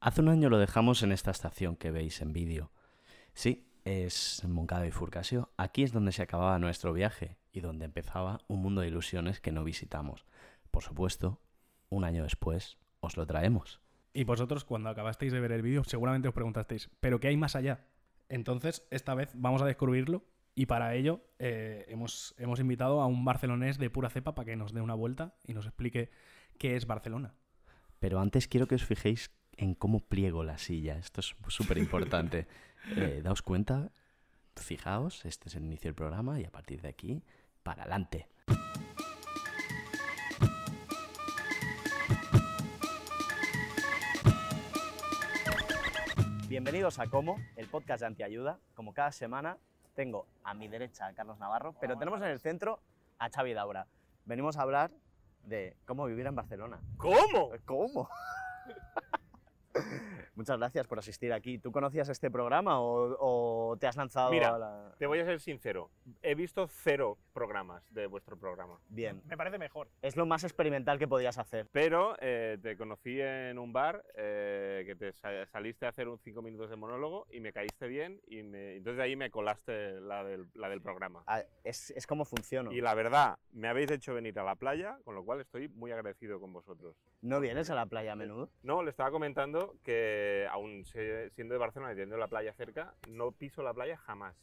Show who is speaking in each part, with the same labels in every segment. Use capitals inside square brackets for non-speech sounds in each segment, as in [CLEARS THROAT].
Speaker 1: Hace un año lo dejamos en esta estación que veis en vídeo. Sí, es Moncada y Furcasio. Aquí es donde se acababa nuestro viaje y donde empezaba un mundo de ilusiones que no visitamos. Por supuesto, un año después os lo traemos.
Speaker 2: Y vosotros, cuando acabasteis de ver el vídeo, seguramente os preguntasteis, ¿pero qué hay más allá? Entonces, esta vez vamos a descubrirlo y para ello eh, hemos, hemos invitado a un barcelonés de pura cepa para que nos dé una vuelta y nos explique qué es Barcelona.
Speaker 1: Pero antes quiero que os fijéis en cómo pliego la silla. Esto es súper
Speaker 3: [LAUGHS]
Speaker 1: importante. Eh, daos cuenta, fijaos, este es el inicio del programa y a partir de aquí, para adelante.
Speaker 3: Bienvenidos a Como, el podcast de Antiayuda. Como cada semana, tengo a mi derecha a Carlos Navarro, pero tenemos en el centro a Xavi Daura. Venimos a hablar de cómo vivir en Barcelona.
Speaker 4: ¿Cómo?
Speaker 3: ¿Cómo? [LAUGHS] Muchas gracias por asistir aquí. ¿Tú conocías este programa o, o te has lanzado
Speaker 4: Mira,
Speaker 3: a la...
Speaker 4: Te voy a ser sincero, he visto cero programas de vuestro programa,
Speaker 3: Bien,
Speaker 2: Me parece mejor.
Speaker 3: es lo más experimental que podías hacer.
Speaker 4: pero eh, te conocí en un bar eh, que te sa- saliste a hacer un cinco minutos de monólogo y me caíste bien y me- entonces de ahí me colaste la del, la del programa.
Speaker 3: Ah, Es, es como funciona.
Speaker 4: Y la verdad, me habéis hecho venir a la playa, con lo cual estoy muy agradecido con vosotros.
Speaker 3: ¿No vienes a la playa a menudo?
Speaker 4: No, le estaba comentando que aún se- siendo de Barcelona y teniendo la playa cerca, no piso la playa jamás.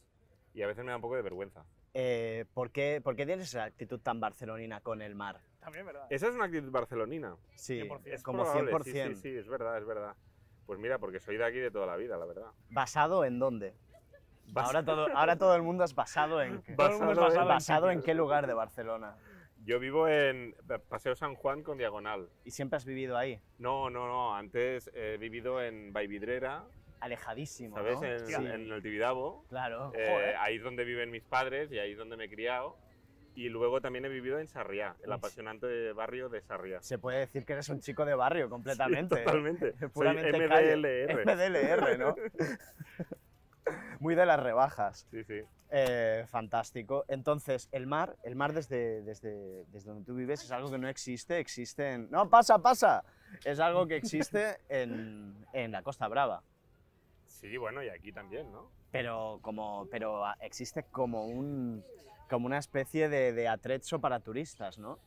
Speaker 4: Y a veces me da un poco de vergüenza.
Speaker 3: Eh, ¿por, qué, por qué tienes esa actitud tan barcelonina con el mar?
Speaker 2: También, ¿verdad?
Speaker 4: Esa es una actitud barcelonina.
Speaker 3: Sí,
Speaker 2: 100%.
Speaker 4: Es
Speaker 3: como
Speaker 4: probable,
Speaker 3: 100%.
Speaker 4: Sí, sí, sí, es verdad, es verdad. Pues mira, porque soy de aquí de toda la vida, la verdad.
Speaker 3: ¿Basado en dónde?
Speaker 4: Bas-
Speaker 3: Ahora todo, ahora todo el mundo es basado en...
Speaker 2: Todo el mundo es basado en
Speaker 3: ¿Basado en
Speaker 2: sitios.
Speaker 3: qué lugar de Barcelona?
Speaker 4: Yo vivo en Paseo San Juan con Diagonal.
Speaker 3: ¿Y siempre has vivido ahí?
Speaker 4: No, no, no. Antes he vivido en Baividrera,
Speaker 3: Alejadísimo,
Speaker 4: ¿sabes?
Speaker 3: ¿no?
Speaker 4: En,
Speaker 3: Sí,
Speaker 4: en el Tibidabo.
Speaker 3: Claro.
Speaker 4: Eh, ahí es donde viven mis padres y ahí es donde me he criado. Y luego también he vivido en Sarriá, el
Speaker 3: Uf.
Speaker 4: apasionante barrio de Sarriá.
Speaker 3: Se puede decir que eres un chico de barrio completamente. [LAUGHS]
Speaker 4: Totalmente. Soy
Speaker 3: Puramente
Speaker 4: MDLR.
Speaker 3: calle. [LAUGHS] MDLR,
Speaker 4: [LAUGHS]
Speaker 3: ¿no? Muy de las rebajas.
Speaker 4: Sí, sí.
Speaker 3: Eh, fantástico. Entonces, el mar, el mar desde, desde, desde donde tú vives es algo que no existe, existe en... ¡No, pasa, pasa! Es algo que existe en, en la Costa Brava,
Speaker 4: Sí, bueno, y aquí también, ¿no?
Speaker 3: pero, como, pero ah, existe como, un, como una especie de, de atrecho para turistas, ¿no?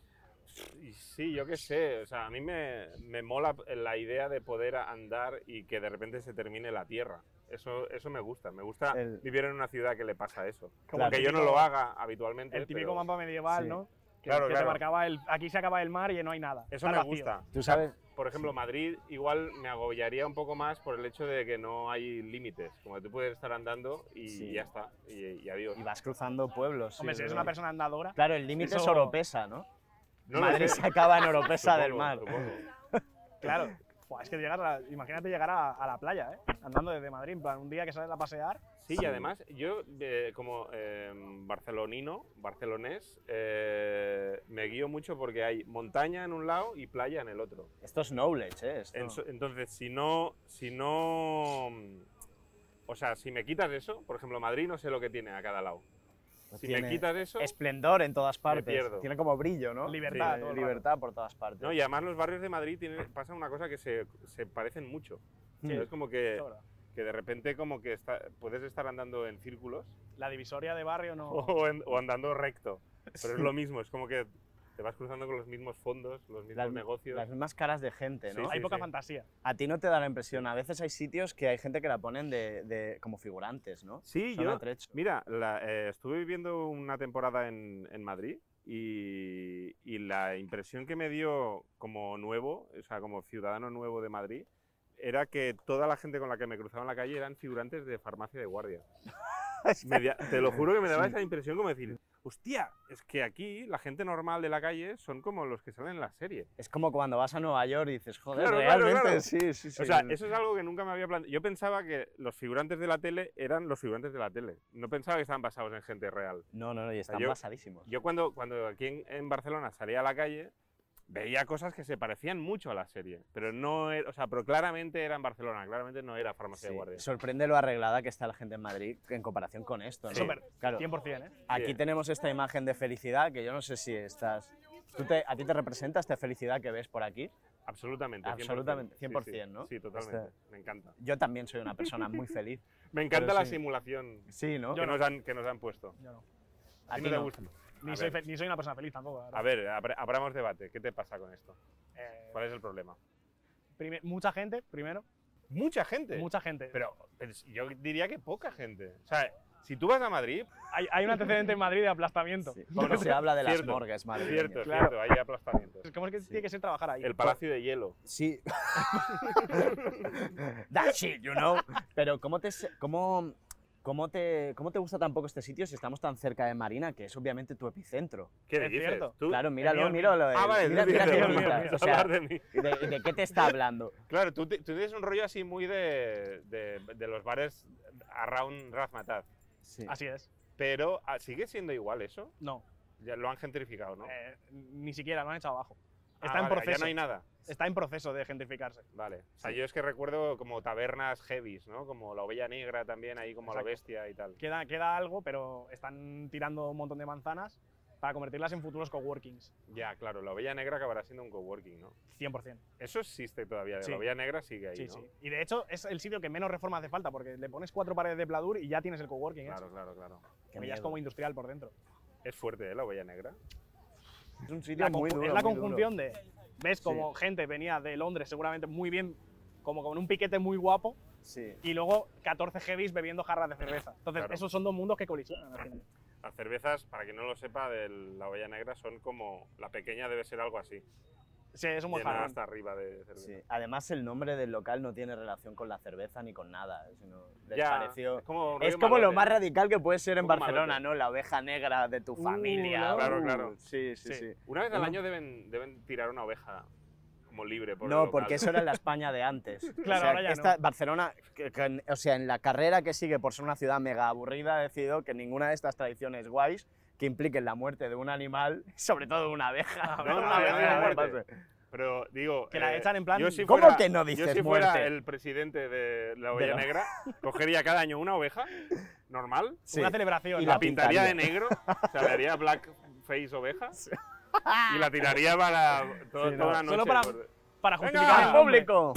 Speaker 4: Y Sí, yo qué sé, o sea, a mí me, me mola la idea de poder andar y que de repente se termine la tierra. Eso, eso me gusta, me gusta
Speaker 3: El-
Speaker 4: vivir en una ciudad que le pasa eso.
Speaker 3: Como
Speaker 4: Aunque yo no
Speaker 2: típico-
Speaker 4: lo haga habitualmente.
Speaker 2: El típico
Speaker 4: pero
Speaker 2: mapa medieval,
Speaker 3: Sí.
Speaker 2: ¿no? Que,
Speaker 4: Claro,
Speaker 2: que te
Speaker 4: claro.
Speaker 2: marcaba el aquí se acaba el mar y no hay nada.
Speaker 4: Eso
Speaker 2: Está
Speaker 4: me
Speaker 2: vacío.
Speaker 4: gusta.
Speaker 3: Tú sabes...
Speaker 4: Por ejemplo, Madrid igual me agobiaría un poco más por el hecho de que no hay límites. Como tú puedes estar andando y
Speaker 3: Sí.
Speaker 4: ya está, y, y adiós.
Speaker 3: Y vas cruzando pueblos.
Speaker 2: Hombre,
Speaker 3: sí,
Speaker 2: si eres
Speaker 3: ¿no?
Speaker 2: una persona andadora,
Speaker 3: Claro, el límite es
Speaker 2: Eso-
Speaker 3: Oropesa, ¿no?
Speaker 4: No lo
Speaker 3: Madrid
Speaker 4: sé.
Speaker 3: se acaba en Oropesa del
Speaker 4: Supongo,
Speaker 3: Mar.
Speaker 4: supongo.
Speaker 5: [LAUGHS]
Speaker 2: claro. Buah, es que llegar a la- imagínate llegar a, a la playa, ¿eh? Andando desde Madrid, en plan, un día que sales a pasear,
Speaker 4: Sí, y además yo eh, como eh, barcelonino, barcelonés, eh, me guío mucho porque hay montaña en un lado y playa en el otro.
Speaker 3: Esto es knowledge, ¿eh? Esto-
Speaker 4: En- Entonces, si no, si no, mm, o sea, si me quitas eso, por ejemplo, Madrid no sé lo que tiene a cada lado. Si
Speaker 3: Pues tiene
Speaker 4: me quitas eso,
Speaker 3: Esplendor en todas partes.
Speaker 4: pierdo.
Speaker 3: Tiene como brillo, ¿no?
Speaker 2: Libertad,
Speaker 3: Eh,
Speaker 2: todo el
Speaker 3: libertad por todas partes.
Speaker 4: no, y además los barrios de Madrid tienen, pasa una cosa que se, se parecen mucho.
Speaker 3: Sí.
Speaker 4: Es como que,
Speaker 2: sobra.
Speaker 4: que de repente como que está- puedes estar andando en círculos
Speaker 2: la divisoria de barrio
Speaker 4: [LAUGHS]
Speaker 2: no.
Speaker 4: o, en- o andando recto. Pero es lo mismo, es como que te vas cruzando con los mismos fondos, los mismos
Speaker 3: Las-
Speaker 4: negocios.
Speaker 3: Las mismas caras de gente, ¿no?
Speaker 4: Sí,
Speaker 2: hay
Speaker 4: sí,
Speaker 2: poca
Speaker 4: sí.
Speaker 2: fantasía.
Speaker 3: A ti no te da la impresión. A veces hay sitios que hay gente que la ponen de, de- como figurantes, ¿no?
Speaker 4: Sí,
Speaker 3: Son
Speaker 4: yo.
Speaker 3: atrecho.
Speaker 4: Mira, la- eh, estuve viviendo una temporada en, en Madrid y, y la impresión que me dio como nuevo, o sea, como ciudadano nuevo
Speaker 3: [LAUGHS]
Speaker 4: de Madrid, era que toda la gente con la que me cruzaba en la calle eran figurantes de farmacia de guardia. Me da- te lo juro que me daba esa impresión como decir, hostia, es que aquí la gente normal de la calle son como los que salen en la serie.
Speaker 6: Es como cuando vas a Nueva York y dices,
Speaker 4: [LAUGHS]
Speaker 6: joder,
Speaker 4: Claro, claro,
Speaker 6: realmente,
Speaker 4: claro.
Speaker 6: sí, sí, sí.
Speaker 4: O sea, eso es algo que nunca me había planteado. Yo pensaba que los figurantes de la tele eran los figurantes de la tele. No pensaba que estaban basados en gente real.
Speaker 6: No, no, no, y están
Speaker 4: yo-
Speaker 6: basadísimos.
Speaker 4: Yo cuando, cuando aquí en, en Barcelona salía a la calle, veía cosas que se parecían mucho a la serie. Pero no era, o sea, pero claramente era en Barcelona, claramente no era farmacia
Speaker 6: Sí.
Speaker 4: de guardia.
Speaker 6: Sorprende lo arreglada que está la gente en Madrid en comparación con esto, ¿no?
Speaker 4: Sí.
Speaker 6: Claro,
Speaker 5: 100%, ¿eh?
Speaker 6: aquí
Speaker 4: Sí.
Speaker 6: tenemos esta imagen de felicidad que yo no sé si estás... ¿tú te- ¿A ti te representa esta felicidad que ves por aquí?
Speaker 4: Absolutamente. 100%.
Speaker 6: Absolutamente,
Speaker 4: Sí, sí,
Speaker 6: 100%, ¿no?
Speaker 4: Sí, totalmente. Me encanta.
Speaker 6: Yo también soy una persona muy feliz.
Speaker 4: Me encanta la
Speaker 6: sí.
Speaker 4: simulación
Speaker 6: Sí, ¿no?
Speaker 4: que, nos han, que nos han puesto.
Speaker 5: Yo no.
Speaker 6: A
Speaker 4: Sí
Speaker 6: ti
Speaker 4: me
Speaker 6: no.
Speaker 4: gusta.
Speaker 5: Ni,
Speaker 4: A
Speaker 5: soy,
Speaker 4: ver.
Speaker 5: fe- ni soy una persona feliz tampoco. la
Speaker 4: A
Speaker 5: verdad.
Speaker 4: ver, abra- abramos debate. ¿Qué te pasa con esto?
Speaker 5: Eh,
Speaker 4: ¿Cuál es el problema?
Speaker 5: prime- mucha gente, primero.
Speaker 4: Mucha gente.
Speaker 5: Mucha gente.
Speaker 4: Pero, pero yo diría que poca gente. O sea, si tú vas a Madrid,
Speaker 5: Hay, hay un antecedente en Madrid de aplastamiento. [LAUGHS]
Speaker 6: Sí. Bueno, se
Speaker 4: Cierto,
Speaker 6: habla de las
Speaker 4: cierto,
Speaker 6: morgues, madre
Speaker 4: cierto, cierto, hay aplastamientos.
Speaker 5: ¿Cómo es que tiene que ser trabajar ahí?
Speaker 4: El Palacio de Hielo.
Speaker 6: Sí. [LAUGHS] That shit, you know. Pero ¿cómo te, se- cómo, cómo te, cómo te gusta tampoco este sitio si estamos tan cerca de Marina, que es obviamente tu epicentro?
Speaker 4: ¿Qué
Speaker 5: Es
Speaker 4: dices?
Speaker 5: cierto.
Speaker 4: ¿Tú?
Speaker 6: Claro, míralo,
Speaker 5: mío,
Speaker 6: míralo.
Speaker 4: Ah,
Speaker 6: él.
Speaker 4: vale,
Speaker 6: mira,
Speaker 4: tú
Speaker 6: mira
Speaker 4: dices,
Speaker 6: qué
Speaker 4: tú
Speaker 6: bonita.
Speaker 4: dices,
Speaker 6: O sea,
Speaker 4: hablar de mí.
Speaker 6: ¿y de, y de qué te está hablando?
Speaker 4: Claro, tú, te- tú tienes un rollo así muy de, de, de los bares around Razmataz.
Speaker 5: Así es.
Speaker 4: Pero ah, sigue siendo igual eso.
Speaker 5: No,
Speaker 4: Ya lo han gentrificado, ¿no?
Speaker 5: eh, ni siquiera lo han echado abajo.
Speaker 4: Ah,
Speaker 5: Está en
Speaker 4: vale,
Speaker 5: proceso.
Speaker 4: Ya no hay nada.
Speaker 5: Está en proceso de gentrificarse.
Speaker 4: Vale. O sea, yo es que recuerdo como tabernas heavies, ¿no? Como la Ovella Negra también, ahí como la
Speaker 5: Exacto.
Speaker 4: bestia y tal.
Speaker 5: Queda, queda algo, pero están tirando un montón de manzanas para convertirlas en futuros coworkings.
Speaker 4: Ya, claro, la Ovella Negra acabará siendo un coworking, ¿no?
Speaker 5: 100%.
Speaker 4: Eso existe todavía, de
Speaker 5: Sí.
Speaker 4: la Ovella Negra sigue ahí,
Speaker 5: Sí,
Speaker 4: ¿no?
Speaker 5: sí. Y de hecho, es el sitio que menos reforma hace falta, porque le pones cuatro paredes de pladur y ya tienes el coworking. ¿eh?
Speaker 4: Claro, claro, claro.
Speaker 6: Qué
Speaker 5: ya es
Speaker 6: miedo.
Speaker 5: como industrial por dentro.
Speaker 4: Es fuerte, ¿eh? La Ovella Negra.
Speaker 6: Es un sitio
Speaker 5: La
Speaker 6: muy
Speaker 5: conju-
Speaker 6: duro.
Speaker 5: es la
Speaker 6: muy
Speaker 5: conjunción
Speaker 6: duro.
Speaker 5: de. Ves como gente venía de Londres, seguramente muy bien, como con un piquete muy guapo,
Speaker 6: Sí.
Speaker 5: y luego 14 heavies bebiendo jarras de cerveza. Entonces,
Speaker 4: Claro.
Speaker 5: esos son dos mundos que colisionan. al final.
Speaker 4: Las cervezas, para quien no lo sepa, de la Ovella Negra son como. La pequeña debe ser algo así.
Speaker 5: Sí, es un
Speaker 4: Llenada
Speaker 5: mojarrón.
Speaker 4: hasta arriba de cerveza.
Speaker 6: sí. Además, el nombre del local no tiene relación con la cerveza ni con nada. sino- les
Speaker 4: Ya,
Speaker 6: pareció...
Speaker 4: es como, eh, un
Speaker 6: Es
Speaker 4: rollo
Speaker 6: como lo
Speaker 4: malote.
Speaker 6: más radical que puede ser en
Speaker 4: Un poco
Speaker 6: Barcelona,
Speaker 4: malote.
Speaker 6: ¿no? La oveja negra de tu
Speaker 5: Uh,
Speaker 6: familia.
Speaker 4: eh. claro,
Speaker 6: Uh,
Speaker 4: claro.
Speaker 6: Sí, sí,
Speaker 4: Sí.
Speaker 6: sí.
Speaker 4: Una vez al
Speaker 6: Uno-
Speaker 4: año deben, deben tirar una oveja como libre. Por el
Speaker 6: no,
Speaker 4: local.
Speaker 6: porque eso era en la España de antes.
Speaker 5: Claro,
Speaker 6: o sea,
Speaker 5: ahora ya
Speaker 6: esta
Speaker 5: no.
Speaker 6: Barcelona, que- que en- o sea, en la carrera que sigue por ser una ciudad mega aburrida, ha decidido que ninguna de estas tradiciones guays que impliquen la muerte de un animal, [LAUGHS] sobre todo de una
Speaker 4: No,
Speaker 6: abeja.
Speaker 4: no,
Speaker 6: una
Speaker 4: no, no,
Speaker 6: abeja,
Speaker 4: no,
Speaker 6: no
Speaker 4: muerte.
Speaker 6: pase.
Speaker 4: Pero digo. eh,
Speaker 5: Que la echan en plan-
Speaker 4: yo si
Speaker 6: ¿Cómo
Speaker 4: fuera-
Speaker 6: que no
Speaker 4: Yo
Speaker 6: dices
Speaker 4: si fuera
Speaker 6: muerte?
Speaker 4: el presidente de la Ovella
Speaker 6: De la- [LAUGHS]
Speaker 4: Negra, cogería cada año una oveja normal,
Speaker 6: Sí.
Speaker 5: Una celebración.
Speaker 6: Y
Speaker 5: ¿no?
Speaker 4: la pintaría de
Speaker 6: pintaría.
Speaker 4: negro, se le haría black face oveja y la tiraría para todo-
Speaker 6: Sí, no.
Speaker 4: toda la noche.
Speaker 5: Solo para-
Speaker 4: por-
Speaker 5: Para
Speaker 4: Venga,
Speaker 5: justificar
Speaker 6: ¡Al
Speaker 5: el nombre.
Speaker 6: público!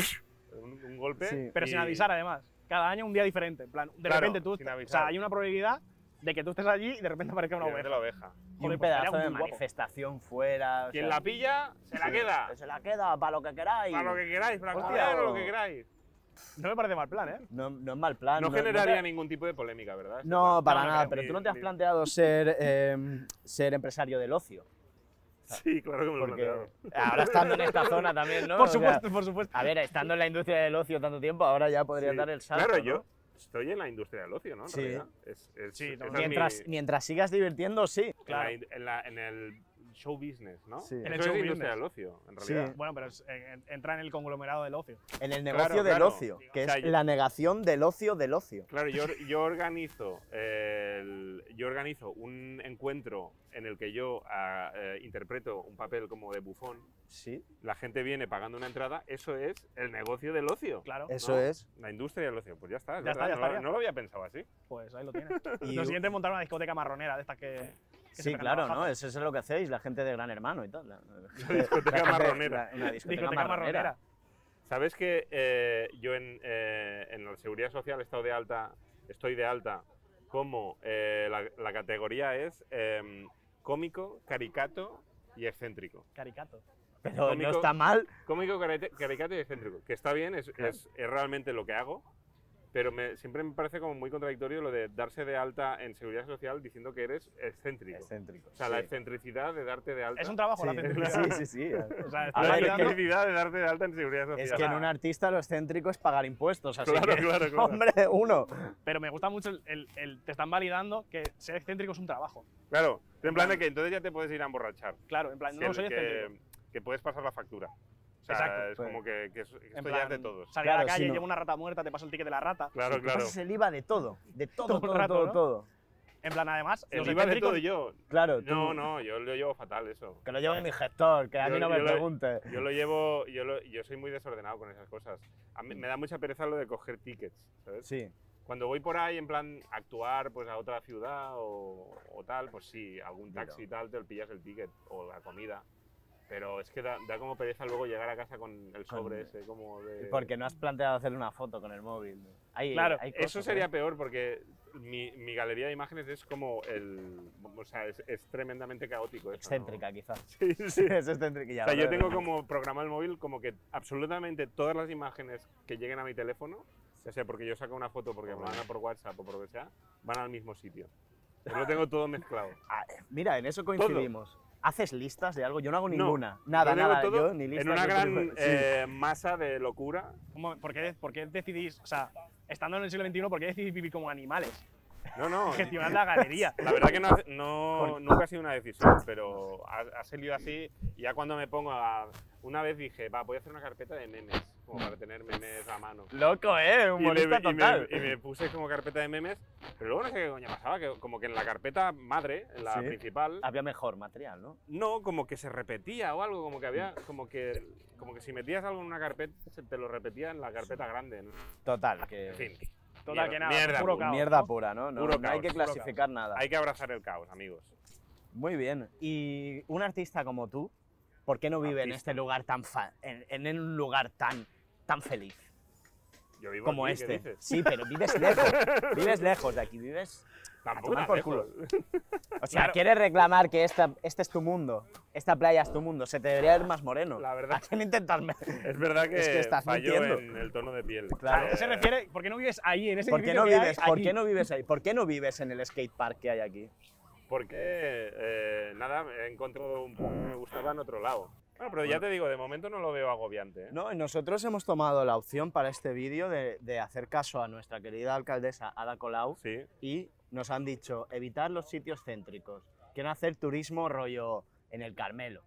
Speaker 4: un, un golpe.
Speaker 6: [LAUGHS] Sí.
Speaker 5: Pero
Speaker 4: y-
Speaker 5: sin avisar, además. Cada año un día diferente. En plan, de
Speaker 4: Claro,
Speaker 5: repente tú.
Speaker 4: sin
Speaker 5: o
Speaker 4: avisar.
Speaker 5: sea, hay una probabilidad de que tú estés allí y de repente aparezca
Speaker 4: y
Speaker 5: una
Speaker 4: le mete
Speaker 5: oveja.
Speaker 4: la oveja.
Speaker 6: Y un
Speaker 5: Joder, pues,
Speaker 6: pedazo
Speaker 5: estaría
Speaker 6: de
Speaker 5: muy guapo.
Speaker 6: manifestación fuera. o
Speaker 4: Quien
Speaker 6: sea,
Speaker 4: la pilla, se la
Speaker 6: sí,
Speaker 4: queda.
Speaker 6: Se la queda, para lo que queráis.
Speaker 4: Para lo que queráis, para
Speaker 6: Hostia.
Speaker 4: comer o lo que queráis.
Speaker 5: No me parece mal plan, ¿eh?
Speaker 6: No, no es mal plan.
Speaker 4: No
Speaker 6: no- no te-
Speaker 4: generaría ningún tipo de polémica, ¿verdad?
Speaker 6: No, para
Speaker 4: no,
Speaker 6: nada,
Speaker 4: no,
Speaker 6: pero
Speaker 4: ni-
Speaker 6: tú no te has
Speaker 4: ni- [LAUGHS]
Speaker 6: planteado ser, eh, ser empresario del ocio.
Speaker 4: Sí, claro que me lo he
Speaker 6: Porque
Speaker 4: planteado.
Speaker 6: ahora estando
Speaker 4: [LAUGHS]
Speaker 6: en esta zona también, ¿no? O
Speaker 5: por
Speaker 6: sea,
Speaker 5: supuesto, por supuesto. [LAUGHS]
Speaker 6: a ver, estando en la industria del ocio tanto tiempo, ahora ya podrías
Speaker 4: Sí.
Speaker 6: dar el salto.
Speaker 4: Claro,
Speaker 6: ¿no?
Speaker 4: yo estoy en la industria del ocio, ¿no? En
Speaker 6: Sí.
Speaker 4: realidad. Es, es-
Speaker 5: Sí,
Speaker 4: esa
Speaker 5: no,
Speaker 4: es
Speaker 6: Mientras,
Speaker 4: mi-
Speaker 6: mientras sigas divirtiendo, sí.
Speaker 4: en la in- en, la- en el show business, ¿no?
Speaker 6: Sí. En
Speaker 5: el
Speaker 4: Eso
Speaker 5: show
Speaker 4: es
Speaker 5: business.
Speaker 4: industria del ocio, en realidad.
Speaker 5: Bueno, pero es- eh, en- en- entra en el conglomerado del ocio.
Speaker 6: En el
Speaker 4: Claro,
Speaker 6: negocio del
Speaker 4: claro.
Speaker 6: ocio, que
Speaker 4: O sea,
Speaker 6: es
Speaker 4: yo-
Speaker 6: la negación del ocio del ocio.
Speaker 4: Claro, yo, yo organizo el- yo organizo un encuentro en el que yo ah, eh, interpreto un papel como de bufón.
Speaker 6: Sí,
Speaker 4: La gente viene pagando una entrada, eso es el negocio del ocio.
Speaker 5: Claro.
Speaker 6: eso
Speaker 4: No.
Speaker 6: es.
Speaker 4: La industria del ocio, pues ya está. es
Speaker 5: Ya está,
Speaker 4: verdad,
Speaker 5: ya
Speaker 4: no, lo-
Speaker 5: estaría.
Speaker 4: no lo había pensado así.
Speaker 5: Pues ahí lo tienes.
Speaker 6: [LAUGHS] Y-
Speaker 5: Lo siguiente es montar una discoteca marronera de estas que. se
Speaker 6: Sí,
Speaker 5: pegan
Speaker 6: claro,
Speaker 5: navajazos.
Speaker 6: ¿no? Eso es lo que hacéis, la gente de Gran Hermano y tal. La,
Speaker 4: discoteca marronera.
Speaker 6: la- la discoteca,
Speaker 5: Discoteca marronera.
Speaker 4: ¿Sabes que eh, yo en, eh, en la seguridad social he estado de alta, estoy de alta como eh, la, la categoría es em, cómico, caricato y excéntrico?
Speaker 5: Caricato.
Speaker 6: Pero no
Speaker 4: Cómico.
Speaker 6: está mal.
Speaker 4: Cómico, carate- caricato y excéntrico, que está bien, es, es- es realmente lo que hago, Pero me- siempre me parece como muy contradictorio lo de darse de alta en seguridad social diciendo que eres excéntrico.
Speaker 6: Excéntrico.
Speaker 4: O sea, la
Speaker 6: sí.
Speaker 4: excentricidad de darte de alta.
Speaker 5: Es un trabajo la
Speaker 6: Sí,
Speaker 5: excentricidad.
Speaker 6: sí, sí,
Speaker 4: [LAUGHS]
Speaker 6: sí.
Speaker 5: O sea,
Speaker 4: La
Speaker 6: Ahora
Speaker 5: estoy
Speaker 6: que-
Speaker 5: hablando-
Speaker 4: excentricidad de darte de alta en seguridad social.
Speaker 6: Es que en un artista lo excéntrico es pagar impuestos, así
Speaker 4: Claro,
Speaker 6: que, [LAUGHS]
Speaker 4: claro, claro.
Speaker 6: hombre, uno.
Speaker 5: pero me gusta mucho el, el- el- Te están validando que ser excéntrico es un trabajo.
Speaker 4: Claro, en plan de que entonces ya te puedes ir a emborrachar.
Speaker 5: Claro, en plan,
Speaker 4: que,
Speaker 5: no soy excéntrico.
Speaker 4: que, que puedes pasar la factura. O sea,
Speaker 5: Exacto,
Speaker 4: es
Speaker 6: pues.
Speaker 4: como que, que es- que
Speaker 5: En
Speaker 4: esto ya es de
Speaker 5: plan,
Speaker 4: todos.
Speaker 5: Salir a la
Speaker 6: Claro,
Speaker 5: calle,
Speaker 6: si no-
Speaker 5: llevo una rata muerta, te paso el ticket de la rata. [LAUGHS]
Speaker 4: Claro, claro.
Speaker 6: Pasas el IVA de todo, de
Speaker 5: Todo
Speaker 6: todo,
Speaker 5: el
Speaker 6: todo,
Speaker 5: rato,
Speaker 6: todo,
Speaker 5: ¿no?
Speaker 6: todo.
Speaker 5: En plan, además, los
Speaker 4: El IVA de
Speaker 5: excéntricos-
Speaker 4: todo yo.
Speaker 6: Claro, tú-
Speaker 4: No, no, yo lo llevo fatal eso.
Speaker 6: Que lo lleve mi gestor, que a
Speaker 4: Yo-
Speaker 6: mí no me
Speaker 4: yo lo-
Speaker 6: pregunte.
Speaker 4: Yo lo llevo, yo, lo- yo soy muy desordenado con esas cosas. A mí me da mucha pereza lo de coger tickets, ¿sabes?
Speaker 6: Sí,
Speaker 4: Cuando voy por ahí en plan a actuar pues a otra ciudad o, o tal, pues sí, algún taxi y tal, te pillas el ticket o la comida. Pero es que da, da como pereza luego llegar a casa con el sobre ese como de...
Speaker 6: porque no has planteado hacer una foto con el móvil. Hay-
Speaker 5: Claro,
Speaker 6: hay cosas,
Speaker 4: Eso [LAUGHS] sería
Speaker 6: ¿eh?
Speaker 4: peor porque mi, mi galería de imágenes es como el... O sea, es, es tremendamente caótico. eso, ¿no?
Speaker 6: excéntrica, quizás. [LAUGHS]
Speaker 4: Sí, sí.
Speaker 6: es excéntrica ya.
Speaker 4: O sea, yo
Speaker 6: ¿verdad?
Speaker 4: tengo como programado el móvil como que absolutamente todas las imágenes que lleguen a mi teléfono, ya sea porque yo saco una foto, porque me la mandan por WhatsApp o por lo que sea, van al mismo sitio. Yo lo tengo todo mezclado.
Speaker 6: Ah, mira, en eso coincidimos. ¿Haces listas de algo? Yo no hago ninguna.
Speaker 4: No,
Speaker 6: nada,
Speaker 4: lo tengo
Speaker 6: nada.
Speaker 4: todo
Speaker 6: yo ni listas.
Speaker 4: en una
Speaker 6: ni
Speaker 4: gran
Speaker 6: películas. Sí.
Speaker 4: eh, masa de locura.
Speaker 5: Un momen- ¿Por qué, por qué decidís, o sea, estando en el siglo XXI, por qué decidís vivir como animales?
Speaker 4: No,
Speaker 6: [LAUGHS]
Speaker 4: no.
Speaker 5: Gestionar la
Speaker 4: [LAUGHS]
Speaker 5: galería.
Speaker 4: La verdad que no, hace- no- nunca ha sido una decisión, pero ha, ha salido así. Y ya cuando me pongo a. Una vez dije, va, voy a hacer una carpeta de memes, como para tener memes a mano.
Speaker 6: [LAUGHS] Loco, ¿eh?
Speaker 4: y, le-
Speaker 6: Humorista
Speaker 4: y
Speaker 6: total.
Speaker 4: me, y me puse como carpeta de memes, pero luego no sé qué coño pasaba, que como que en la carpeta madre, en la
Speaker 6: Sí.
Speaker 4: principal,
Speaker 5: Ah.
Speaker 6: Había mejor material, ¿no?
Speaker 4: no, como que se repetía o algo, como que había, como que, como que si metías algo en una carpeta, se te lo repetía en la carpeta grande, ¿no?
Speaker 6: Total, que.
Speaker 4: en fin. mierda-
Speaker 5: Total, que nada,
Speaker 4: mierda
Speaker 5: puro
Speaker 4: pura.
Speaker 5: caos.
Speaker 6: Mierda
Speaker 5: ¿no?
Speaker 6: pura, ¿no? No,
Speaker 4: Puro
Speaker 6: no hay
Speaker 4: caos,
Speaker 6: que
Speaker 4: puro
Speaker 6: clasificar nada.
Speaker 4: Hay que abrazar el caos, amigos.
Speaker 6: Muy bien. Y un artista como tú, ¿por qué no vive en
Speaker 4: Artista.
Speaker 6: este lugar tan fa- en, en- en un lugar tan, tan feliz
Speaker 4: Yo vivo
Speaker 6: como
Speaker 4: aquí, ¿qué
Speaker 6: este?
Speaker 4: dices?
Speaker 6: Pues Sí, pero vives lejos. [LAUGHS] vives lejos de aquí, vives.
Speaker 4: Tampoco
Speaker 6: tomar
Speaker 4: tan
Speaker 6: por culo.
Speaker 4: lejos.
Speaker 6: O sea, quieres reclamar que esta, este es tu mundo, esta playa es tu mundo, se te debería ver más moreno.
Speaker 4: La verdad.
Speaker 6: ¿A quién intentas ver?
Speaker 4: Es verdad que,
Speaker 6: Es que estás
Speaker 4: fallo
Speaker 6: mintiendo.
Speaker 4: en el tono de piel. Eh,
Speaker 6: Claro.
Speaker 5: ¿A qué se refiere? ¿Por qué no vives ahí, en ese
Speaker 6: ¿Por qué
Speaker 5: edificio
Speaker 6: no
Speaker 5: que hay
Speaker 6: vives? ¿Por
Speaker 5: aquí?
Speaker 6: qué no vives ahí? ¿Por qué no vives en el skatepark que hay aquí?
Speaker 4: Porque, eh, nada, he encontrado un punto que me gustaba en otro lado. Bueno, pero ya te digo, de momento no lo veo agobiante. ¿eh?
Speaker 6: No, y nosotros hemos tomado la opción para este vídeo de, de hacer caso a nuestra querida alcaldesa Ada Colau
Speaker 4: Sí.
Speaker 6: y nos han dicho evitar los sitios céntricos. Quieren hacer turismo rollo en el Carmelo.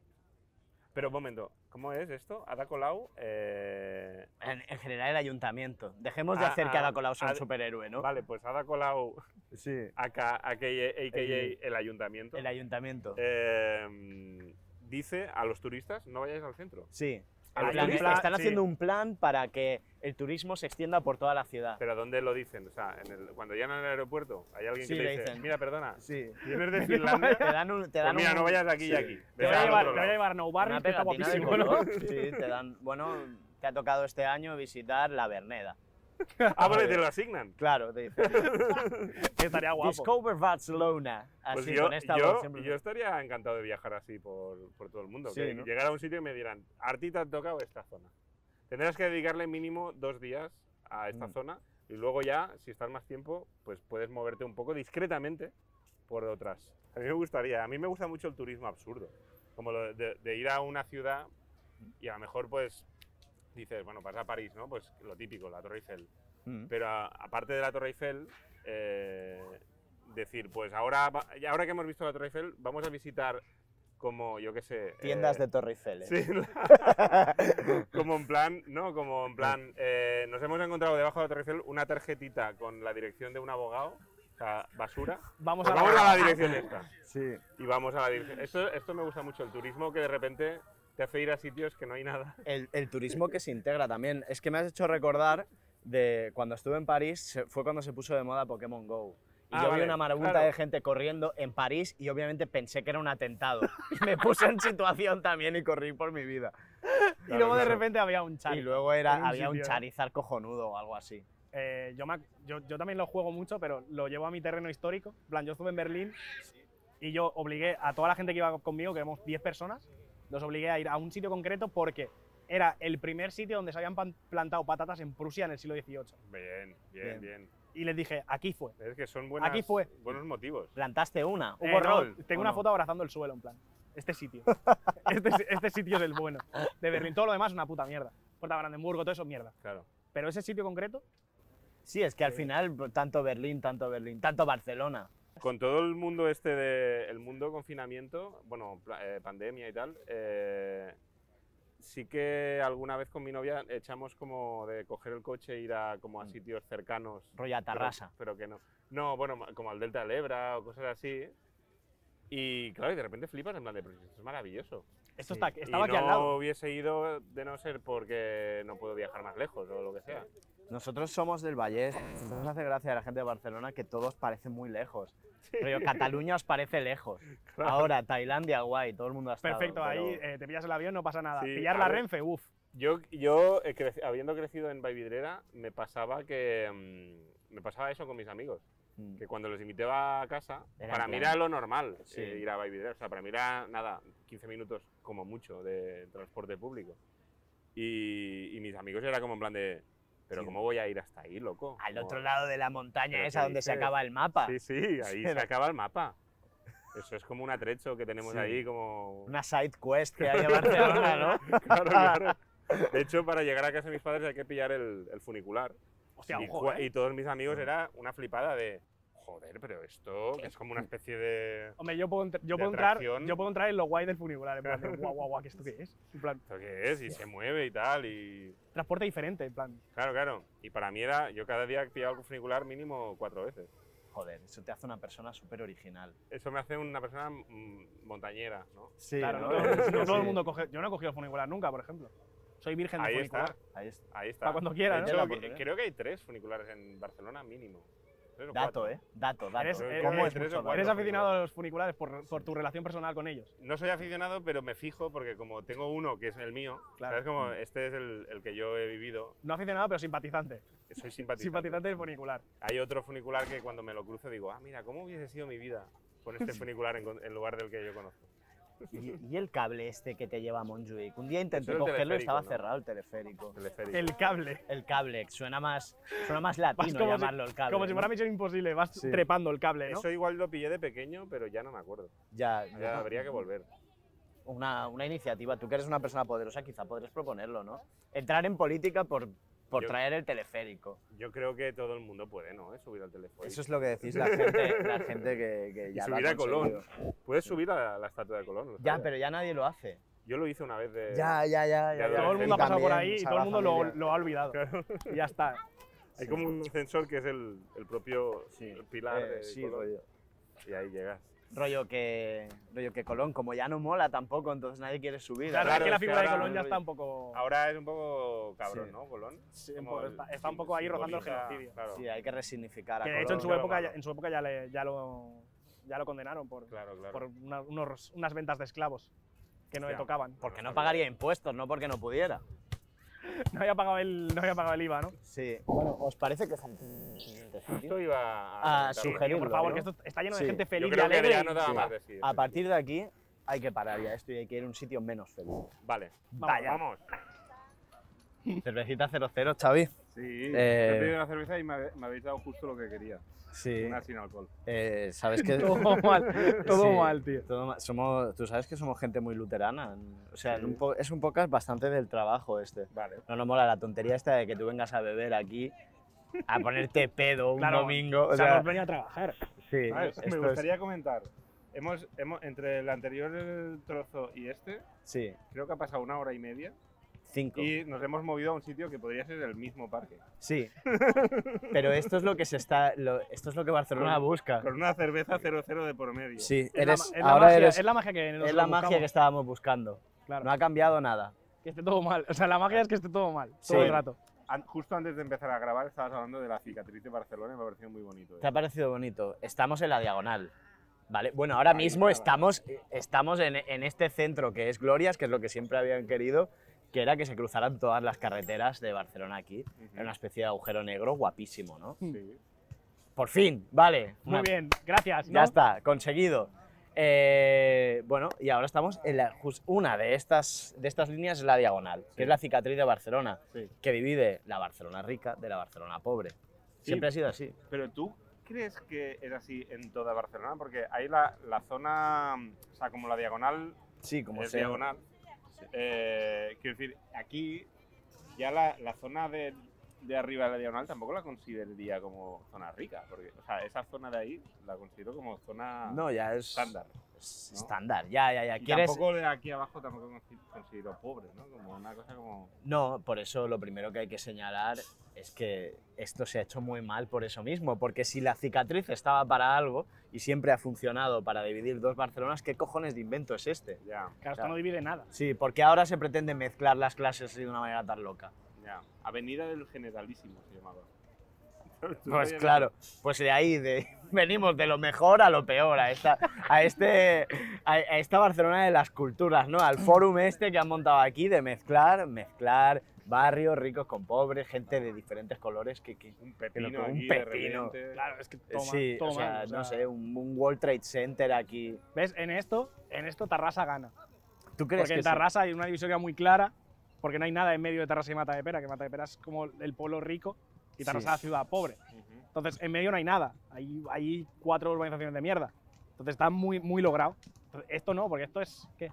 Speaker 4: Pero un momento, ¿cómo es esto? Ada Colau. eh,
Speaker 6: En, en general el ayuntamiento. Dejemos de
Speaker 4: Ah,
Speaker 6: hacer que
Speaker 4: ah,
Speaker 6: Ada Colau sea
Speaker 4: ah,
Speaker 6: un superhéroe, ¿no?
Speaker 4: Vale, pues Ada Colau,
Speaker 6: Sí.
Speaker 4: acá, AKA,
Speaker 6: El-
Speaker 4: el ayuntamiento,
Speaker 6: El ayuntamiento.
Speaker 4: eh, dice a los turistas: no vayáis al centro.
Speaker 6: Sí.
Speaker 4: A los
Speaker 6: En plan,
Speaker 4: turistas,
Speaker 6: están
Speaker 4: sí.
Speaker 6: haciendo un plan para que el turismo se extienda por toda la ciudad.
Speaker 4: Pero ¿dónde lo dicen? O sea, en el- cuando llegan al aeropuerto, hay alguien
Speaker 6: Sí,
Speaker 4: que le
Speaker 6: le
Speaker 4: dice:
Speaker 6: dicen.
Speaker 4: Mira, perdona,
Speaker 6: Sí. [LAUGHS]
Speaker 4: vienes de Finlandia.
Speaker 6: Te dan un. Te
Speaker 4: Pues
Speaker 6: dan
Speaker 4: mira,
Speaker 6: un-
Speaker 4: no vayas de aquí y
Speaker 6: sí.
Speaker 4: aquí.
Speaker 5: Te
Speaker 4: Vete
Speaker 5: voy a
Speaker 4: al
Speaker 5: llevar,
Speaker 4: otro
Speaker 5: te voy a
Speaker 4: lado.
Speaker 5: llevar a Nou
Speaker 6: Una
Speaker 5: Barris, que está
Speaker 6: pegatina de
Speaker 5: guapísimo, ¿no? [LAUGHS]
Speaker 6: color. Sí,
Speaker 4: [LAUGHS]
Speaker 6: te dan. Bueno, te ha tocado este año visitar la Verneda.
Speaker 4: Ah, vale, te lo asignan.
Speaker 6: Claro, te
Speaker 4: [LAUGHS]
Speaker 6: dicen.
Speaker 5: Estaría guapo.
Speaker 6: Discover Barcelona. Así
Speaker 4: Pues yo,
Speaker 6: con esta voz
Speaker 4: yo,
Speaker 6: siempre.
Speaker 4: yo estaría encantado de viajar así por, por todo el mundo.
Speaker 6: Sí,
Speaker 4: que
Speaker 6: ¿no?
Speaker 4: Llegar a un sitio y me dirán, a ti te ha tocado esta zona. Tendrás que dedicarle mínimo dos días a esta
Speaker 6: Mm.
Speaker 4: zona y luego ya, si estás más tiempo, pues puedes moverte un poco discretamente por otras. A mí me gustaría, a mí me gusta mucho el turismo absurdo, como lo de, de ir a una ciudad y a lo mejor pues dices, bueno, vas a París, ¿no? Pues lo típico, la Torre Eiffel.
Speaker 6: Mm.
Speaker 4: Pero a- aparte de la Torre Eiffel, eh, decir, pues ahora, va- y ahora que hemos visto la Torre Eiffel, vamos a visitar como, yo qué sé...
Speaker 6: Tiendas
Speaker 4: eh,
Speaker 6: de Torre Eiffel. ¿eh?
Speaker 4: Sí, [LAUGHS] como en plan, no, como en plan, eh, nos hemos encontrado debajo de la Torre Eiffel una tarjetita con la dirección de un abogado, o sea, basura.
Speaker 5: Vamos
Speaker 4: Pues
Speaker 5: a
Speaker 4: vamos a la
Speaker 5: la... [LAUGHS]
Speaker 4: dirección esta.
Speaker 6: Sí.
Speaker 4: Y vamos a la dirección. Esto, esto me gusta mucho, el turismo que de repente te hace ir a sitios que no hay nada.
Speaker 6: el, el turismo que se integra también. Es que me has hecho recordar de cuando estuve en París, se- fue cuando se puso de moda Pokémon Go. Y
Speaker 4: Ah,
Speaker 6: yo
Speaker 4: vale,
Speaker 6: vi una marabunta
Speaker 4: claro.
Speaker 6: de gente corriendo en París y obviamente pensé que era
Speaker 3: [LAUGHS]
Speaker 6: un atentado. [LAUGHS] Y me puse en situación también y corrí por mi vida.
Speaker 5: Y luego de
Speaker 4: claro.
Speaker 5: repente había un chat.
Speaker 6: Y luego era,
Speaker 5: en un
Speaker 6: había un
Speaker 5: sitio.
Speaker 6: Charizard cojonudo o algo así.
Speaker 5: Eh, yo, me ac- yo, yo también lo juego mucho, pero lo llevo a mi terreno histórico. En plan, yo estuve en Berlín y yo obligué a toda la gente que iba conmigo, que éramos 10 personas, los obligué a ir a un sitio concreto porque era el primer sitio donde se habían pan- plantado patatas en Prusia en el siglo XVIII.
Speaker 4: Bien, bien,
Speaker 3: Bien.
Speaker 4: bien.
Speaker 5: Y les dije, aquí fue.
Speaker 4: Es que son buenas,
Speaker 5: Aquí fue.
Speaker 4: buenos motivos.
Speaker 3: Plantaste una.
Speaker 5: Eh,
Speaker 3: Hubo
Speaker 5: no,
Speaker 3: rol.
Speaker 5: tengo
Speaker 3: ¿o
Speaker 5: una
Speaker 3: no?
Speaker 5: foto abrazando el suelo, en plan. Este
Speaker 3: [LAUGHS]
Speaker 5: sitio. Este, este sitio es el bueno. De Berlín. Todo lo demás es una puta mierda. Puerta Brandenburgo, todo eso es mierda.
Speaker 4: Claro.
Speaker 5: Pero ese sitio concreto,
Speaker 3: Sí, es que al final tanto Berlín, tanto Berlín, tanto Barcelona.
Speaker 4: Con todo el mundo este de el mundo confinamiento, bueno, pla- eh, pandemia y tal, eh, sí que alguna vez con mi novia echamos como de coger el coche e ir a como
Speaker 5: Mm.
Speaker 4: a sitios cercanos.
Speaker 3: Rollo a
Speaker 4: pero-
Speaker 3: Tarrasa.
Speaker 4: Pero, que no. No, bueno, ma- como al Delta del Ebra o cosas así. Y claro, y de repente flipas en plan de, pero si esto es maravilloso.
Speaker 5: esto
Speaker 3: Sí.
Speaker 5: está, estaba
Speaker 4: y
Speaker 5: aquí
Speaker 4: no
Speaker 5: al lado.
Speaker 4: hubiese ido de no ser porque no puedo viajar más lejos o lo que sea.
Speaker 3: Nosotros somos del Vallés, nos hace gracia a la gente de Barcelona que todos parecen muy lejos. Pero Cataluña os parece lejos.
Speaker 5: [LAUGHS]
Speaker 3: Ahora, Tailandia, guay, todo el mundo ha estado.
Speaker 5: Perfecto, ahí
Speaker 3: pero-
Speaker 5: eh, te pillas el avión, no pasa nada.
Speaker 4: Sí,
Speaker 5: Pillar
Speaker 4: a
Speaker 5: la
Speaker 4: ver.
Speaker 5: Renfe, uff.
Speaker 4: Yo, yo eh, crec- habiendo crecido en Valvidrera, me pasaba que mm, me pasaba eso con mis amigos,
Speaker 3: Mm.
Speaker 4: que cuando los invitaba a casa,
Speaker 3: Era
Speaker 4: para
Speaker 3: en
Speaker 4: mí
Speaker 3: plan-
Speaker 4: era lo normal
Speaker 3: Sí.
Speaker 4: eh, ir a Valvidrera, o sea, para mí era nada, 15 minutos como mucho de transporte público. Y, y mis amigos era como en plan de, pero
Speaker 3: Sí.
Speaker 4: ¿cómo voy a ir hasta ahí, loco?
Speaker 3: Al
Speaker 4: Como-
Speaker 3: otro lado de la montaña
Speaker 4: ¿Pero
Speaker 3: esa
Speaker 4: qué
Speaker 3: donde se
Speaker 4: dices?
Speaker 3: acaba el mapa.
Speaker 4: Sí, sí,
Speaker 3: [LAUGHS]
Speaker 4: ahí se
Speaker 3: Pero-
Speaker 4: acaba el mapa. Eso es como un atrecho que tenemos
Speaker 3: Sí.
Speaker 4: ahí como...
Speaker 3: Una side quest
Speaker 4: [LAUGHS]
Speaker 3: que hay en
Speaker 6: [LAUGHS]
Speaker 3: Barcelona, ¿no?
Speaker 4: Claro, claro. De hecho, para llegar a casa de mis padres hay que pillar el, el funicular.
Speaker 5: Hostia,
Speaker 4: y,
Speaker 5: ojo,
Speaker 4: cua-
Speaker 5: ¿eh?
Speaker 4: y todos mis amigos era una flipada de, joder, pero esto que es como una especie de...
Speaker 5: Hombre, yo puedo, entr- yo,
Speaker 4: de
Speaker 5: puedo entrar,
Speaker 4: atracción.
Speaker 5: yo puedo entrar en lo guay del funicular. En
Speaker 4: [LAUGHS]
Speaker 5: plan, de, guau, guau, guau, ¿qué ¿esto qué es? En plan,
Speaker 4: ¿Esto qué es? Y se mueve y tal. Y
Speaker 5: transporte diferente, en plan.
Speaker 4: claro, claro. Y para mí era, yo cada día pillaba el funicular mínimo cuatro veces.
Speaker 3: Joder, eso te hace una persona súper original.
Speaker 4: Eso me hace una persona mm, montañera, ¿no?
Speaker 3: Sí,
Speaker 5: claro,
Speaker 4: [LAUGHS]
Speaker 5: no, todo- no todo el mundo coge. Yo no he cogido el funicular nunca, por ejemplo. Soy virgen de
Speaker 4: Ahí
Speaker 5: funicular.
Speaker 4: está,
Speaker 3: Ahí está.
Speaker 4: ahí está.
Speaker 5: Para cuando quiera,
Speaker 4: De
Speaker 5: ¿no?
Speaker 4: hecho,
Speaker 3: Ya la
Speaker 4: que-
Speaker 3: pondré.
Speaker 4: creo que hay tres funiculares en Barcelona mínimo. Tres o
Speaker 3: Dato,
Speaker 4: cuatro.
Speaker 3: ¿eh? Dato, dato.
Speaker 5: Eres- eres-
Speaker 3: ¿Cómo es
Speaker 4: eres
Speaker 3: mucho
Speaker 4: o cuatro.
Speaker 5: Eres
Speaker 3: dato?
Speaker 5: aficionado a los funiculares por, por tu relación personal con ellos.
Speaker 4: No soy aficionado, pero me fijo porque como tengo uno que es el mío,
Speaker 5: Claro.
Speaker 4: ¿sabes?
Speaker 3: Mm.
Speaker 4: Como este es el, el que yo he vivido,
Speaker 5: No aficionado, pero simpatizante.
Speaker 4: que soy simpatizante.
Speaker 5: Simpatizante del funicular.
Speaker 4: Hay otro funicular que cuando me lo cruzo digo, ah, mira, ¿cómo hubiese sido mi vida con
Speaker 3: [LAUGHS]
Speaker 4: este funicular en, con- en lugar del que yo conozco?
Speaker 3: ¿Y, y el cable este que te lleva a Montjuic? Un día intenté
Speaker 4: el
Speaker 3: cogerlo y
Speaker 4: teleférico,
Speaker 3: estaba
Speaker 4: ¿no?
Speaker 3: cerrado el teleférico.
Speaker 4: Teleférico.
Speaker 5: El cable.
Speaker 3: El cable, que suena más, suena
Speaker 5: [LAUGHS]
Speaker 3: más
Speaker 5: Vas
Speaker 3: latino
Speaker 5: como,
Speaker 3: llamarlo
Speaker 5: si,
Speaker 3: el cable.
Speaker 5: como si
Speaker 3: ¿no?
Speaker 5: fuera misión imposible, vas
Speaker 3: Sí.
Speaker 5: trepando el cable, ¿no?
Speaker 4: Eso igual lo pillé de pequeño, pero ya no me acuerdo.
Speaker 3: Ya,
Speaker 4: Ya
Speaker 3: ya.
Speaker 4: habría que volver.
Speaker 3: Una, una iniciativa. Tú que eres una persona poderosa, quizá podrías proponerlo, ¿no? Entrar en política por, por
Speaker 4: Yo-
Speaker 3: traer el teleférico.
Speaker 4: Yo creo que todo el mundo puede, ¿no? ¿Eh? Subir al teléfono.
Speaker 3: Eso es lo que decís
Speaker 4: [LAUGHS]
Speaker 3: la gente, la gente que, que
Speaker 4: Y
Speaker 3: ya lo ha
Speaker 4: subir a Colón.
Speaker 3: conseguido.
Speaker 4: Puedes subir a la, la estatua de Colón. ¿lo
Speaker 3: Ya,
Speaker 4: sabías?
Speaker 3: pero ya nadie lo hace.
Speaker 4: Yo lo hice una vez de...
Speaker 3: Eh, Ya, ya, ya. ya, Eh,
Speaker 4: Todo
Speaker 3: ya.
Speaker 5: Todo el mundo ha pasado por
Speaker 3: También,
Speaker 5: ahí y todo el
Speaker 3: Sagrada
Speaker 5: mundo lo,
Speaker 3: Familia.
Speaker 5: lo ha olvidado. Y ya está.
Speaker 4: Hay como un sensor que es el, el propio
Speaker 3: Sí.
Speaker 4: pilar
Speaker 3: Eh,
Speaker 4: de
Speaker 3: sí,
Speaker 4: Colón,
Speaker 3: rollo.
Speaker 4: y ahí llegas.
Speaker 3: Rollo que, rollo que Colón, como ya no mola tampoco, entonces nadie quiere subir.
Speaker 5: Claro,
Speaker 4: Claro,
Speaker 5: es que la
Speaker 4: es que
Speaker 5: figura de
Speaker 4: ahora-
Speaker 5: Colón ya está un poco.
Speaker 4: Ahora es un poco cabrón,
Speaker 3: Sí.
Speaker 4: ¿no, Colón?
Speaker 5: Sí,
Speaker 4: Como
Speaker 5: un poco,
Speaker 4: el-
Speaker 5: está- está un poco ahí rozando el
Speaker 4: simboliza-
Speaker 5: genocidio.
Speaker 4: Claro,
Speaker 3: Sí, hay que resignificar a
Speaker 5: Que de
Speaker 3: Colón.
Speaker 5: hecho en su
Speaker 4: Claro,
Speaker 5: época,
Speaker 4: claro.
Speaker 5: ya- en su época ya, le, ya, lo, ya lo condenaron por,
Speaker 4: claro, claro.
Speaker 5: por una- unos- unas ventas de esclavos que no le
Speaker 4: Hostia.
Speaker 5: tocaban.
Speaker 3: Porque no pagaría impuestos, no porque no pudiera.
Speaker 5: [LAUGHS] No había pagado el, no había pagado el IVA, ¿no?
Speaker 3: Sí. Bueno, ¿os parece que es
Speaker 4: Esto iba
Speaker 3: Ah,
Speaker 4: a... comentarlo.
Speaker 3: sugerir.
Speaker 5: Por
Speaker 3: Libro,
Speaker 5: favor,
Speaker 3: ¿no?
Speaker 5: que esto está lleno de
Speaker 3: Sí.
Speaker 5: gente
Speaker 4: Yo
Speaker 5: feliz y
Speaker 4: creo que
Speaker 5: alegre.
Speaker 4: ya
Speaker 5: y-
Speaker 4: no daba
Speaker 3: Sí.
Speaker 4: más de sí.
Speaker 3: A partir de aquí hay que parar ya esto y hay que ir a un sitio menos feliz.
Speaker 4: Vale.
Speaker 3: Vaya.
Speaker 4: Vamos.
Speaker 3: Cervecita 00, Xavi.
Speaker 4: Sí.
Speaker 3: Eh, me he pedido
Speaker 4: una cerveza y me, habéis dado justo lo que quería.
Speaker 3: Sí.
Speaker 4: sin alcohol.
Speaker 3: Eh, [LAUGHS] ¿Sabes que
Speaker 5: Todo mal, todo
Speaker 3: Sí,
Speaker 5: mal, tío.
Speaker 3: todo mal. Somos, tú sabes que somos gente muy luterana. O sea, en un po- es un podcast bastante del trabajo este.
Speaker 4: Vale.
Speaker 3: No nos mola la tontería esta de que tú vengas a beber aquí, a ponerte pedo un
Speaker 5: Claro,
Speaker 3: domingo.
Speaker 5: O
Speaker 3: O
Speaker 5: sea,
Speaker 3: sea,
Speaker 5: nos venía a trabajar.
Speaker 3: sí,
Speaker 4: Vale,
Speaker 3: esto es-
Speaker 4: comentar. Hemos, hemos, entre el anterior trozo y este,
Speaker 3: sí,
Speaker 4: creo que ha pasado una hora y media
Speaker 3: cinco.
Speaker 4: nos hemos movido a un sitio que podría ser el mismo parque.
Speaker 5: [LAUGHS]
Speaker 3: Sí. Pero esto es lo que se está, lo- esto es lo que Barcelona
Speaker 4: Con-
Speaker 3: busca.
Speaker 4: una cerveza 00 de por medio.
Speaker 3: Sí,
Speaker 5: Es la
Speaker 3: eres,
Speaker 5: ma- es la
Speaker 3: ahora
Speaker 5: magia-
Speaker 3: eres,
Speaker 5: es la magia que
Speaker 3: es la magia que estábamos buscando.
Speaker 5: Claro.
Speaker 3: No ha cambiado nada.
Speaker 5: Que esté todo mal. O sea, la magia es que esté todo mal.
Speaker 3: Sí.
Speaker 5: Todo el rato.
Speaker 4: An- justo antes de empezar a grabar estabas hablando de la cicatriz de Barcelona y me ha parecido muy bonito. ¿eh?
Speaker 3: ¿Te ha parecido bonito? Estamos en la diagonal. Vale, bueno, ahora mismo estamos, estamos en, en este centro que es Glorias, que es lo que siempre habían querido, que era que se cruzaran todas las carreteras de Barcelona aquí. Era una especie de agujero negro guapísimo, ¿no?
Speaker 4: Sí.
Speaker 3: Por fin, vale.
Speaker 5: Muy
Speaker 3: Una-
Speaker 5: bien, gracias.
Speaker 3: Ya
Speaker 5: ¿no?
Speaker 3: está, conseguido. Eh, bueno, y ahora estamos en la, jus- una de estas, de estas líneas es la diagonal, que es la cicatriz de Barcelona,
Speaker 4: Sí.
Speaker 3: que divide la Barcelona rica de la Barcelona pobre. Siempre ha sido así.
Speaker 4: Pero tú crees que es así en toda Barcelona? Porque ahí la, la zona, o sea, como la diagonal
Speaker 3: Sí, como
Speaker 4: es
Speaker 3: sea.
Speaker 4: diagonal. Eh, quiero decir, aquí ya la, la zona de, de arriba de la diagonal tampoco la consideraría como zona rica, porque o sea, esa zona de ahí la considero como zona
Speaker 3: No, ya es
Speaker 4: estándar.
Speaker 3: es
Speaker 4: ¿no?
Speaker 3: pues, estándar, ya, ya, ya.
Speaker 4: Y
Speaker 3: ¿Quieres-
Speaker 4: tampoco de aquí abajo tampoco consi- considero pobre, ¿no? Como una cosa como...
Speaker 3: No, por eso lo primero que hay que señalar es que esto se ha hecho muy mal por eso mismo, porque si la cicatriz estaba para algo y siempre ha funcionado para dividir dos Barcelonas, ¿qué cojones de invento es este?
Speaker 4: Ya,
Speaker 5: Claro, esto
Speaker 3: Claro.
Speaker 5: no divide nada.
Speaker 3: Sí, porque ahora se pretende mezclar las clases de una manera tan loca.
Speaker 4: ya. Avenida del Generalísimo se llamaba. [LAUGHS]
Speaker 3: Pues claro, pues de ahí de, [LAUGHS] venimos de lo mejor a lo peor, a esta, a, este, a, a esta Barcelona de
Speaker 5: [LAUGHS]
Speaker 3: las culturas, ¿no? Al fórum este que han montado aquí de mezclar, mezclar barrios ricos con pobres, gente de diferentes colores, que, que-
Speaker 4: Un
Speaker 3: Pero
Speaker 4: pepino
Speaker 3: con un
Speaker 4: aquí
Speaker 3: pepino.
Speaker 4: de repente.
Speaker 5: Claro, es que toma,
Speaker 3: sí,
Speaker 5: toma,
Speaker 3: o, sea,
Speaker 5: Eh, o sea,
Speaker 3: no sé, un, un World Trade Center aquí.
Speaker 5: ¿Ves? En esto, en esto Tarrasa gana.
Speaker 3: ¿Tú crees
Speaker 5: Porque en
Speaker 3: que sí?
Speaker 5: Tarrasa hay una división que es muy clara, porque no hay nada en medio de Tarrasa y Mata de Pera, que Mata de Pera es como el pueblo rico y
Speaker 3: Sí.
Speaker 5: Tarrasa es la ciudad pobre.
Speaker 4: Ujú.
Speaker 5: Entonces, en medio no hay nada. Hay, hay cuatro urbanizaciones de mierda. Entonces, está muy, muy logrado. Entonces, esto no, porque esto es. ¿Qué,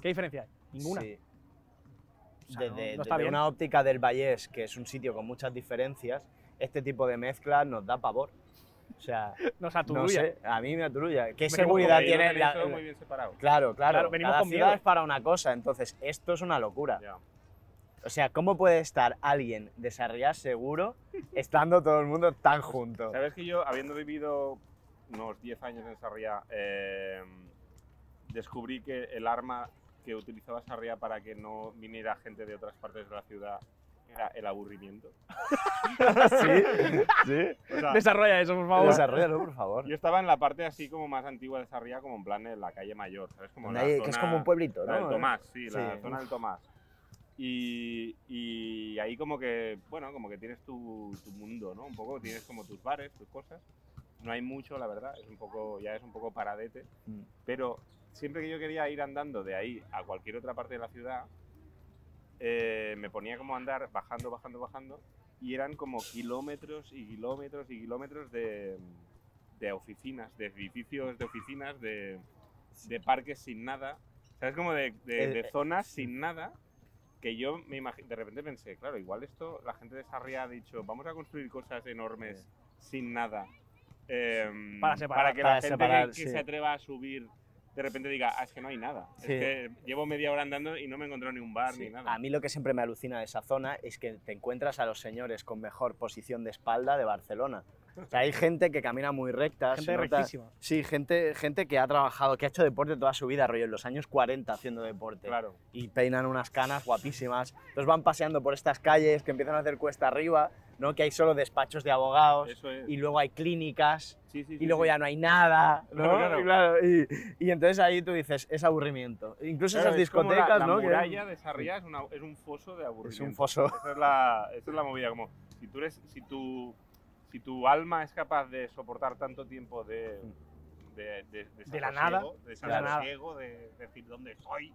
Speaker 5: ¿Qué diferencia hay? Ninguna. [LAUGHS]
Speaker 3: Sí.
Speaker 5: O sea,
Speaker 3: Desde,
Speaker 5: no- no está
Speaker 3: desde
Speaker 5: bien.
Speaker 3: una óptica del Vallés, que es un sitio con muchas diferencias, este tipo de mezcla nos da pavor. O
Speaker 5: [LAUGHS]
Speaker 3: sea,
Speaker 5: Nos aturulla.
Speaker 3: no sé, a mí me aturulla. ¿Qué
Speaker 4: Venimos
Speaker 3: seguridad
Speaker 4: como ahí, lo
Speaker 3: tiene
Speaker 4: tenéis
Speaker 3: la-
Speaker 4: todo muy bien separado.
Speaker 3: Claro, claro.
Speaker 5: Claro, venimos
Speaker 3: cada
Speaker 5: con
Speaker 3: ciudad
Speaker 5: miedo.
Speaker 3: es para una cosa, entonces esto es una locura.
Speaker 4: Ya.
Speaker 3: O sea, ¿cómo puede estar alguien desarrollar
Speaker 5: [LAUGHS]
Speaker 3: seguro estando todo el mundo tan junto?
Speaker 4: Sabes que yo, habiendo vivido unos 10 años en Sarriá, eh, descubrí que el arma que utilizaba Sarriá para que no viniera gente de otras partes de la ciudad era el aburrimiento.
Speaker 3: ¿Sí? ¿Sí? [LAUGHS]
Speaker 4: O sea,
Speaker 5: Desarrolla eso, por favor.
Speaker 3: Desarrollalo, por favor.
Speaker 4: yo estaba en la parte así como más antigua de Sarriá, como en plan en la calle mayor, ¿sabes? Como la
Speaker 3: Nadie- que es
Speaker 4: zona-
Speaker 3: como un pueblito,
Speaker 4: La del
Speaker 3: ¿no?
Speaker 4: Tomás, sí, la
Speaker 3: Sí.
Speaker 4: zona del Tomás. Y, y ahí como que, bueno, como que tienes tu, tu mundo, ¿no? Un poco tienes como tus bares, tus cosas. No hay mucho, la verdad, es un poco, ya es un poco paradete.
Speaker 3: Mm.
Speaker 4: Pero siempre que yo quería ir andando de ahí a cualquier otra parte de la ciudad, eh, me ponía como a andar bajando, bajando, bajando. Y eran como kilómetros y kilómetros y kilómetros de, de oficinas, de edificios de oficinas, de, de parques sin nada. ¿Sabes? Como de, de-
Speaker 3: Eh,
Speaker 4: de
Speaker 3: eh,
Speaker 4: zonas sin nada. Que yo me imagi- de repente pensé, claro, igual esto la gente de Sarria ha dicho, vamos a construir cosas enormes sin nada. em,
Speaker 5: Para separar,
Speaker 4: que
Speaker 3: para
Speaker 4: la gente que-
Speaker 3: separar,
Speaker 4: que,
Speaker 3: sí.
Speaker 4: se atreva a subir de repente diga, "Ah, es que no hay nada. Es
Speaker 3: Sí.
Speaker 4: que llevo media hora andando y no me he encontrado ni un bar ni
Speaker 3: Sí.
Speaker 4: nada.
Speaker 3: A mí lo que siempre me alucina de esa zona es que te encuentras a los señores con mejor posición de espalda de Barcelona. O sea,
Speaker 4: [LAUGHS]
Speaker 3: hay gente que camina muy recta. se
Speaker 5: Gente
Speaker 3: nota-
Speaker 5: rectísima.
Speaker 3: Sí, gente, gente que ha trabajado, que ha hecho deporte toda su vida, rollo, en los años 40 haciendo deporte.
Speaker 4: Claro.
Speaker 3: Y peinan unas canas guapísimas. Los van paseando por estas calles que empiezan a hacer cuesta arriba, ¿no? Que hay solo despachos de abogados.
Speaker 4: Eso es.
Speaker 3: Y luego hay clínicas.
Speaker 4: Sí, sí, sí,
Speaker 3: y luego
Speaker 4: sí.
Speaker 3: ya no hay nada, ¿no?
Speaker 4: Claro, claro.
Speaker 3: Y, claro, y- y entonces ahí tú dices, es aburrimiento. Incluso
Speaker 4: Claro,
Speaker 3: esas
Speaker 4: es como la-
Speaker 3: discotecas,
Speaker 4: la,
Speaker 3: ¿no? que-
Speaker 4: muralla de Sarriá es, una- es un foso de
Speaker 3: es
Speaker 4: aburrimiento.
Speaker 3: un foso. [LAUGHS]
Speaker 4: Esa es la, esa es la movida, como si tú eres, si tu, si tu alma es capaz de soportar tanto tiempo de de, de,
Speaker 5: De la nada,
Speaker 4: desasosiego, de
Speaker 3: la nada.
Speaker 4: desasosiego, de decir dónde estoy,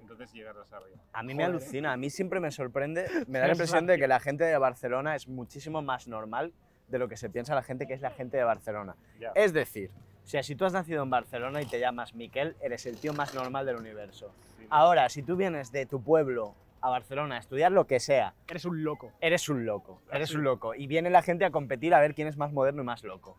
Speaker 4: entonces llegas a Sarria.
Speaker 3: A mí me
Speaker 5: Joder, ¿eh?
Speaker 3: alucina, a mí siempre me sorprende, me da
Speaker 5: Es
Speaker 3: la impresión de
Speaker 5: rápido.
Speaker 3: que la gente de Barcelona es muchísimo más normal de lo que se piensa la gente que es la gente de Barcelona.
Speaker 4: Ya.
Speaker 3: Es decir, o sea, si tú has nacido en Barcelona y te llamas Miquel, eres el tío más normal del universo.
Speaker 4: Sí, ¿no?
Speaker 3: Ahora, si tú vienes de tu pueblo a Barcelona a estudiar lo que sea,
Speaker 5: Eres un loco.
Speaker 3: eres un loco,
Speaker 5: Ah,
Speaker 3: eres un loco. Y viene la gente a competir a ver quién es más moderno y más loco.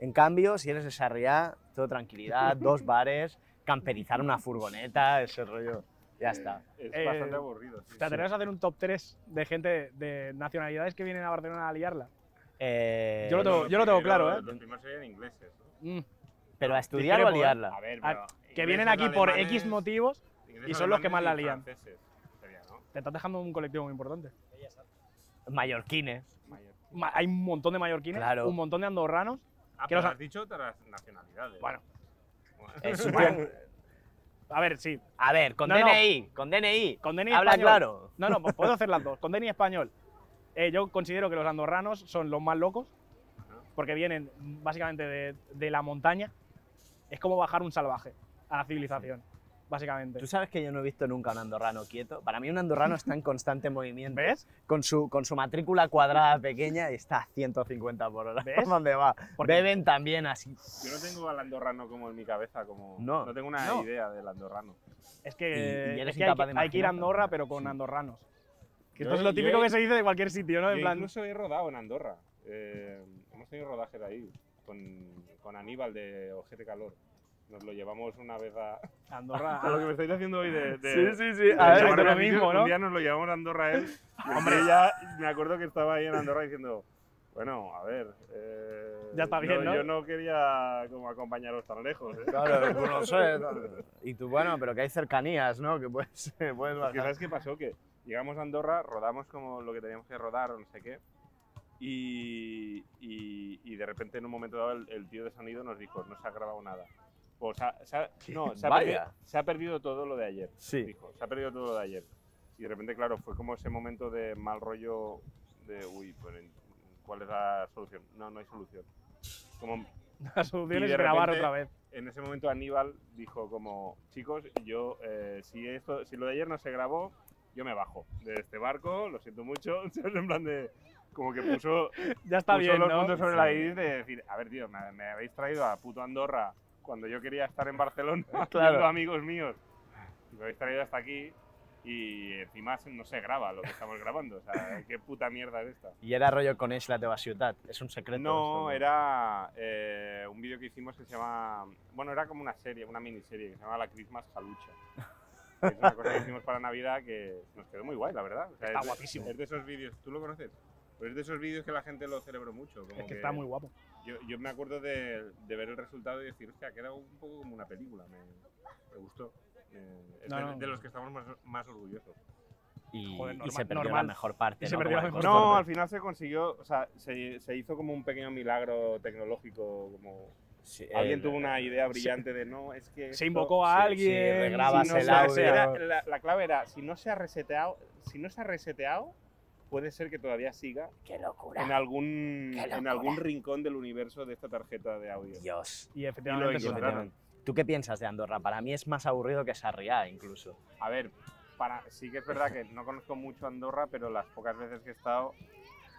Speaker 3: En cambio, si eres de Sarriá, todo tranquilidad, dos bares, camperizar una furgoneta, ese rollo, ya está.
Speaker 4: es
Speaker 5: eh,
Speaker 4: bastante aburrido. sí,
Speaker 5: ¿Te atreves a hacer un top 3 de gente de, de nacionalidades que vienen a Barcelona a liarla?
Speaker 3: Eh,
Speaker 5: Yo lo tengo-
Speaker 4: primeros-
Speaker 5: claro, ¿eh?
Speaker 4: Los primeros serían ingleses. ¿no?
Speaker 5: Mm,
Speaker 3: Pero a estudiar o a
Speaker 5: Dijéramos, ¿eh?
Speaker 3: liarla.
Speaker 4: A ver,
Speaker 5: Ah,
Speaker 4: pero
Speaker 5: Que vienen aquí por X motivos. y son los que más la lían. Te estás dejando un colectivo muy importante.
Speaker 3: Mallorquines.
Speaker 5: Ma- hay un montón de mallorquines,
Speaker 3: Claro.
Speaker 5: un montón de andorranos.
Speaker 4: Ah,
Speaker 5: Que
Speaker 4: pero
Speaker 5: los-
Speaker 4: has dicho otras nacionalidades.
Speaker 5: Bueno,
Speaker 3: Es un-
Speaker 5: a ver, sí.
Speaker 3: A ver, con
Speaker 5: No, no.
Speaker 3: DNI, con DNI.
Speaker 5: Con DNI
Speaker 3: Habla
Speaker 5: español.
Speaker 3: claro.
Speaker 5: No, no, pues puedo
Speaker 3: [LAUGHS]
Speaker 5: hacer las dos. Con DNI español. Eh, yo considero que los andorranos son los más locos, porque vienen básicamente de, de la montaña, Es como bajar un salvaje a la civilización, básicamente.
Speaker 3: Tú sabes que yo no he visto nunca un andorrano quieto. Para mí un andorrano está en constante movimiento.
Speaker 5: ¿Ves?
Speaker 3: Con su, con su matrícula cuadrada pequeña y está a 150 por hora.
Speaker 5: ¿Ves?
Speaker 3: [LAUGHS] ¿Dónde va?
Speaker 5: Porque-
Speaker 3: Beben también así.
Speaker 4: Yo no tengo al andorrano como en mi cabeza, como
Speaker 3: No,
Speaker 4: no tengo una
Speaker 3: no.
Speaker 4: idea del andorrano.
Speaker 5: Es
Speaker 3: Y- y
Speaker 5: que,
Speaker 3: eres
Speaker 5: es que hay,
Speaker 3: incapaz
Speaker 5: que
Speaker 3: de
Speaker 5: hay que ir
Speaker 3: imaginarte,
Speaker 5: a Andorra,
Speaker 3: ¿no?
Speaker 5: pero con
Speaker 3: Sí.
Speaker 5: andorranos. Que
Speaker 4: Yo
Speaker 5: esto es
Speaker 4: he-
Speaker 5: lo
Speaker 4: yo
Speaker 5: típico
Speaker 4: he-
Speaker 5: que se dice de cualquier sitio, ¿no? En
Speaker 4: Yo
Speaker 5: plan,
Speaker 4: Incluso he rodado en Andorra. Eh, hemos tenido rodajes ahí con, con Aníbal de Ojete Calor. Nos lo llevamos una vez
Speaker 5: [LAUGHS]
Speaker 4: a,
Speaker 5: [LAUGHS] Andorra.
Speaker 4: a lo que me estáis haciendo hoy [LAUGHS] de. de-
Speaker 3: sí, sí.
Speaker 4: de
Speaker 5: a
Speaker 4: llevar
Speaker 5: ver, pero lo
Speaker 4: beneficios.
Speaker 5: mismo, ¿no?
Speaker 4: Un
Speaker 5: [LAUGHS]
Speaker 4: día nos lo llevamos a Andorra a él. Hombre, ya me acuerdo que estaba ahí en Andorra diciendo. Bueno, a ver. eh,
Speaker 5: Ya está bien, ¿no?
Speaker 4: Yo no quería como acompañaros tan lejos. ¿eh?
Speaker 3: Claro, tú no sé. tal. Y tú, bueno, pero que hay cercanías, ¿no? Que puedes, puedes
Speaker 4: Porque
Speaker 3: bajar.
Speaker 4: ¿sabes qué pasó? Que llegamos a Andorra, rodamos como lo que teníamos que rodar o no sé qué. Y, y- y de repente en un momento dado el, el tío de sonido nos dijo, no se ha grabado nada. O sea, se ha- no, se ha,
Speaker 3: Vaya.
Speaker 4: perdido, se ha perdido todo lo de ayer.
Speaker 3: Sí.
Speaker 4: Dijo, se ha perdido todo lo de ayer. Y de repente, claro, fue como ese momento de mal rollo de, uy, pero en- ¿cuál es la solución? No, no hay solución. Como
Speaker 5: La solución
Speaker 4: Y
Speaker 5: es
Speaker 4: de
Speaker 5: grabar
Speaker 4: repente-
Speaker 5: otra vez.
Speaker 4: en ese momento Aníbal dijo como, chicos, yo eh, si esto, si lo de ayer no se grabó, yo me bajo de este barco, lo siento mucho, [LAUGHS] en plan de como que puso,
Speaker 5: Ya está
Speaker 4: puso
Speaker 5: bien,
Speaker 4: los
Speaker 5: ¿no?
Speaker 4: puntos sobre la I de decir, a ver tío, me, me habéis traído a puto Andorra cuando yo quería estar en Barcelona [LAUGHS]
Speaker 3: Claro.
Speaker 4: viendo amigos míos, y me habéis traído hasta aquí y encima no se graba lo que estamos grabando, o sea, qué puta mierda es esta.
Speaker 3: Y era rollo con Isla de la ciudad. Es un secreto. esto,
Speaker 4: No, era eh, un vídeo que hicimos que se llama. Bueno, era como una serie, una miniserie que se llama La Christmas Jalucha. Es una cosa que hicimos para Navidad que nos quedó muy guay, la verdad. O sea,
Speaker 5: Está
Speaker 4: es de-
Speaker 5: guapísimo.
Speaker 4: Es de esos vídeos, ¿tú lo conoces? Pues es de esos vídeos que la gente lo celebró mucho. como
Speaker 5: Es que está muy guapo.
Speaker 4: Yo, yo me acuerdo de, de ver el resultado y decir, hostia, queda un poco como una película. Me, me gustó. Eh, es
Speaker 5: No,
Speaker 4: de,
Speaker 5: no.
Speaker 4: de los que estamos más, más orgullosos.
Speaker 3: Y,
Speaker 5: Joder,
Speaker 3: y
Speaker 5: normal-
Speaker 3: se perdió
Speaker 5: normal.
Speaker 3: la mejor parte.
Speaker 5: Y se
Speaker 3: ¿no?
Speaker 5: perdió
Speaker 3: Como
Speaker 5: la
Speaker 3: el
Speaker 5: mejor
Speaker 3: costo.
Speaker 4: No, al final se consiguió, o sea, se, se hizo como un pequeño milagro tecnológico, como
Speaker 3: Sí,
Speaker 4: Alguien
Speaker 3: el-
Speaker 4: tuvo una idea brillante de no, es que.
Speaker 5: Se
Speaker 4: esto-
Speaker 5: invocó a
Speaker 3: sí,
Speaker 5: alguien.
Speaker 3: sí,
Speaker 5: si
Speaker 3: regrabas
Speaker 5: no
Speaker 3: el
Speaker 5: se
Speaker 4: ha-
Speaker 3: audio.
Speaker 4: era- la, la clave era, si no se ha reseteado, si no se ha reseteado, puede ser que todavía siga
Speaker 3: ¡Qué
Speaker 4: en
Speaker 3: locura!
Speaker 4: algún,
Speaker 3: Qué
Speaker 4: en
Speaker 3: locura.
Speaker 4: algún rincón del universo de esta tarjeta de audio.
Speaker 3: Dios.
Speaker 5: Y
Speaker 4: Y
Speaker 5: efectivamente
Speaker 4: lo
Speaker 5: es una-
Speaker 4: encontraron.
Speaker 3: ¿Tú qué piensas de Andorra? Para mí es más aburrido que Sarriá, incluso.
Speaker 4: A ver, para, sí que es verdad que no conozco mucho Andorra, pero las pocas veces que he estado,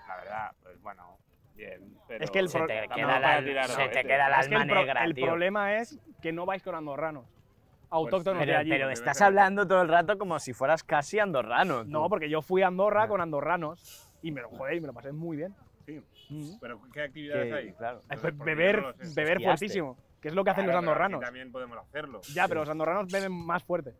Speaker 4: la verdad, pues bueno, bien. Pero
Speaker 5: Es que el
Speaker 3: Se
Speaker 5: pro-
Speaker 3: te
Speaker 4: tampoco
Speaker 3: queda,
Speaker 4: para
Speaker 3: la-
Speaker 4: tirar este.
Speaker 3: se te
Speaker 4: cohetes.
Speaker 3: queda el
Speaker 5: Es que
Speaker 3: alma
Speaker 5: el, pro-
Speaker 3: negra,
Speaker 5: el
Speaker 3: tío.
Speaker 5: problema es que no vais con andorranos.
Speaker 4: Pues,
Speaker 5: Autóctonos de
Speaker 3: Pero,
Speaker 5: allí.
Speaker 3: pero
Speaker 4: me
Speaker 3: estás
Speaker 4: parece.
Speaker 3: hablando todo el rato como si fueras casi andorrano. tú.
Speaker 5: No, porque yo fui a Andorra con andorranos y me lo joder, y me lo pasé muy bien.
Speaker 4: Sí,
Speaker 5: Mm.
Speaker 4: pero ¿qué
Speaker 3: Que-
Speaker 4: actividades hay?
Speaker 3: claro.
Speaker 5: Ay,
Speaker 4: Porque
Speaker 5: pues
Speaker 4: yo
Speaker 5: Beber,
Speaker 4: no lo sé.
Speaker 5: beber
Speaker 3: Esquiaste.
Speaker 5: fuertísimo, que es lo que hacen
Speaker 4: Claro,
Speaker 5: los
Speaker 4: pero aquí
Speaker 5: andorranos.
Speaker 4: También podemos hacerlo.
Speaker 5: Ya, pero los andorranos beben más fuerte.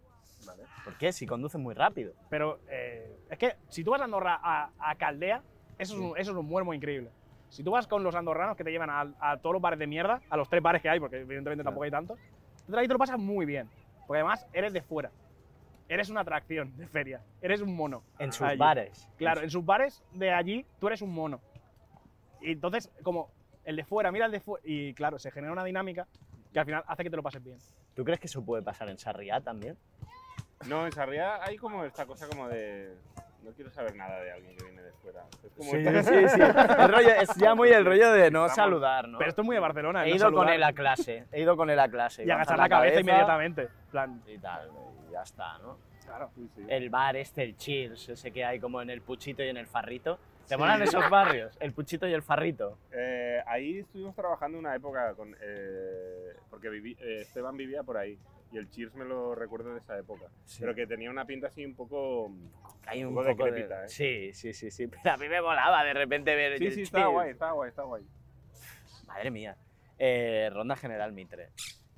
Speaker 4: Vale.
Speaker 3: ¿Por qué? Si conduces muy rápido.
Speaker 5: Pero eh, es que si tú vas a Andorra a, a Caldea, eso es, un, eso es un muermo increíble. Si tú vas con los andorranos que te llevan al- a, todos los bares de mierda, a los tres bares que hay, porque evidentemente tampoco hay tantos, tú ahí te lo pasas muy bien. Porque además eres de fuera. Eres una atracción de feria. Eres un mono.
Speaker 3: En sus
Speaker 5: Allí.
Speaker 3: bares.
Speaker 5: Claro, en sus bares de allí tú eres un mono. Y entonces, como el de fuera, mira el de fuera. Y claro, se genera una dinámica que al final hace que te lo pases bien.
Speaker 3: ¿Tú crees que eso puede pasar en Sarriá también?
Speaker 4: No, en realidad hay como esta cosa como de... No quiero saber nada de alguien que viene de fuera. Es como esta-
Speaker 6: [LAUGHS]
Speaker 3: El rollo- es ya muy el rollo de no
Speaker 4: Estamos-
Speaker 3: saludar, ¿no?
Speaker 5: Pero esto es muy de Barcelona. el
Speaker 3: He
Speaker 5: no
Speaker 3: ido con
Speaker 5: saludar
Speaker 3: él a clase. He ido con él a clase.
Speaker 5: Y agachar
Speaker 3: agachar
Speaker 5: la cabeza, inmediatamente. En plan,
Speaker 3: Y tal, y ya está, ¿no?
Speaker 5: claro.
Speaker 4: Sí, sí.
Speaker 3: El bar este, el Cheers, ese que hay como en el Puchito y en el Farrito. ¿Te molan
Speaker 5: [LAUGHS]
Speaker 3: esos barrios? El Puchito y el Farrito.
Speaker 4: Eh, ahí estuvimos trabajando una época con... eh, porque viví- eh, Esteban vivía por ahí. Y el Cheers me lo recuerdo de esa época. Pero que tenía una pinta así un poco...
Speaker 3: Hay un
Speaker 4: Un poco
Speaker 3: poco de...
Speaker 4: decrépita, ¿eh?
Speaker 3: Sí, sí, sí, sí. Pero a mí me molaba de repente ver
Speaker 4: Sí,
Speaker 3: el
Speaker 4: sí, está
Speaker 3: Cheers.
Speaker 4: guay, está guay, está guay.
Speaker 3: Madre mía. Eh, ronda general Mitre.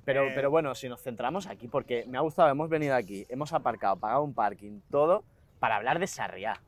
Speaker 3: Pero,
Speaker 4: Eh.
Speaker 3: pero bueno, si nos centramos aquí, porque me ha gustado, hemos venido aquí, hemos aparcado, pagado un parking, todo, para hablar de Sarriá.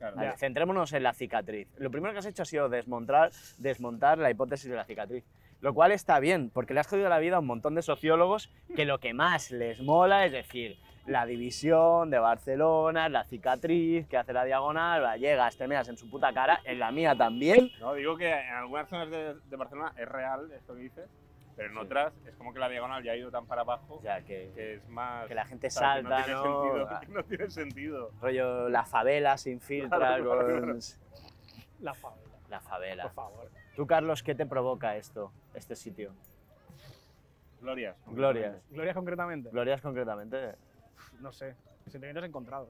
Speaker 4: Claro.
Speaker 3: Vale, centrémonos en la cicatriz. Lo primero que has hecho ha sido desmontar, desmontar la hipótesis de la cicatriz. Lo cual está bien, porque le has jodido la vida a un montón de sociólogos que lo que más les mola es decir, la división de Barcelona, la cicatriz que hace la diagonal, la llegas, te meas en su puta cara, en la mía también.
Speaker 4: No, digo que en algunas zonas de, de Barcelona es real esto que dices, pero en
Speaker 3: Sí.
Speaker 4: otras es como que la diagonal ya ha ido tan para abajo
Speaker 3: O sea, que,
Speaker 4: que es más...
Speaker 3: que la gente
Speaker 4: o sea, que
Speaker 3: salta, ¿no? Ah.
Speaker 4: Tiene sentido, que [LAUGHS] no tiene sentido.
Speaker 3: Rollo, la favela se infiltra
Speaker 4: Claro,
Speaker 3: con...
Speaker 4: claro,
Speaker 5: La favela,
Speaker 3: La favela.
Speaker 5: por favor.
Speaker 3: Tú, Carlos, ¿qué te provoca esto, este sitio?
Speaker 4: Glorias.
Speaker 3: Glorias.
Speaker 5: Glorias concretamente.
Speaker 3: Glorias concretamente.
Speaker 5: no sé, sentimientos encontrados.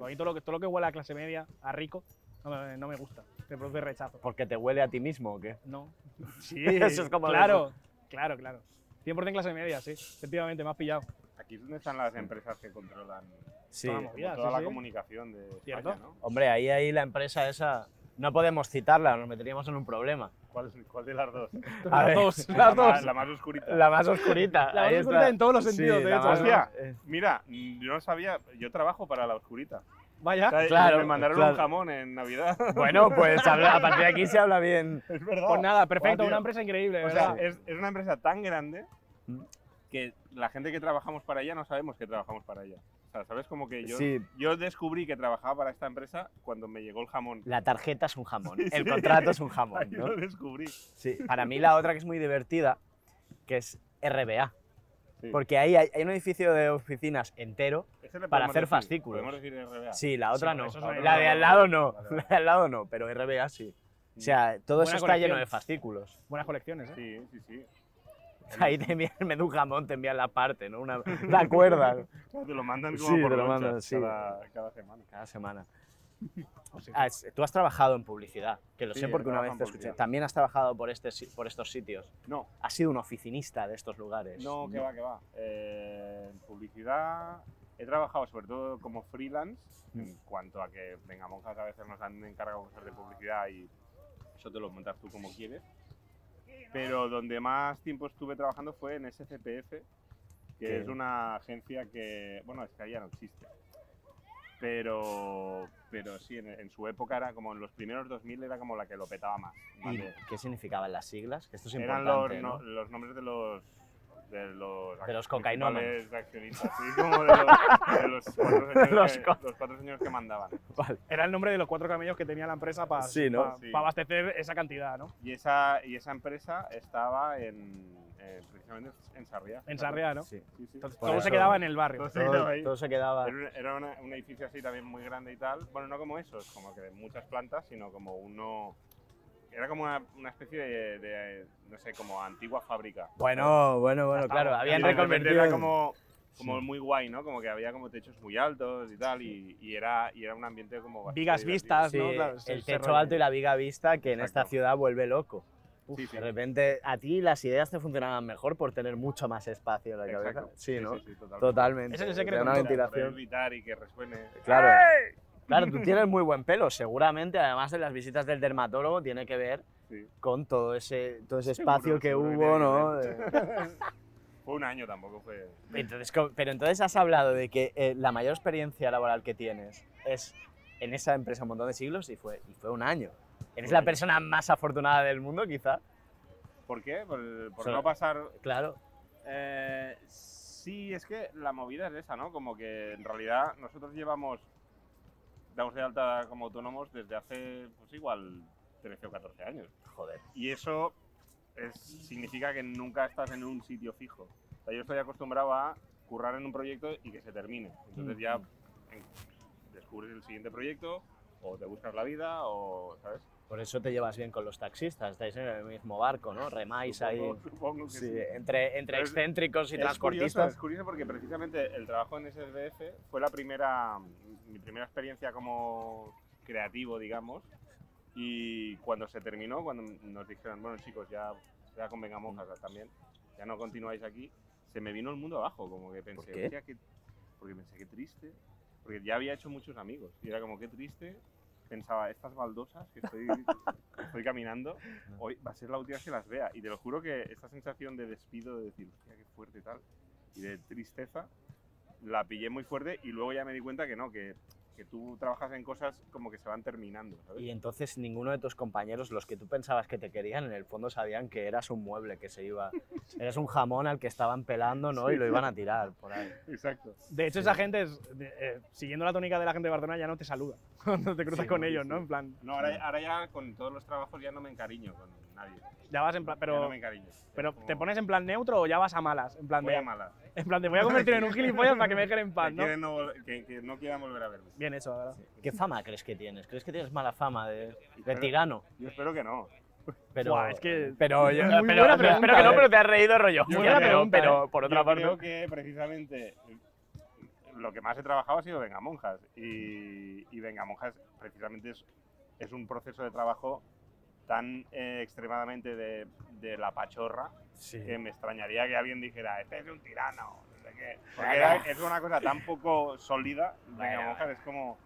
Speaker 5: A mí todo lo que, todo lo que huele a clase media, a rico, no me, no me gusta. Te produce rechazo.
Speaker 3: Porque te huele a ti mismo, ¿o qué? [LAUGHS]
Speaker 5: No. Sí,
Speaker 3: Eso es como
Speaker 5: claro, claro, claro. 100% clase media, sí. Efectivamente, me has pillado.
Speaker 4: Aquí es donde están las empresas que controlan como
Speaker 3: Sí.
Speaker 5: Toda la movida,
Speaker 4: toda
Speaker 5: sí,
Speaker 4: la
Speaker 5: sí.
Speaker 4: comunicación de España,
Speaker 5: ¿Cierto?
Speaker 4: ¿no?
Speaker 3: Hombre, ahí, ahí la empresa esa. No podemos citarla, nos meteríamos en un problema.
Speaker 4: ¿Cuál, cuál de las
Speaker 5: [LAUGHS]
Speaker 4: dos?
Speaker 3: A ver, [LAUGHS]
Speaker 4: la, más- la más oscurita.
Speaker 3: La más oscurita.
Speaker 5: La
Speaker 3: ahí
Speaker 5: más oscurita
Speaker 3: está.
Speaker 5: en todos los sentidos, de
Speaker 3: la
Speaker 5: hecho,
Speaker 3: más-
Speaker 4: Hostia,
Speaker 3: eh,
Speaker 4: mira, yo no sabía, yo trabajo para la oscurita. O
Speaker 5: Vaya,
Speaker 4: sea,
Speaker 3: Claro,
Speaker 4: me mandaron
Speaker 3: claro.
Speaker 4: un jamón en Navidad.
Speaker 3: [LAUGHS] Bueno,
Speaker 4: [LAUGHS]
Speaker 3: pues habla- a partir de aquí se habla bien.
Speaker 4: es verdad.
Speaker 5: pues nada, perfecto,
Speaker 4: Guau, tío.
Speaker 5: una empresa increíble, de
Speaker 4: O
Speaker 5: ¿verdad?
Speaker 4: sea, es, es una empresa tan grande
Speaker 3: Mm.
Speaker 4: que la gente que trabajamos para ella no sabemos que trabajamos para ella. O sea, ¿sabes? Como que yo,
Speaker 3: Sí.
Speaker 4: yo descubrí que trabajaba para esta empresa cuando me llegó el jamón.
Speaker 3: La tarjeta es un jamón,
Speaker 4: Sí,
Speaker 3: el
Speaker 4: sí.
Speaker 3: contrato es un
Speaker 4: [LAUGHS]
Speaker 3: jamón.
Speaker 4: Yo
Speaker 3: ¿no?
Speaker 4: lo descubrí.
Speaker 3: Sí, para mí la otra que es muy divertida, que es RBA.
Speaker 4: Sí.
Speaker 3: Porque ahí hay, hay un edificio de oficinas entero.
Speaker 4: Ese le
Speaker 3: Para
Speaker 4: podemos
Speaker 3: hacer
Speaker 4: decir,
Speaker 3: fascículos.
Speaker 4: Podemos decir RBA.
Speaker 3: Sí, la otra
Speaker 5: Sí,
Speaker 3: no.
Speaker 5: eso es una-
Speaker 3: La de al lado no.
Speaker 4: Vale,
Speaker 3: La
Speaker 4: vale. Mm.
Speaker 3: de al lado no, pero RBA sí. O sea, todo
Speaker 5: Buena
Speaker 3: eso está
Speaker 5: conexión.
Speaker 3: lleno de fascículos.
Speaker 5: Buenas colecciones, ¿eh?
Speaker 4: Sí, sí, sí.
Speaker 3: [LAUGHS] Ahí te envían el menú jamón, te envían la parte, ¿no? Una, la
Speaker 4: [LAUGHS]
Speaker 3: cuerda
Speaker 4: Claro, Te lo mandan como
Speaker 3: Sí, te
Speaker 4: por
Speaker 3: lo
Speaker 4: lonchas
Speaker 3: mandan, sí.
Speaker 4: cada, cada semana.
Speaker 3: cada semana.
Speaker 5: Pues sí.
Speaker 3: Ah, es- tú has trabajado en publicidad, que lo
Speaker 4: Oh, Sí,
Speaker 3: sé porque
Speaker 4: he
Speaker 3: una
Speaker 4: trabajado
Speaker 3: vez
Speaker 4: en
Speaker 3: te escuché.
Speaker 4: publicidad.
Speaker 3: También has trabajado por, este, si- por estos sitios.
Speaker 4: No,
Speaker 3: Has sido un oficinista de estos lugares.
Speaker 4: no, que va, que va. Eh, en publicidad he trabajado sobre todo como freelance,
Speaker 3: Mm.
Speaker 4: en cuanto a que venga monjas a veces nos han encargado cosas de publicidad y eso te lo montas tú como quieres. Pero donde más tiempo estuve trabajando fue en SCPF, que
Speaker 3: ¿Qué?
Speaker 4: es una agencia que, bueno, es que ya no existe. Pero, pero sí, en, en su época era como en los primeros 2000 era como la que lo petaba más. más
Speaker 3: ¿Y
Speaker 4: de-
Speaker 3: qué significaban las siglas? Que esto es
Speaker 4: eran los,
Speaker 3: importante,
Speaker 4: no-
Speaker 3: ¿no?
Speaker 4: los nombres de los de los,
Speaker 3: De los
Speaker 4: ac-
Speaker 3: cocainómanos.
Speaker 4: principales accionistas, sí, como de
Speaker 5: [LAUGHS]
Speaker 4: los, de los cuatro señores
Speaker 3: Los
Speaker 4: que,
Speaker 3: co-
Speaker 4: los cuatro señores que mandaban.
Speaker 3: Vale.
Speaker 5: Era el nombre de los cuatro camellos que tenía la empresa para
Speaker 3: Sí, ¿no?
Speaker 4: Sí.
Speaker 5: abastecer esa cantidad, ¿no?
Speaker 4: Y esa y esa empresa estaba en eh, precisamente en Sarriá.
Speaker 5: En Sarriá, ¿no?
Speaker 3: Sí.
Speaker 4: Sí, sí.
Speaker 5: Entonces,
Speaker 3: Por
Speaker 5: todo se
Speaker 3: eso-
Speaker 5: quedaba en el barrio.
Speaker 4: Sí, no,
Speaker 3: todo,
Speaker 4: ahí.
Speaker 3: todo se quedaba.
Speaker 4: Era, un, era una- un edificio así también muy grande y tal. Bueno, no como esos, como que de muchas plantas, sino como uno. Era como una, una especie de, de, no sé, como antigua fábrica.
Speaker 3: Bueno, bueno, bueno,
Speaker 4: Estamos-
Speaker 3: claro, habían
Speaker 4: y de repente
Speaker 3: reconvertido.
Speaker 4: Era como, como
Speaker 3: Sí.
Speaker 4: muy guay, ¿no? Como que había como techos muy altos y tal, y, y era, y era un ambiente como bastante
Speaker 5: Vigas
Speaker 4: divertido.
Speaker 5: vistas,
Speaker 3: Sí,
Speaker 5: ¿no? Claro, ese-
Speaker 3: el
Speaker 5: ese
Speaker 3: techo
Speaker 5: rollo.
Speaker 3: alto y la viga vista que en esta
Speaker 4: Exacto.
Speaker 3: ciudad vuelve loco.
Speaker 4: Sí, sí.
Speaker 3: De repente a ti las ideas te funcionaban mejor por tener mucho más espacio en la cabeza.
Speaker 4: Exacto.
Speaker 3: Sí, ¿no?
Speaker 4: totalmente.
Speaker 3: Totalmente.
Speaker 5: Ese es el
Speaker 3: o sea,
Speaker 5: secreto,
Speaker 3: una
Speaker 5: mira,
Speaker 4: Para
Speaker 3: ventilación.
Speaker 4: poder gritar y que
Speaker 5: [LAUGHS]
Speaker 4: resuene.
Speaker 3: Claro. Claro,
Speaker 4: [LAUGHS]
Speaker 3: tú tienes muy buen pelo, seguramente, además de las visitas del dermatólogo tiene que ver
Speaker 4: Sí.
Speaker 3: con todo ese todo ese
Speaker 4: Seguro,
Speaker 3: espacio que
Speaker 4: seguro que
Speaker 3: hubo, ¿no?
Speaker 4: tiene
Speaker 3: De-
Speaker 4: Fue un año tampoco, fue.
Speaker 3: Entonces, co- pero entonces has hablado de que eh, la mayor experiencia laboral que tienes es en esa empresa un montón de siglos y fue, y fue un año. Eres
Speaker 4: Un
Speaker 3: la
Speaker 4: año.
Speaker 3: persona más afortunada del mundo, quizá.
Speaker 4: ¿Por qué? Por, por
Speaker 3: Solo-
Speaker 4: no pasar
Speaker 3: Claro.
Speaker 4: Eh, sí, es que la movida es esa, ¿no? Como que en realidad nosotros llevamos, damos de alta como autónomos desde hace, pues igual, 13 o 14 años.
Speaker 3: Joder.
Speaker 4: Y eso es- significa que nunca estás en un sitio fijo. O sea, yo estoy acostumbrado a currar en un proyecto y que se termine. Entonces ya en- descubres el siguiente proyecto o te buscas la vida o, ¿sabes?
Speaker 3: Por eso te llevas bien con los taxistas, estáis en el mismo barco, ¿no? Remáis ahí.
Speaker 4: Supongo- supongo que
Speaker 3: Sí,
Speaker 4: sí.
Speaker 3: entre, entre
Speaker 4: Pero es-
Speaker 3: excéntricos y
Speaker 4: es curioso,
Speaker 3: transportistas.
Speaker 4: es curioso porque precisamente el trabajo en SDF fue la primera, mi primera experiencia como creativo, digamos. Y cuando se terminó, cuando nos dijeron, bueno chicos, ya, ya convengamos
Speaker 3: Mm.
Speaker 4: acá también, ya no continuáis aquí, se me vino el mundo abajo, como que pensé,
Speaker 3: qué?
Speaker 4: "Hostia, qué- porque pensé que triste, porque ya había hecho muchos amigos y era como que triste. Pensaba, estas baldosas que estoy, estoy caminando, hoy va a ser la última vez que las vea. Y te lo juro que esta sensación de despido, de decir, hostia, qué fuerte y tal, y de tristeza, la pillé muy fuerte y luego ya me di cuenta que no, que, que tú trabajas en cosas como que se van terminando, ¿sabes?
Speaker 3: Y entonces ninguno de tus compañeros, los que tú pensabas que te querían, en el fondo sabían que eras un mueble que se
Speaker 4: [LAUGHS]
Speaker 3: iba. Eras un jamón al que estaban pelando, ¿no? Y lo iban a tirar por ahí.
Speaker 4: Exacto.
Speaker 5: De hecho,
Speaker 3: Sí.
Speaker 5: esa gente, es- de- eh, siguiendo la tónica de la gente de Barcelona, ya no te saluda. [LAUGHS] Cuando te cruzas
Speaker 4: Sí,
Speaker 5: con
Speaker 4: no, sí,
Speaker 5: ellos,
Speaker 4: sí.
Speaker 5: ¿no? En plan,
Speaker 4: No, ahora, ahora ya con todos los trabajos ya no me encariño con nadie.
Speaker 5: ya vas en plan,
Speaker 4: Ya no
Speaker 5: pero,
Speaker 4: me encariño. Es
Speaker 5: pero
Speaker 4: como,
Speaker 5: ¿te pones en plan neutro o ya vas a malas? En plan,
Speaker 4: Voy a
Speaker 5: de,
Speaker 4: malas.
Speaker 5: en plan de voy a convertir en un gilipollas para que me dejen en
Speaker 4: [LAUGHS]
Speaker 5: paz,
Speaker 4: que,
Speaker 5: ¿no?
Speaker 4: quieren no vol- que- que no quieran volver a verme.
Speaker 5: Bien hecho, la verdad.
Speaker 3: ¿Qué fama crees que tienes? ¿Crees que tienes mala fama de, de
Speaker 4: Pero-
Speaker 3: tirano?
Speaker 4: Yo espero que no.
Speaker 3: Pero,
Speaker 5: Buah, es que-
Speaker 7: Pero, yo,
Speaker 5: Muy
Speaker 7: pero
Speaker 5: buena
Speaker 7: pero espero
Speaker 5: pregunta,
Speaker 7: que no,
Speaker 5: eh.
Speaker 7: pero te has reído rollo.
Speaker 5: Muy
Speaker 7: pero,
Speaker 5: buena pregunta,
Speaker 7: pero,
Speaker 5: eh.
Speaker 7: por otra
Speaker 4: Yo
Speaker 7: parte,
Speaker 4: Creo que precisamente lo que más he trabajado ha sido Vengamonjas. Y, y Vengamonjas precisamente es, es un proceso de trabajo tan eh, extremadamente de, de la pachorra que me extrañaría que alguien dijera, este es un tirano. no sé qué. Porque era- es una cosa tan poco sólida. Vengamonjas es como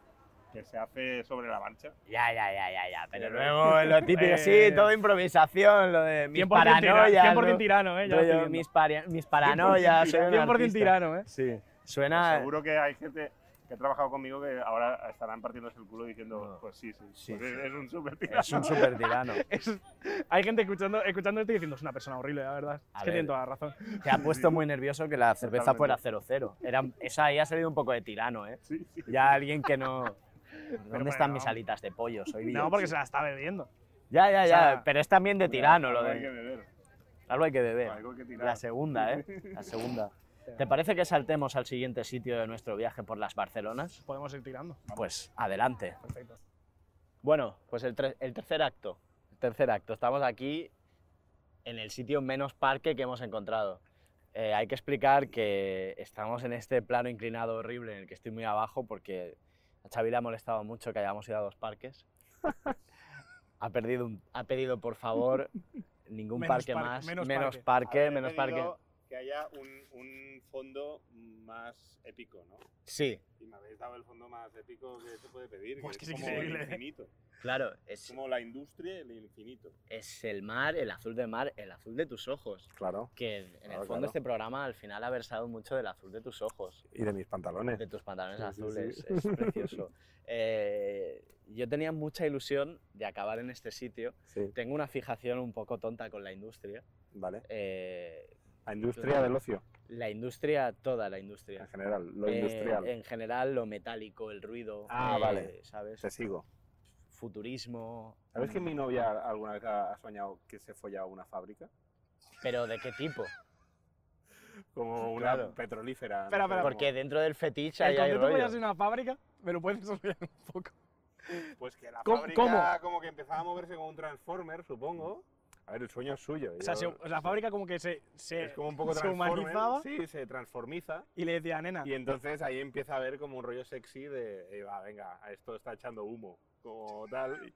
Speaker 4: que se hace sobre la marcha.
Speaker 3: Ya, ya, ya, ya, ya. Pero
Speaker 4: Eh,
Speaker 3: luego lo típico,
Speaker 4: [LAUGHS]
Speaker 5: eh,
Speaker 3: sí, todo improvisación, lo de mis
Speaker 5: 100% tirano,
Speaker 3: paranoias.
Speaker 5: 100%
Speaker 3: ¿no?
Speaker 5: tirano, eh. Ya lo
Speaker 3: Rollo,
Speaker 5: estoy viendo.
Speaker 3: mis, paria- mis paranoias. soy un
Speaker 5: 100%
Speaker 3: artista.
Speaker 5: tirano, eh. [LAUGHS]
Speaker 3: Sí.
Speaker 4: Pues
Speaker 6: Ah.
Speaker 3: Suena.
Speaker 4: Seguro que hay gente que ha trabajado conmigo que ahora estarán partiéndose el culo diciendo, pues sí, sí,
Speaker 3: Sí,
Speaker 4: pues es-
Speaker 3: sí.
Speaker 4: es un súper tirano.
Speaker 3: Es un super tirano.
Speaker 5: Es- hay gente escuchando, escuchando esto y diciendo, es una persona horrible, la verdad.
Speaker 3: A
Speaker 5: es que
Speaker 3: ver.
Speaker 5: tiene toda la razón.
Speaker 3: Te ha puesto muy nervioso que la cerveza
Speaker 4: Totalmente.
Speaker 3: fuera 0-0. Era- Esa ahí ha salido un poco de tirano, ¿eh?
Speaker 4: [LAUGHS] Sí, sí.
Speaker 3: Ya alguien que
Speaker 4: [LAUGHS]
Speaker 3: no. ¿Dónde
Speaker 4: bueno,
Speaker 3: están
Speaker 4: no.
Speaker 3: mis alitas de pollo? Soy
Speaker 5: No,
Speaker 3: Dios.
Speaker 5: porque se la está bebiendo.
Speaker 3: Ya, ya, ya.
Speaker 5: sea,
Speaker 3: pero es también de tirano lo
Speaker 4: Algo Hay que
Speaker 3: de.
Speaker 4: beber,
Speaker 3: Algo hay que beber.
Speaker 4: algo hay que tirar.
Speaker 3: La segunda, ¿eh? La
Speaker 4: [LAUGHS]
Speaker 3: segunda. ¿Te parece que saltemos al siguiente sitio de nuestro viaje por las Barcelonas?
Speaker 5: Podemos ir tirando.
Speaker 3: Pues adelante.
Speaker 5: Perfecto.
Speaker 3: Bueno, pues el, tre- el tercer acto. El tercer acto. Estamos aquí en el sitio menos parque que hemos encontrado. Eh, hay que explicar que estamos en este plano inclinado horrible en el que estoy muy abajo porque a Xavi le ha molestado mucho que hayamos ido a dos
Speaker 2: [LAUGHS]
Speaker 3: parques. ha, perdido un- ha pedido, por favor, ningún
Speaker 2: Menos
Speaker 3: parque,
Speaker 2: parque,
Speaker 3: más.
Speaker 2: menos
Speaker 3: Menos,
Speaker 2: parque.
Speaker 3: parque,
Speaker 4: Haber
Speaker 3: menos
Speaker 4: pedido
Speaker 3: parque.
Speaker 4: Que haya un, un fondo más épico, ¿no?
Speaker 3: Sí,
Speaker 4: Y me habéis dado el fondo más épico que se puede pedir.
Speaker 2: Pues
Speaker 4: que
Speaker 2: que
Speaker 4: es
Speaker 2: es
Speaker 4: como el
Speaker 2: increíble.
Speaker 4: infinito.
Speaker 3: claro.
Speaker 4: Es
Speaker 3: Es,
Speaker 4: como la industria, el infinito.
Speaker 3: es el mar, el azul del mar, el azul de tus ojos.
Speaker 6: Claro.
Speaker 3: que en el
Speaker 6: Claro,
Speaker 3: fondo
Speaker 6: Ah, claro.
Speaker 3: este programa al final ha versado mucho del azul de tus ojos,
Speaker 6: Y de mis pantalones.
Speaker 3: de tus pantalones
Speaker 6: Sí, sí,
Speaker 3: azules,
Speaker 6: sí.
Speaker 3: es
Speaker 6: [LAUGHS]
Speaker 3: precioso. Eh, yo tenía mucha ilusión de acabar en este sitio.
Speaker 6: Sí,
Speaker 3: Tengo una fijación un poco tonta con la industria.
Speaker 6: vale.
Speaker 3: Eh,
Speaker 6: La industria del ocio,
Speaker 3: la industria, toda la
Speaker 6: en
Speaker 3: industria.
Speaker 6: general, lo
Speaker 3: Eh,
Speaker 6: industrial.
Speaker 3: En general, lo metálico, el ruido.
Speaker 6: Ah,
Speaker 3: eh,
Speaker 6: vale.
Speaker 3: ¿Sabes?
Speaker 6: Te sigo.
Speaker 3: Futurismo.
Speaker 6: ¿Sabes que
Speaker 3: mm,
Speaker 6: mi novia alguna vez ha ha soñado que se follaba una fábrica?
Speaker 3: Pero ¿de qué
Speaker 6: [LAUGHS]
Speaker 3: tipo?
Speaker 6: Como una
Speaker 3: Claro.
Speaker 6: petrolífera. no sé,
Speaker 5: Espera, espera.
Speaker 6: como-
Speaker 3: Porque dentro del fetiche
Speaker 5: El
Speaker 3: ahí hay
Speaker 5: concepto
Speaker 3: rollo.
Speaker 5: podría ser una fábrica, me lo puedes desarrollar un poco.
Speaker 4: Pues que la
Speaker 5: ¿Cómo-
Speaker 4: fábrica
Speaker 5: cómo?
Speaker 4: como que empezaba a moverse como un transformer, supongo.
Speaker 6: A ver, el sueño es suyo.
Speaker 5: O sea,
Speaker 6: yo-
Speaker 5: se- o sea, la fábrica como que se, se,
Speaker 4: Es como un poco
Speaker 5: se
Speaker 4: transformer.
Speaker 5: humanizaba Ah.
Speaker 4: Sí, se transformiza.
Speaker 5: y le decía, nena,
Speaker 4: Y entonces ahí empieza a ver como un rollo sexy de, eh, va, venga, esto está echando humo, como tal.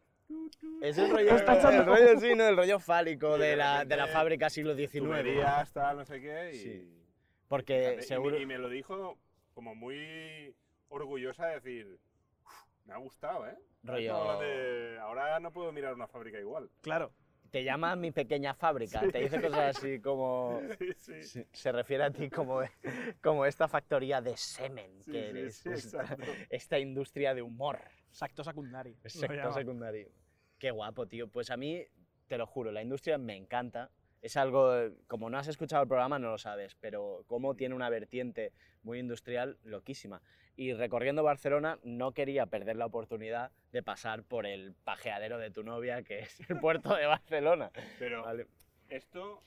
Speaker 3: Es el rollo,
Speaker 5: Está
Speaker 3: el
Speaker 5: echando-
Speaker 3: rollo, sí, ¿no? El rollo fálico
Speaker 4: Y de
Speaker 3: de la, de la
Speaker 4: repente,
Speaker 3: fábrica siglo
Speaker 4: Y
Speaker 3: XIX.
Speaker 4: tuberías, tal, no sé qué. Y,
Speaker 3: Sí.
Speaker 4: fíjate, y
Speaker 3: Porque
Speaker 4: me-
Speaker 3: seguro...
Speaker 4: y me lo dijo como muy orgullosa de decir, "Uf, me ha gustado, ¿eh? Ahora
Speaker 3: Rollo-
Speaker 4: estamos hablando de- ahora no puedo mirar una fábrica igual. [LAUGHS]
Speaker 5: claro,
Speaker 3: Te llama mi pequeña fábrica, te dice cosas así
Speaker 6: [LAUGHS]
Speaker 3: como...
Speaker 4: Sí, sí.
Speaker 3: se- Se refiere a ti como, [LAUGHS] como esta factoría de semen
Speaker 4: Sí,
Speaker 3: que
Speaker 4: sí,
Speaker 3: eres, pues,
Speaker 4: sí,
Speaker 3: esta, [LAUGHS]
Speaker 4: exacto.
Speaker 3: esta industria de
Speaker 4: [LAUGHS]
Speaker 3: humor,
Speaker 5: sacto secundario. lo
Speaker 3: sector
Speaker 5: llama.
Speaker 3: secundario. Qué guapo, tío. Pues a mí, te lo juro, la industria me encanta. Es algo, como no has escuchado el programa no lo sabes, pero como tiene una vertiente muy industrial loquísima. Y recorriendo Barcelona no quería perder la oportunidad de pasar por el pajeadero de tu novia, que es el puerto de
Speaker 4: [LAUGHS]
Speaker 3: Barcelona.
Speaker 4: Pero
Speaker 3: Vale.
Speaker 4: esto,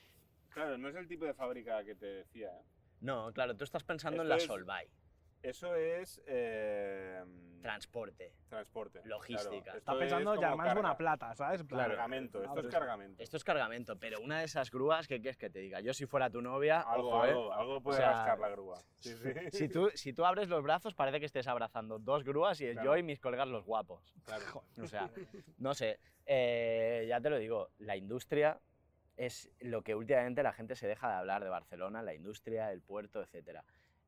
Speaker 4: claro, no es el tipo de fábrica que te decía, ¿eh?
Speaker 3: No, claro, tú estás pensando en
Speaker 4: Esto
Speaker 3: la
Speaker 4: es-
Speaker 3: Solvay,
Speaker 4: Eso es... eh,
Speaker 3: transporte.
Speaker 4: transporte. claro.
Speaker 3: Logística.
Speaker 4: Esto
Speaker 5: Está pensando
Speaker 4: es
Speaker 5: ya
Speaker 4: como
Speaker 5: más
Speaker 4: carga.
Speaker 5: buena plata, ¿sabes? En plan,
Speaker 4: Cargamento, esto
Speaker 5: claro,
Speaker 4: es cargamento.
Speaker 3: Esto es cargamento, pero una de esas grúas, ¿qué quieres que te diga? Yo si fuera tu novia,
Speaker 4: Algo,
Speaker 3: ojo, ¿eh?
Speaker 4: algo, algo puede
Speaker 3: sea,
Speaker 4: rascar la grúa. Sí, sí.
Speaker 3: [LAUGHS] Si tú, si tú abres los brazos, parece que estés abrazando dos grúas y es
Speaker 4: Claro.
Speaker 3: yo y mis colegas los guapos. [LAUGHS]
Speaker 4: Claro.
Speaker 3: O sea, no sé, eh, ya te lo digo, la industria es lo que últimamente la gente se deja de hablar de Barcelona, la industria, el puerto, etc.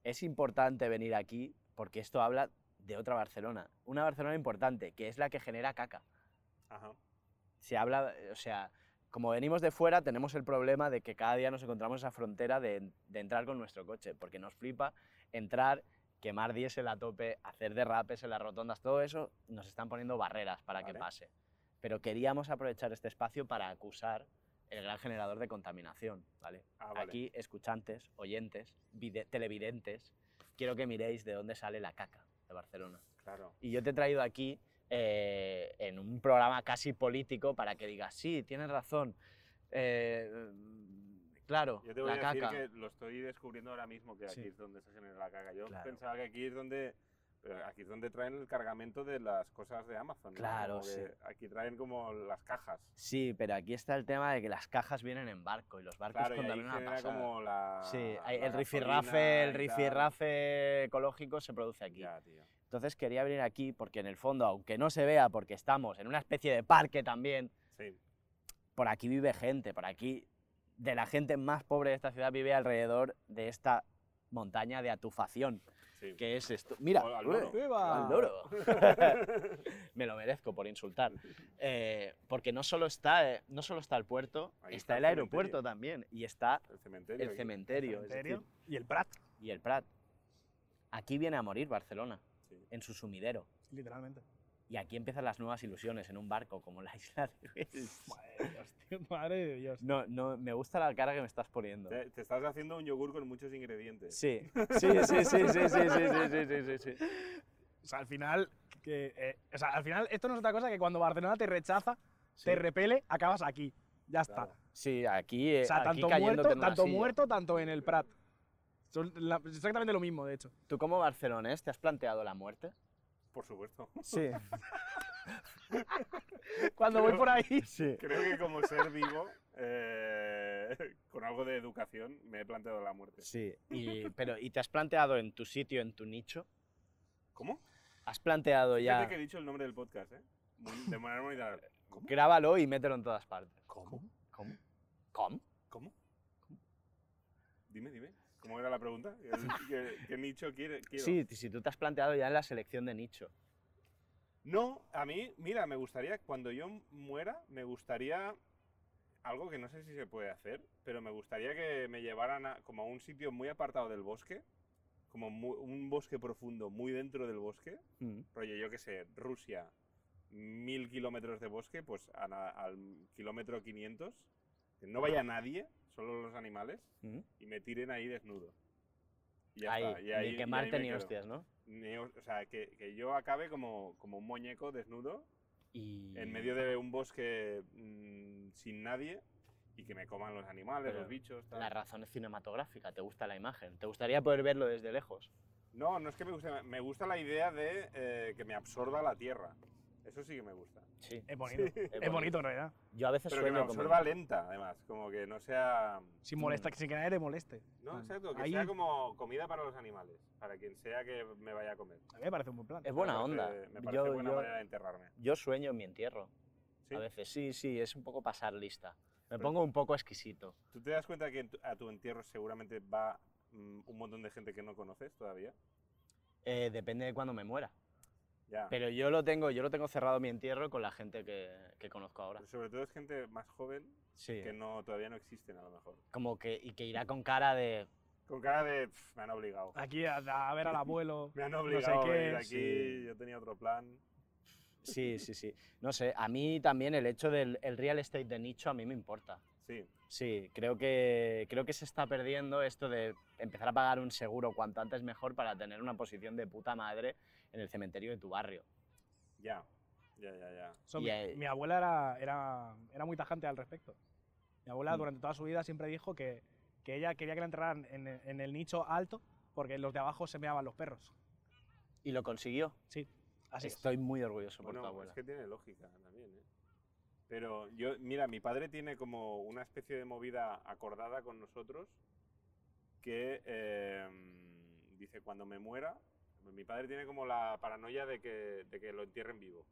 Speaker 3: Es importante venir aquí porque esto habla de otra Barcelona, una Barcelona importante, que es la que genera caca.
Speaker 4: Ajá.
Speaker 3: Se habla, o sea, como venimos de fuera, tenemos el problema de que cada día nos encontramos esa frontera de, de entrar con nuestro coche, porque nos flipa entrar, quemar diésel a tope, hacer derrapes en las rotondas, todo eso, nos están poniendo barreras para que
Speaker 4: Vale.
Speaker 3: pase. Pero queríamos aprovechar este espacio para acusar el gran generador de contaminación, ¿vale?
Speaker 4: Ah, vale.
Speaker 3: Aquí, escuchantes, oyentes, vide- televidentes, quiero que miréis de dónde sale la caca de Barcelona.
Speaker 4: Claro.
Speaker 3: Y yo te he traído aquí eh, en un programa casi político para que digas, sí, tienes razón. eh, claro,
Speaker 4: Yo te voy
Speaker 3: la
Speaker 4: a decir
Speaker 3: caca.
Speaker 4: que lo estoy descubriendo ahora mismo que aquí
Speaker 3: Sí.
Speaker 4: es donde se genera la caga. Yo
Speaker 3: Claro.
Speaker 4: pensaba que aquí es donde Pero aquí es donde traen el cargamento de las cosas de Amazon. ¿no?
Speaker 3: Claro,
Speaker 4: Como que
Speaker 3: sí.
Speaker 4: Aquí traen como las cajas.
Speaker 3: Sí, pero aquí está el tema de que las cajas vienen en barco y los barcos
Speaker 4: Claro, y ahí
Speaker 3: contaminan una
Speaker 4: genera
Speaker 3: pasada.
Speaker 4: como la.
Speaker 3: Sí,
Speaker 4: la
Speaker 3: hay- el
Speaker 4: gasolina
Speaker 3: rifirrafe, el
Speaker 4: y tal.
Speaker 3: rifirrafe ecológico se produce aquí.
Speaker 4: Ya, tío.
Speaker 3: Entonces quería venir aquí porque en el fondo, aunque no se vea porque estamos en una especie de parque también,
Speaker 4: Sí.
Speaker 3: por aquí vive gente, por aquí de la gente más pobre de esta ciudad vive alrededor de esta montaña de atufación,
Speaker 4: Sí.
Speaker 3: que es esto. Mira,
Speaker 4: O al loro.
Speaker 3: eh, al loro. [LAUGHS] Me lo merezco por insultar. Eh, porque no solo está, eh, no solo está el puerto,
Speaker 4: Ahí
Speaker 3: está,
Speaker 4: está
Speaker 3: el
Speaker 4: el
Speaker 3: aeropuerto
Speaker 4: cementerio.
Speaker 3: también y está
Speaker 4: [LAUGHS] El cementerio.
Speaker 3: el
Speaker 4: aquí.
Speaker 3: cementerio. es
Speaker 5: Cementerio
Speaker 3: decir,
Speaker 5: y el Prat,
Speaker 3: y el Prat. Aquí viene a morir Barcelona,
Speaker 4: Sí.
Speaker 3: en su sumidero.
Speaker 5: literalmente.
Speaker 3: Y aquí empiezan las nuevas ilusiones en un barco, como la isla de Bels.
Speaker 5: Madre de Dios, tío, madre de Dios.
Speaker 3: No, no, me gusta la cara que me estás poniendo.
Speaker 4: Te, te estás haciendo un yogur con muchos ingredientes.
Speaker 3: Sí, sí, sí, sí, sí, sí, sí, sí, sí, sí, sí, sí.
Speaker 5: O sea, al final, que, eh, o sea, al final, esto no es otra cosa que cuando Barcelona te rechaza, te repele, acabas aquí. Ya está.
Speaker 4: Claro.
Speaker 3: Sí, aquí, eh,
Speaker 5: O sea,
Speaker 3: aquí
Speaker 5: tanto
Speaker 3: cayéndote
Speaker 5: muerto,
Speaker 3: en una
Speaker 5: tanto
Speaker 3: silla.
Speaker 5: muerto, tanto en el Prat. Son la- exactamente lo mismo, de hecho.
Speaker 3: ¿Tú como barcelonés te has planteado la muerte?
Speaker 4: Por supuesto.
Speaker 3: Sí.
Speaker 5: [LAUGHS] Cuando voy por ahí,
Speaker 3: sí.
Speaker 4: Creo que como ser vivo, eh, [LAUGHS] con algo de educación, me he planteado la muerte.
Speaker 3: Sí. Y, pero, ¿y te has planteado en tu sitio, en tu nicho?
Speaker 4: ¿Cómo?
Speaker 3: ¿Has planteado
Speaker 4: Fíjate
Speaker 3: ya?
Speaker 4: que he dicho el nombre del podcast, ¿eh? Mon- De manera muy tal. ¿Cómo?
Speaker 3: Grábalo y mételo en todas partes. ¿Cómo? ¿Cómo? ¿Cómo?
Speaker 4: ¿Cómo? Dime, dime. ¿Cómo era la pregunta? ¿Qué, qué- qué nicho quiere, quiero?
Speaker 3: Sí, si tú te has planteado ya en la selección de nicho.
Speaker 4: No, a mí, mira, me gustaría, cuando yo muera, me gustaría algo que no sé si se puede hacer, pero me gustaría que me llevaran a, como a un sitio muy apartado del bosque, como mu- un bosque profundo, muy dentro del bosque,
Speaker 5: Mm,
Speaker 4: rollo, yo qué sé, Rusia, mil kilómetros de bosque, pues a na- al kilómetro 500, que no vaya nadie, solo los animales,
Speaker 3: Mm.
Speaker 4: y me tiren ahí desnudo. Y ya
Speaker 3: Ahí,
Speaker 4: está, y ahí-
Speaker 3: ni
Speaker 4: y
Speaker 3: quemarte
Speaker 4: ahí me
Speaker 3: ni
Speaker 4: quedo.
Speaker 3: hostias, ¿no?
Speaker 4: Ni hos- o sea, que, que yo acabe como, como un muñeco desnudo
Speaker 3: Y...
Speaker 4: en medio de un bosque mm, sin nadie y que me coman los animales,
Speaker 3: Pero
Speaker 4: los bichos. tal.
Speaker 3: La razón es cinematográfica, te gusta la imagen, te gustaría poder verlo desde lejos.
Speaker 4: No, no es que me guste, me gusta la idea de eh, que me absorba la tierra. Eso sí que me gusta.
Speaker 3: Sí.
Speaker 5: es bonito. Es bonito en realidad.
Speaker 3: Yo a veces
Speaker 4: Pero que me
Speaker 3: sueño como-
Speaker 4: absorba lenta, además. Como que no sea.
Speaker 5: Sin molesta, sin que nadie te moleste.
Speaker 4: No,
Speaker 5: Ah,
Speaker 4: exacto, que
Speaker 5: ahí-
Speaker 4: sea como comida para los animales, para quien sea que me vaya a comer.
Speaker 5: A mí me parece un buen plan.
Speaker 3: Es buena
Speaker 4: Me
Speaker 3: onda.
Speaker 4: parece- Me parece
Speaker 3: yo,
Speaker 4: buena
Speaker 3: yo-
Speaker 4: manera de enterrarme.
Speaker 3: yo sueño en mi entierro.
Speaker 4: ¿Sí?
Speaker 3: A veces sí, sí, es un poco pasar lista. Me pongo un poco exquisito.
Speaker 4: ¿Tú te das cuenta que en tu- a tu entierro seguramente va mm, un montón de gente que no conoces todavía?
Speaker 3: Eh, depende de cuándo me muera.
Speaker 4: Ya.
Speaker 3: Pero yo lo tengo, yo lo tengo cerrado mi entierro con la gente que, que conozco ahora.
Speaker 4: Pero sobre todo es gente más joven
Speaker 3: Sí.
Speaker 4: que no, todavía no existen, a lo mejor.
Speaker 3: Como que, y que irá con cara de.
Speaker 4: Con cara de, "Pf, me han obligado.
Speaker 5: Aquí a, a ver al abuelo.
Speaker 4: [LAUGHS] Me han
Speaker 5: no sé
Speaker 4: obligado
Speaker 5: qué,
Speaker 4: a venir aquí,
Speaker 3: sí.
Speaker 4: yo tenía otro plan.
Speaker 3: Sí, sí, sí. No sé, a mí también el hecho del el real estate de nicho a mí me importa.
Speaker 4: Sí,
Speaker 3: Sí, creo que, creo que se está perdiendo esto de empezar a pagar un seguro cuanto antes mejor para tener una posición de puta madre en el cementerio de tu barrio.
Speaker 4: ya. Ya, ya, ya.
Speaker 5: Eso,
Speaker 3: Y
Speaker 5: mi,
Speaker 3: ahí-
Speaker 5: mi abuela era, era, era muy tajante al respecto. Mi abuela
Speaker 3: Mm.
Speaker 5: durante toda su vida siempre dijo que, que ella quería que la enterraran en, el- en el nicho alto porque los de abajo se meaban los perros.
Speaker 3: Y lo consiguió.
Speaker 5: Sí, así es.
Speaker 3: Estoy muy orgulloso por tu
Speaker 4: Bueno,
Speaker 3: abuela.
Speaker 4: es que tiene lógica también, ¿eh? Pero yo, mira, mi padre tiene como una especie de movida acordada con nosotros que eh, dice, cuando me muera, mi padre tiene como la paranoia de que, de que lo entierren vivo.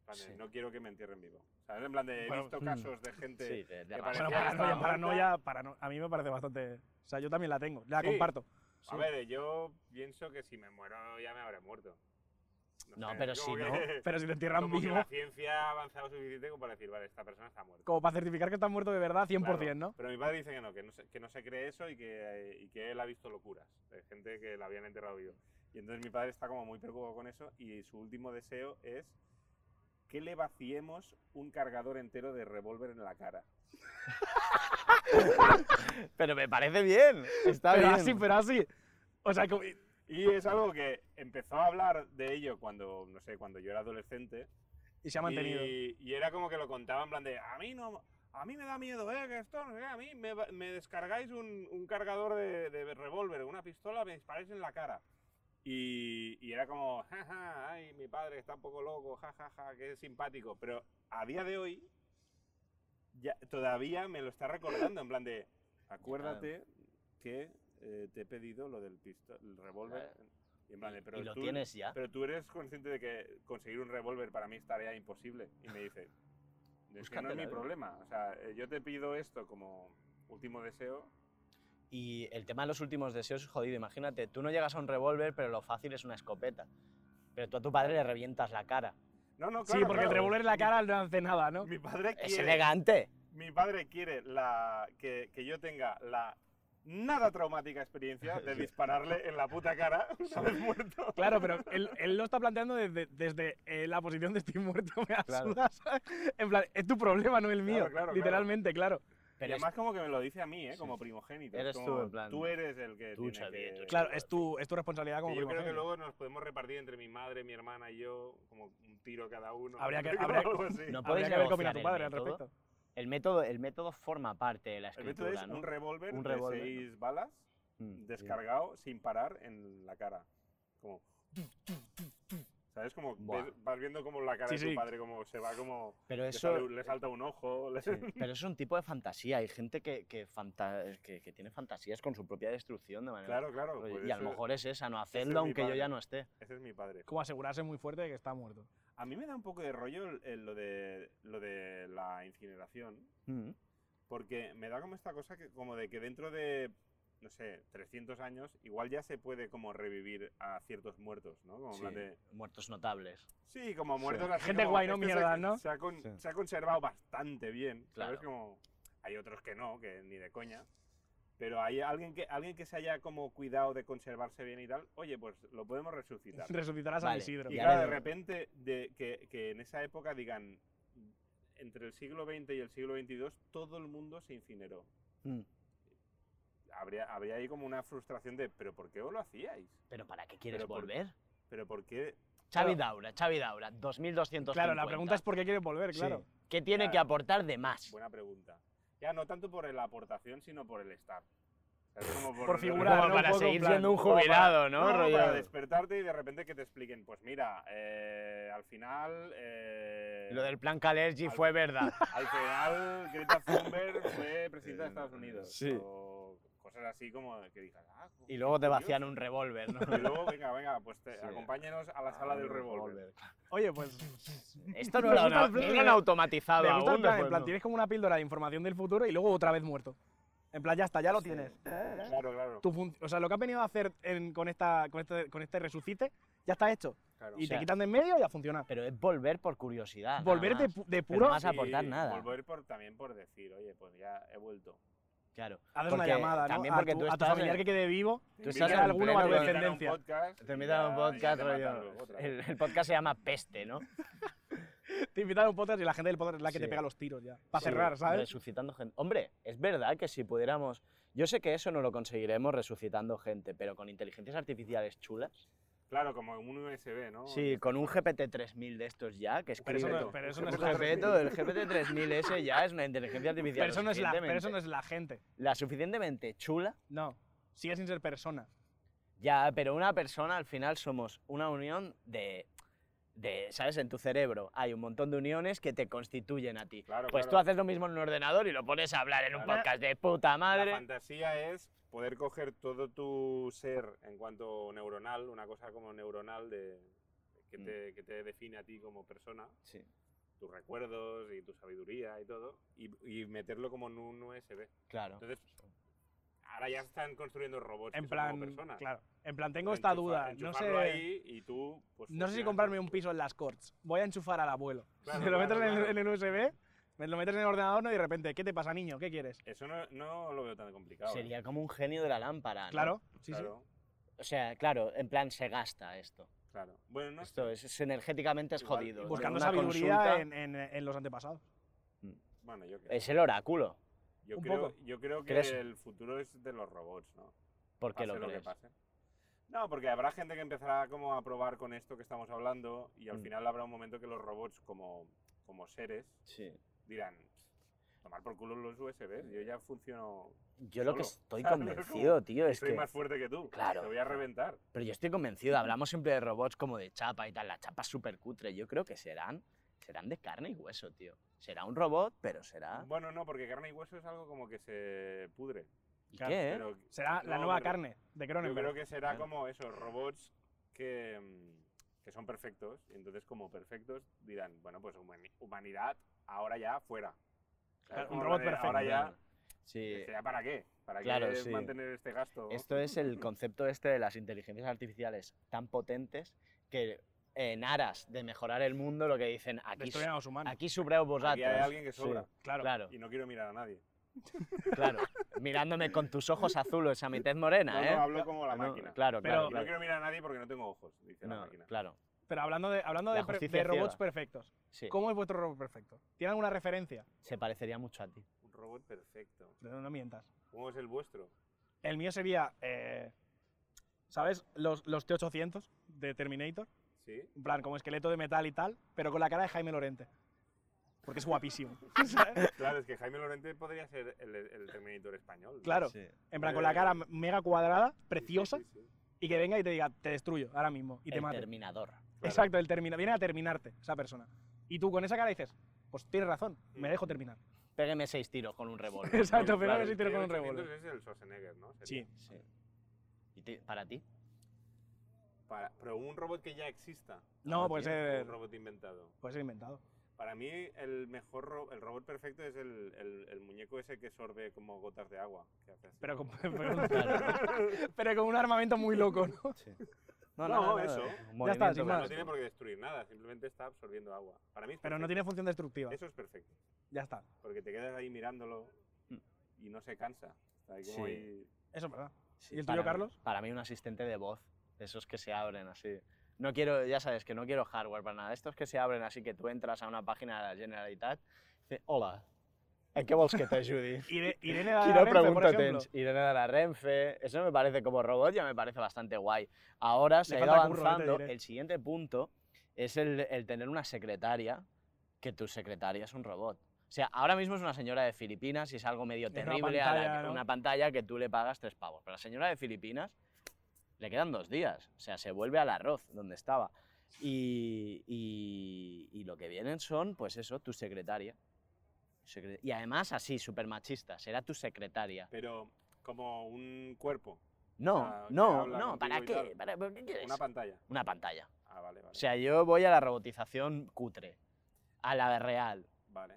Speaker 4: En plan de,
Speaker 3: Sí.
Speaker 4: No quiero que me entierren vivo. O sea, en plan de, he
Speaker 5: Bueno,
Speaker 4: visto
Speaker 3: mm.
Speaker 4: casos de gente...
Speaker 3: Sí, de, de
Speaker 4: que
Speaker 3: raza.
Speaker 5: Bueno,
Speaker 4: parecía que estaba
Speaker 5: paranoia,
Speaker 4: muerta.
Speaker 5: paranoia, parano- a mí me parece bastante... O sea, yo también la tengo, la
Speaker 4: Sí.
Speaker 5: comparto.
Speaker 4: A ver, yo pienso que si me muero ya me habré muerto.
Speaker 3: No, pero
Speaker 4: como
Speaker 3: si
Speaker 4: que-
Speaker 3: no-
Speaker 4: [LAUGHS]
Speaker 5: Pero si te entierran
Speaker 4: como que
Speaker 5: vivo,
Speaker 4: la ciencia ha avanzado suficiente como para decir, vale, esta persona está muerta.
Speaker 5: como para certificar que estás muerto de verdad 100%,
Speaker 4: Claro,
Speaker 5: ¿no?
Speaker 4: Pero mi padre dice que no, que no se, que no se cree eso y que, y que él ha visto locuras de gente que la habían enterrado vivo. Y entonces mi padre está como muy preocupado con eso y su último deseo es que le vaciemos un cargador entero de revólver en la cara.
Speaker 3: Pero me parece bien. Está
Speaker 5: pero
Speaker 3: bien.
Speaker 5: así, pero así. O sea, como-
Speaker 4: Y es algo que empezó a hablar de ello cuando, no sé, cuando yo era adolescente.
Speaker 5: y se ha mantenido.
Speaker 4: Y, y era como que lo contaba en plan de, a mí no... A mí me da miedo, ¿eh? Que esto, no sé qué, a mí me, va- me descargáis un, un cargador de, de revólver, una pistola, me disparáis en la cara. Y, y era como, jaja, ay, mi padre está un poco loco, jajaja, qué simpático. Pero a día de hoy, ya, todavía me lo está recordando, en plan de, acuérdate que eh, te he pedido lo del pisto- el revólver. Y, en plan de, pero
Speaker 3: y lo
Speaker 4: tú-
Speaker 3: tienes ya.
Speaker 4: pero tú eres consciente de que conseguir un revólver para mí es tarea imposible. Y me dice, es que no es mi
Speaker 3: Búscatela, ¿eh?
Speaker 4: problema. O sea, eh, yo te pido esto como último deseo.
Speaker 3: Y el tema de los últimos deseos es jodido. Imagínate, tú no llegas a un revólver, pero lo fácil es una escopeta. Pero tú a tu padre le revientas la cara.
Speaker 4: No, no, claro.
Speaker 5: sí, porque el
Speaker 4: claro.
Speaker 5: revólver en la cara no hace nada,
Speaker 4: [LAUGHS]
Speaker 5: ¿no?
Speaker 4: Mi padre
Speaker 3: Es
Speaker 4: quiere,
Speaker 3: elegante.
Speaker 4: mi padre quiere la, que, que yo tenga la nada traumática experiencia de dispararle en la puta cara [LAUGHS] una vez muerto.
Speaker 5: Claro, pero él, él lo está planteando desde, desde eh, la posición de estoy muerto, me
Speaker 3: Claro.
Speaker 5: asudas. ¿sabes? En plan, es tu problema, no el mío.
Speaker 4: claro, claro.
Speaker 5: literalmente, claro.
Speaker 4: Y
Speaker 3: Pero es-
Speaker 4: además como que me lo dice a mí, ¿eh? Como primogénito. es
Speaker 3: Eres tú,
Speaker 4: como,
Speaker 3: en plan,
Speaker 4: Tú eres el que
Speaker 3: tú,
Speaker 4: tiene
Speaker 3: Xavi,
Speaker 4: que-
Speaker 3: tú, Xavi.
Speaker 5: Claro, es tu, es tu responsabilidad como
Speaker 4: Sí, yo creo que
Speaker 5: primogénito.
Speaker 4: luego nos podemos repartir entre mi madre, mi hermana y yo, como un tiro cada uno. [LAUGHS]
Speaker 5: Habría que-
Speaker 4: Como
Speaker 5: habría-
Speaker 4: algo así.
Speaker 3: No pues,
Speaker 5: Habría
Speaker 3: podéis
Speaker 5: que ver qué
Speaker 3: negociar
Speaker 5: opina tu
Speaker 3: el
Speaker 5: padre al
Speaker 3: método.
Speaker 5: respecto.
Speaker 3: el, método, el método forma parte de la
Speaker 4: El
Speaker 3: escritura,
Speaker 4: método es
Speaker 3: ¿no?
Speaker 4: un revólver
Speaker 3: Un
Speaker 4: de
Speaker 3: revólver,
Speaker 4: seis balas
Speaker 3: Mm,
Speaker 4: descargado sin parar en la cara. Como. ¿Sabes? Como
Speaker 3: Buah.
Speaker 4: ves- vas viendo como la cara
Speaker 5: Sí,
Speaker 4: de tu
Speaker 5: sí.
Speaker 4: padre, como se va como.
Speaker 3: Pero
Speaker 4: le
Speaker 3: eso-
Speaker 4: sale un- Le, salta un ojo. le-
Speaker 3: [LAUGHS]
Speaker 4: [LAUGHS]
Speaker 3: Sí, Pero es un tipo de fantasía. Hay gente que, que, fanta- que- que tiene fantasías con su propia destrucción de manera.
Speaker 4: Claro, claro.
Speaker 3: Oye,
Speaker 4: pues
Speaker 3: y a lo
Speaker 4: eso-
Speaker 3: mejor es esa, no
Speaker 4: es mi
Speaker 3: hacerlo aunque yo
Speaker 4: padre.
Speaker 3: ya no esté.
Speaker 4: Ese es mi padre.
Speaker 5: Como asegurarse muy fuerte de que está muerto.
Speaker 4: A mí me da un poco de rollo el- el- lo, de, lo de la incineración.
Speaker 3: Mm.
Speaker 4: Porque me da como esta cosa que como de que dentro de, no sé, 300 años, igual ya se puede como revivir a ciertos muertos, ¿no? Como en
Speaker 3: Sí,
Speaker 4: plan de-
Speaker 3: Muertos notables.
Speaker 4: sí, como muertos así
Speaker 5: Gente
Speaker 4: como,
Speaker 5: guay, ¿no?
Speaker 4: "Este se-
Speaker 5: Mierda, ¿no?"
Speaker 4: Se ha, con-
Speaker 3: Sí.
Speaker 4: se ha conservado bastante bien, ¿sabes?
Speaker 3: Claro.
Speaker 4: Como hay otros que no, que ni de coña. Pero hay alguien que, alguien que se haya como cuidado de conservarse bien y tal, oye, pues lo podemos resucitar.
Speaker 5: Resucitará a San
Speaker 3: Vale,
Speaker 5: Isidro.
Speaker 4: Y
Speaker 3: Ya
Speaker 4: claro, de
Speaker 3: le-
Speaker 4: repente, de, que, que en esa época digan, entre el siglo XX y el siglo XXII, todo el mundo se incineró.
Speaker 3: Mm.
Speaker 4: Habría, habría ahí como una frustración de, ¿pero por qué os lo hacíais?
Speaker 3: ¿Pero para qué quieres
Speaker 4: Pero por-
Speaker 3: volver?
Speaker 4: ¿Pero por qué?
Speaker 3: Xavi Daura, Xavi Daura, 2250.
Speaker 5: Claro, la pregunta es por qué quieres volver,
Speaker 3: Sí.
Speaker 5: claro.
Speaker 3: ¿Qué tiene
Speaker 4: Claro.
Speaker 3: que aportar de más?
Speaker 4: Buena pregunta. Ya no tanto por la aportación, sino por el estar. O sea, es como
Speaker 5: Por
Speaker 4: el-
Speaker 5: figurar,
Speaker 4: como
Speaker 5: ¿no?
Speaker 3: para
Speaker 5: Un poco, en
Speaker 3: seguir
Speaker 5: plan,
Speaker 3: siendo un
Speaker 4: como para-
Speaker 3: jubilado, ¿no?
Speaker 4: no,
Speaker 3: Rollo-
Speaker 4: para despertarte y de repente que te expliquen, pues mira, eh, al final... eh,
Speaker 3: Lo del plan Calergi
Speaker 4: Al-
Speaker 3: fue
Speaker 5: [LAUGHS]
Speaker 3: verdad.
Speaker 4: Al final, Greta Thunberg fue presidenta de Estados Unidos.
Speaker 3: sí.
Speaker 4: O cosas así como que digas, ah,
Speaker 3: Y luego te
Speaker 4: Dios.
Speaker 3: vacían un revólver, ¿no?
Speaker 4: Y luego, venga, venga, pues te-
Speaker 3: Sí.
Speaker 4: acompáñenos a la sala del revólver.
Speaker 5: Oye, pues. [LAUGHS]
Speaker 3: Esto
Speaker 5: Me
Speaker 3: no lo
Speaker 5: gusta
Speaker 3: no
Speaker 5: el plan,
Speaker 3: lo han
Speaker 5: me-
Speaker 3: automatizado
Speaker 5: Me gusta el
Speaker 3: aún,
Speaker 5: plan,
Speaker 3: pues,
Speaker 5: en plan,
Speaker 3: no.
Speaker 5: tienes como una píldora de información del futuro y luego otra vez muerto. En plan, ya está, ya lo tienes.
Speaker 4: Claro, claro.
Speaker 5: Tu fun- o sea, lo que has venido a hacer en- con, esta, con, este, con este resucite ya está hecho.
Speaker 4: claro.
Speaker 5: Y
Speaker 3: O sea,
Speaker 5: te quitan de en medio y a funcionar.
Speaker 3: Pero es volver por curiosidad. Ah, nada
Speaker 5: Volver de,
Speaker 3: más.
Speaker 5: pu- de
Speaker 3: Pero
Speaker 5: puro,
Speaker 3: más- vas a aportar nada.
Speaker 4: Volver por, también por decir, oye, pues ya he vuelto.
Speaker 3: Claro.
Speaker 5: haces una
Speaker 3: porque
Speaker 5: llamada, ¿no?
Speaker 3: También
Speaker 5: a,
Speaker 3: porque
Speaker 5: tu,
Speaker 3: tú
Speaker 5: a tu
Speaker 3: estás
Speaker 5: familiar
Speaker 3: en-
Speaker 5: que quede vivo.
Speaker 3: Tú
Speaker 4: Invitan
Speaker 3: estás
Speaker 4: a
Speaker 3: en
Speaker 5: alguno va a
Speaker 3: pleno-
Speaker 4: invitan a
Speaker 5: descendencia.
Speaker 4: un podcast
Speaker 3: Te
Speaker 4: y
Speaker 3: invitan a un
Speaker 4: ya- y ya
Speaker 3: podcast,
Speaker 4: te matan luego
Speaker 3: rollo.
Speaker 4: otra vez.
Speaker 3: El, el podcast se llama Peste, ¿no?
Speaker 5: [LAUGHS] Te invitan a un podcast y la gente del podcast es la que te
Speaker 3: Sí.
Speaker 5: pega los tiros ya. Para
Speaker 3: Sí,
Speaker 5: cerrar, ¿sabes?
Speaker 3: Resucitando gente. Hombre, es verdad que si pudiéramos. Yo sé que eso no lo conseguiremos resucitando gente, pero con inteligencias artificiales chulas.
Speaker 4: Claro, como un USB, ¿no?
Speaker 3: Sí, con un GPT-3000 de estos ya, que escribe.
Speaker 5: Pero eso no,
Speaker 4: Escribe.
Speaker 5: pero eso no
Speaker 3: Un
Speaker 5: es la
Speaker 3: GPT, todo, el GPT-3000 ese ya es una inteligencia artificial.
Speaker 5: pero eso no es la, pero eso
Speaker 3: suficientemente-
Speaker 5: no es la gente.
Speaker 3: la suficientemente chula.
Speaker 5: No. Sigue sin ser persona.
Speaker 3: Ya, pero una persona al final somos una unión de, de, ¿sabes? En tu cerebro hay un montón de uniones que te constituyen a ti.
Speaker 4: Claro,
Speaker 3: pues
Speaker 4: claro.
Speaker 3: tú haces lo mismo en un ordenador y lo pones a hablar en un
Speaker 4: Claro.
Speaker 3: podcast de puta
Speaker 4: La
Speaker 3: madre.
Speaker 4: fantasía es poder coger todo tu ser en cuanto neuronal, una cosa como neuronal de, que,
Speaker 3: Mm.
Speaker 4: te, que te define a ti como persona,
Speaker 3: Sí.
Speaker 4: tus recuerdos y tu sabiduría y todo, y, y meterlo como en un USB.
Speaker 3: Claro.
Speaker 4: Entonces, ahora ya están construyendo robots
Speaker 5: En
Speaker 4: que son como
Speaker 5: plan,
Speaker 4: personas.
Speaker 5: claro. En plan, tengo esta
Speaker 4: Enchufa-
Speaker 5: duda. No sé,
Speaker 4: enchufarlo ahí y tú, pues,
Speaker 5: no sé si
Speaker 4: funciona.
Speaker 5: comprarme un piso en las Corts. Voy a enchufar al abuelo.
Speaker 4: Claro,
Speaker 5: Te lo
Speaker 4: claro,
Speaker 5: metes en el-
Speaker 4: claro.
Speaker 5: en, el USB, me lo metes en el ordenador ¿no? y de repente, ¿qué te pasa, niño? ¿Qué quieres?
Speaker 4: Eso no, no lo veo tan complicado. ¿eh?
Speaker 3: Sería como un genio de la lámpara. ¿no?
Speaker 5: Claro. Sí, sí.
Speaker 4: Claro,
Speaker 3: O sea, claro, en plan se gasta esto.
Speaker 4: claro. Bueno, no
Speaker 3: Esto es, es energéticamente es
Speaker 4: Igual,
Speaker 3: jodido.
Speaker 5: Buscando
Speaker 3: Una
Speaker 5: sabiduría
Speaker 3: consulta-
Speaker 5: en, en- en los antepasados.
Speaker 4: Bueno, yo creo.
Speaker 3: Es el oráculo.
Speaker 4: Yo
Speaker 5: un
Speaker 4: creo,
Speaker 5: poco.
Speaker 4: yo creo que
Speaker 3: ¿Crees?
Speaker 4: el futuro es de los robots, ¿no?
Speaker 3: ¿Por qué
Speaker 4: Pase
Speaker 3: lo crees?
Speaker 4: que pase. No, porque habrá gente que empezará como a probar con esto que estamos hablando y al
Speaker 3: Mm.
Speaker 4: final habrá un momento que los robots como, como seres
Speaker 3: sí.
Speaker 4: dirán, Tomar por culo los USBs, yo ya funciono.
Speaker 3: Yo lo que
Speaker 4: solo.
Speaker 3: estoy
Speaker 4: ¿Sabes?
Speaker 3: convencido, tío, es
Speaker 4: Soy
Speaker 3: que.
Speaker 4: más fuerte que tú.
Speaker 3: Claro.
Speaker 4: Te voy a reventar.
Speaker 3: Pero yo estoy convencido, hablamos siempre de robots como de chapa y tal, la chapa es súper cutre. Yo creo que serán, serán de carne y hueso, tío. Será un robot, pero será.
Speaker 4: Bueno, no, porque carne y hueso es algo como que se pudre.
Speaker 3: ¿Y
Speaker 5: claro,
Speaker 3: qué? eh?
Speaker 4: Pero
Speaker 5: Será la
Speaker 4: no,
Speaker 5: nueva
Speaker 4: pero
Speaker 5: carne de
Speaker 4: Yo
Speaker 5: Cronenberg.
Speaker 4: creo que será
Speaker 3: Claro.
Speaker 4: como esos robots que, mm, que son perfectos. y entonces, como perfectos, dirán, bueno, pues humani- humanidad, ahora ya fuera. ¿Sabes?
Speaker 5: Claro,
Speaker 4: Como
Speaker 5: un robot
Speaker 4: la de Ahora ya,
Speaker 3: Sí.
Speaker 4: ¿ya para qué? ¿Para
Speaker 3: Claro,
Speaker 4: qué
Speaker 3: sí.
Speaker 4: mantener este gasto?
Speaker 3: Esto es el concepto este de las inteligencias artificiales tan potentes que en aras de mejorar el mundo lo que dicen aquí,
Speaker 5: Destruyen a los humanos.
Speaker 3: aquí sobrado
Speaker 4: Aquí
Speaker 3: vosotros.
Speaker 4: hay alguien que
Speaker 3: Sí,
Speaker 4: sobra.
Speaker 5: claro.
Speaker 3: claro,
Speaker 4: Y no quiero mirar a nadie.
Speaker 3: claro. Mirándome con tus ojos azules a mi tez morena,
Speaker 4: No, no,
Speaker 3: ¿eh?
Speaker 4: hablo como la
Speaker 3: No,
Speaker 4: máquina.
Speaker 3: Claro,
Speaker 5: Pero-
Speaker 3: claro.
Speaker 4: No
Speaker 3: claro.
Speaker 4: quiero mirar a nadie porque no tengo ojos, dice la
Speaker 3: No,
Speaker 4: máquina.
Speaker 3: claro.
Speaker 5: Pero hablando de, hablando
Speaker 3: La
Speaker 5: de, pre-
Speaker 3: justicia
Speaker 5: de robots
Speaker 3: ciega.
Speaker 5: perfectos,
Speaker 3: Sí.
Speaker 5: ¿cómo es vuestro robot perfecto? ¿Tiene alguna referencia?
Speaker 3: Se parecería mucho a ti.
Speaker 4: Un robot perfecto.
Speaker 5: Pero no mientas.
Speaker 4: ¿Cómo es el vuestro?
Speaker 5: El mío sería, eh, ¿sabes? Los, los T-800 de Terminator.
Speaker 4: ¿Sí?
Speaker 5: En plan, como esqueleto de metal y tal, pero con la cara de Jaime Lorente. Porque es guapísimo.
Speaker 3: [LAUGHS]
Speaker 5: ¿sabes?
Speaker 4: Claro, es que Jaime Lorente podría ser el, el Terminator español. ¿no?
Speaker 5: claro. En plan, con la cara mega cuadrada, preciosa,
Speaker 4: Sí, sí, sí.
Speaker 5: y que venga y te diga, te destruyo ahora mismo y te
Speaker 3: el
Speaker 5: mate.
Speaker 3: terminador.
Speaker 5: Exacto, el termina, viene a terminarte esa persona. Y tú con esa cara dices, pues tienes razón, me dejo terminar. [LAUGHS]
Speaker 3: Pégueme seis tiros con un
Speaker 4: [LAUGHS]
Speaker 3: revólver.
Speaker 5: Exacto,
Speaker 4: Bueno,
Speaker 5: pero
Speaker 4: claro,
Speaker 5: ahora sí
Speaker 4: el
Speaker 5: tiro con un
Speaker 4: T800
Speaker 5: revólver.
Speaker 4: Es el Schwarzenegger, ¿no? Sería.
Speaker 5: Sí.
Speaker 3: Sí. ¿Y ti- para ti?
Speaker 4: Para- pero un robot que ya exista.
Speaker 5: No,
Speaker 4: Ah,
Speaker 5: puede
Speaker 4: tío,
Speaker 5: ser-
Speaker 4: Un robot inventado.
Speaker 5: Puede ser pues inventado.
Speaker 4: Para mí, el mejor ro- el robot perfecto es el, el- el muñeco ese que sorbe como gotas de agua. que hace así.
Speaker 5: Pero [LAUGHS] con, pero con un armamento muy loco, ¿no?
Speaker 4: [LAUGHS] No, no, eso.
Speaker 5: Ya está,
Speaker 4: O
Speaker 5: sin
Speaker 4: sea,
Speaker 5: más.
Speaker 4: no tiene por qué destruir nada, simplemente está absorbiendo agua. Para mí es
Speaker 5: Pero no
Speaker 4: perfecto.
Speaker 5: tiene función destructiva.
Speaker 4: Eso es perfecto,
Speaker 5: Ya está.
Speaker 4: porque te quedas ahí mirándolo
Speaker 5: Mm.
Speaker 4: y no se cansa. Está ahí como
Speaker 3: Sí.
Speaker 4: ahí-
Speaker 5: Eso es verdad.
Speaker 3: Sí,
Speaker 5: ¿Y el
Speaker 3: para
Speaker 5: tuyo,
Speaker 3: mí-
Speaker 5: Carlos?
Speaker 3: Para mí un asistente de voz, de esos que se abren así. No quiero, ya sabes que no quiero hardware para nada, de estos que se abren así que tú entras a una página de la Generalitat, dice, hola, ¿en qué vols que t'ajudi?
Speaker 5: Ire- Irene de la
Speaker 3: Quiero
Speaker 5: Renfe, por ejemplo.
Speaker 3: preguntar Irene de la Renfe, eso me parece como robot, ya me parece bastante guay. Ahora se ha ido
Speaker 5: falta curro, ya te
Speaker 3: avanzando,
Speaker 5: diré.
Speaker 3: el siguiente punto es el, el tener una secretaria, que tu secretaria es un robot. O sea, ahora mismo es una señora de Filipinas y es algo medio
Speaker 5: Es una
Speaker 3: terrible, a la que-
Speaker 5: pantalla, ¿no?
Speaker 3: una pantalla que tú le pagas tres pavos. Pero a la señora de Filipinas le quedan dos días, o sea, se vuelve al arroz donde estaba. Y, y- y lo que vienen son, pues eso, tu secretaria. Secre- Y además así, súper machista, será tu secretaria.
Speaker 4: Pero como un cuerpo,
Speaker 3: No,
Speaker 5: ah,
Speaker 4: sea, que
Speaker 3: no,
Speaker 4: habla
Speaker 3: no, ¿para
Speaker 4: contigo y
Speaker 3: qué?
Speaker 4: tal.
Speaker 3: ¿Para, ¿por qué quieres?
Speaker 4: una
Speaker 3: Una,
Speaker 4: pantalla.
Speaker 3: pantalla.
Speaker 4: Ah, vale, vale.
Speaker 3: O sea, yo voy a la robotización cutre, a la real.
Speaker 4: Vale.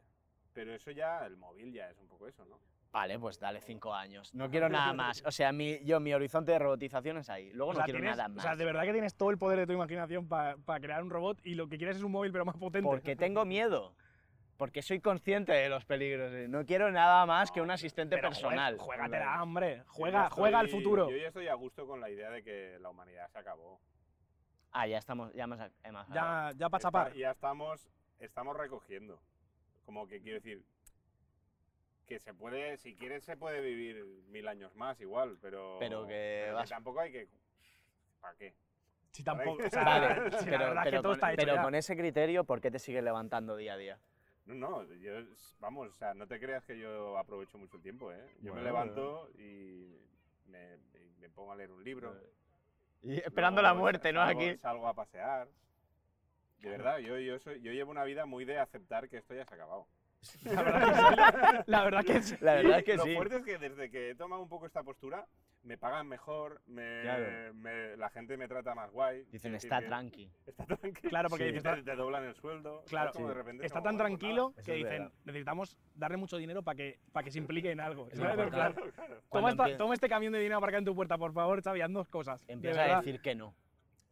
Speaker 4: Pero eso ya, el móvil ya es un poco eso, ¿no?
Speaker 3: Vale, pues dale cinco años. No quiero nada más. O sea, mi, yo mi horizonte de robotización es ahí. Luego
Speaker 5: O
Speaker 3: no
Speaker 5: sea,
Speaker 3: quiero
Speaker 5: tienes-
Speaker 3: nada
Speaker 5: o
Speaker 3: más.
Speaker 5: sea, de verdad que tienes todo el poder de tu imaginación para crear un robot y lo que quieres es un móvil pero más potente.
Speaker 3: Porque
Speaker 5: [LAUGHS]
Speaker 3: tengo miedo. Porque soy consciente de los peligros. eh. No quiero nada más que un asistente
Speaker 5: Pero, joder,
Speaker 3: personal.
Speaker 5: Juégatela, hombre.
Speaker 4: Yo ya
Speaker 5: Juega, juega al
Speaker 4: estoy-
Speaker 5: futuro.
Speaker 4: Yo ya estoy a gusto con la idea de que la humanidad se acabó.
Speaker 3: Ah, ya estamos, ya hemos, hemos-
Speaker 5: Ya, ya para
Speaker 4: Está-
Speaker 5: chapar.
Speaker 4: ya estamos, estamos recogiendo. Como que quiero decir que se puede, si quieres, se puede vivir mil años más igual, pero.
Speaker 3: Pero que vas-
Speaker 4: tampoco hay que. ¿Para qué?
Speaker 5: Si tampoco. o sea,
Speaker 3: Vale,
Speaker 5: [LAUGHS] si la
Speaker 3: pero,
Speaker 5: verdad es que
Speaker 3: pero
Speaker 5: todo
Speaker 3: con,
Speaker 5: está hecho
Speaker 3: pero
Speaker 5: ya.
Speaker 3: con ese criterio, ¿por qué te sigues levantando día a día?
Speaker 4: No, no, yo, vamos, o sea, no te creas que yo aprovecho mucho el tiempo, ¿eh? Yo me
Speaker 8: Bueno,
Speaker 4: levanto y me, y me pongo a leer un libro.
Speaker 3: Y esperando la
Speaker 4: Luego
Speaker 3: muerte, ¿no?
Speaker 4: salgo-
Speaker 3: Aquí.
Speaker 4: Salgo a pasear. De verdad, yo, yo, soy- yo llevo una vida muy de aceptar que esto ya se ha acabado.
Speaker 5: [LAUGHS] La verdad que sí.
Speaker 3: La
Speaker 5: La verdad que sí.
Speaker 3: verdad es que
Speaker 4: Lo
Speaker 3: sí.
Speaker 4: fuerte es que desde que he tomado un poco esta postura, me pagan mejor, me,
Speaker 3: Claro.
Speaker 4: me- la gente me trata más guay.
Speaker 3: Dicen,
Speaker 4: Quiero decir
Speaker 3: está
Speaker 4: que
Speaker 3: tranqui.
Speaker 4: Está tranquilo.
Speaker 5: Claro, porque
Speaker 4: Sí.
Speaker 5: dices,
Speaker 4: te, te doblan el sueldo.
Speaker 5: Claro.
Speaker 4: ¿sabes? Como de repente
Speaker 5: Está
Speaker 4: es como,
Speaker 5: tan
Speaker 4: bueno, pues nada.
Speaker 3: [LAUGHS]
Speaker 5: tranquilo que dicen, necesitamos darle mucho dinero para que, para que se implique en algo. ¿sabes? En plan,
Speaker 4: Claro, claro.
Speaker 5: toma,
Speaker 3: Cuando
Speaker 5: esta-
Speaker 3: empie-
Speaker 5: toma este camión de dinero aparcado en tu puerta, por favor, Xavi, haz dos cosas. De
Speaker 3: Empieza a
Speaker 5: verdad.
Speaker 3: decir que no.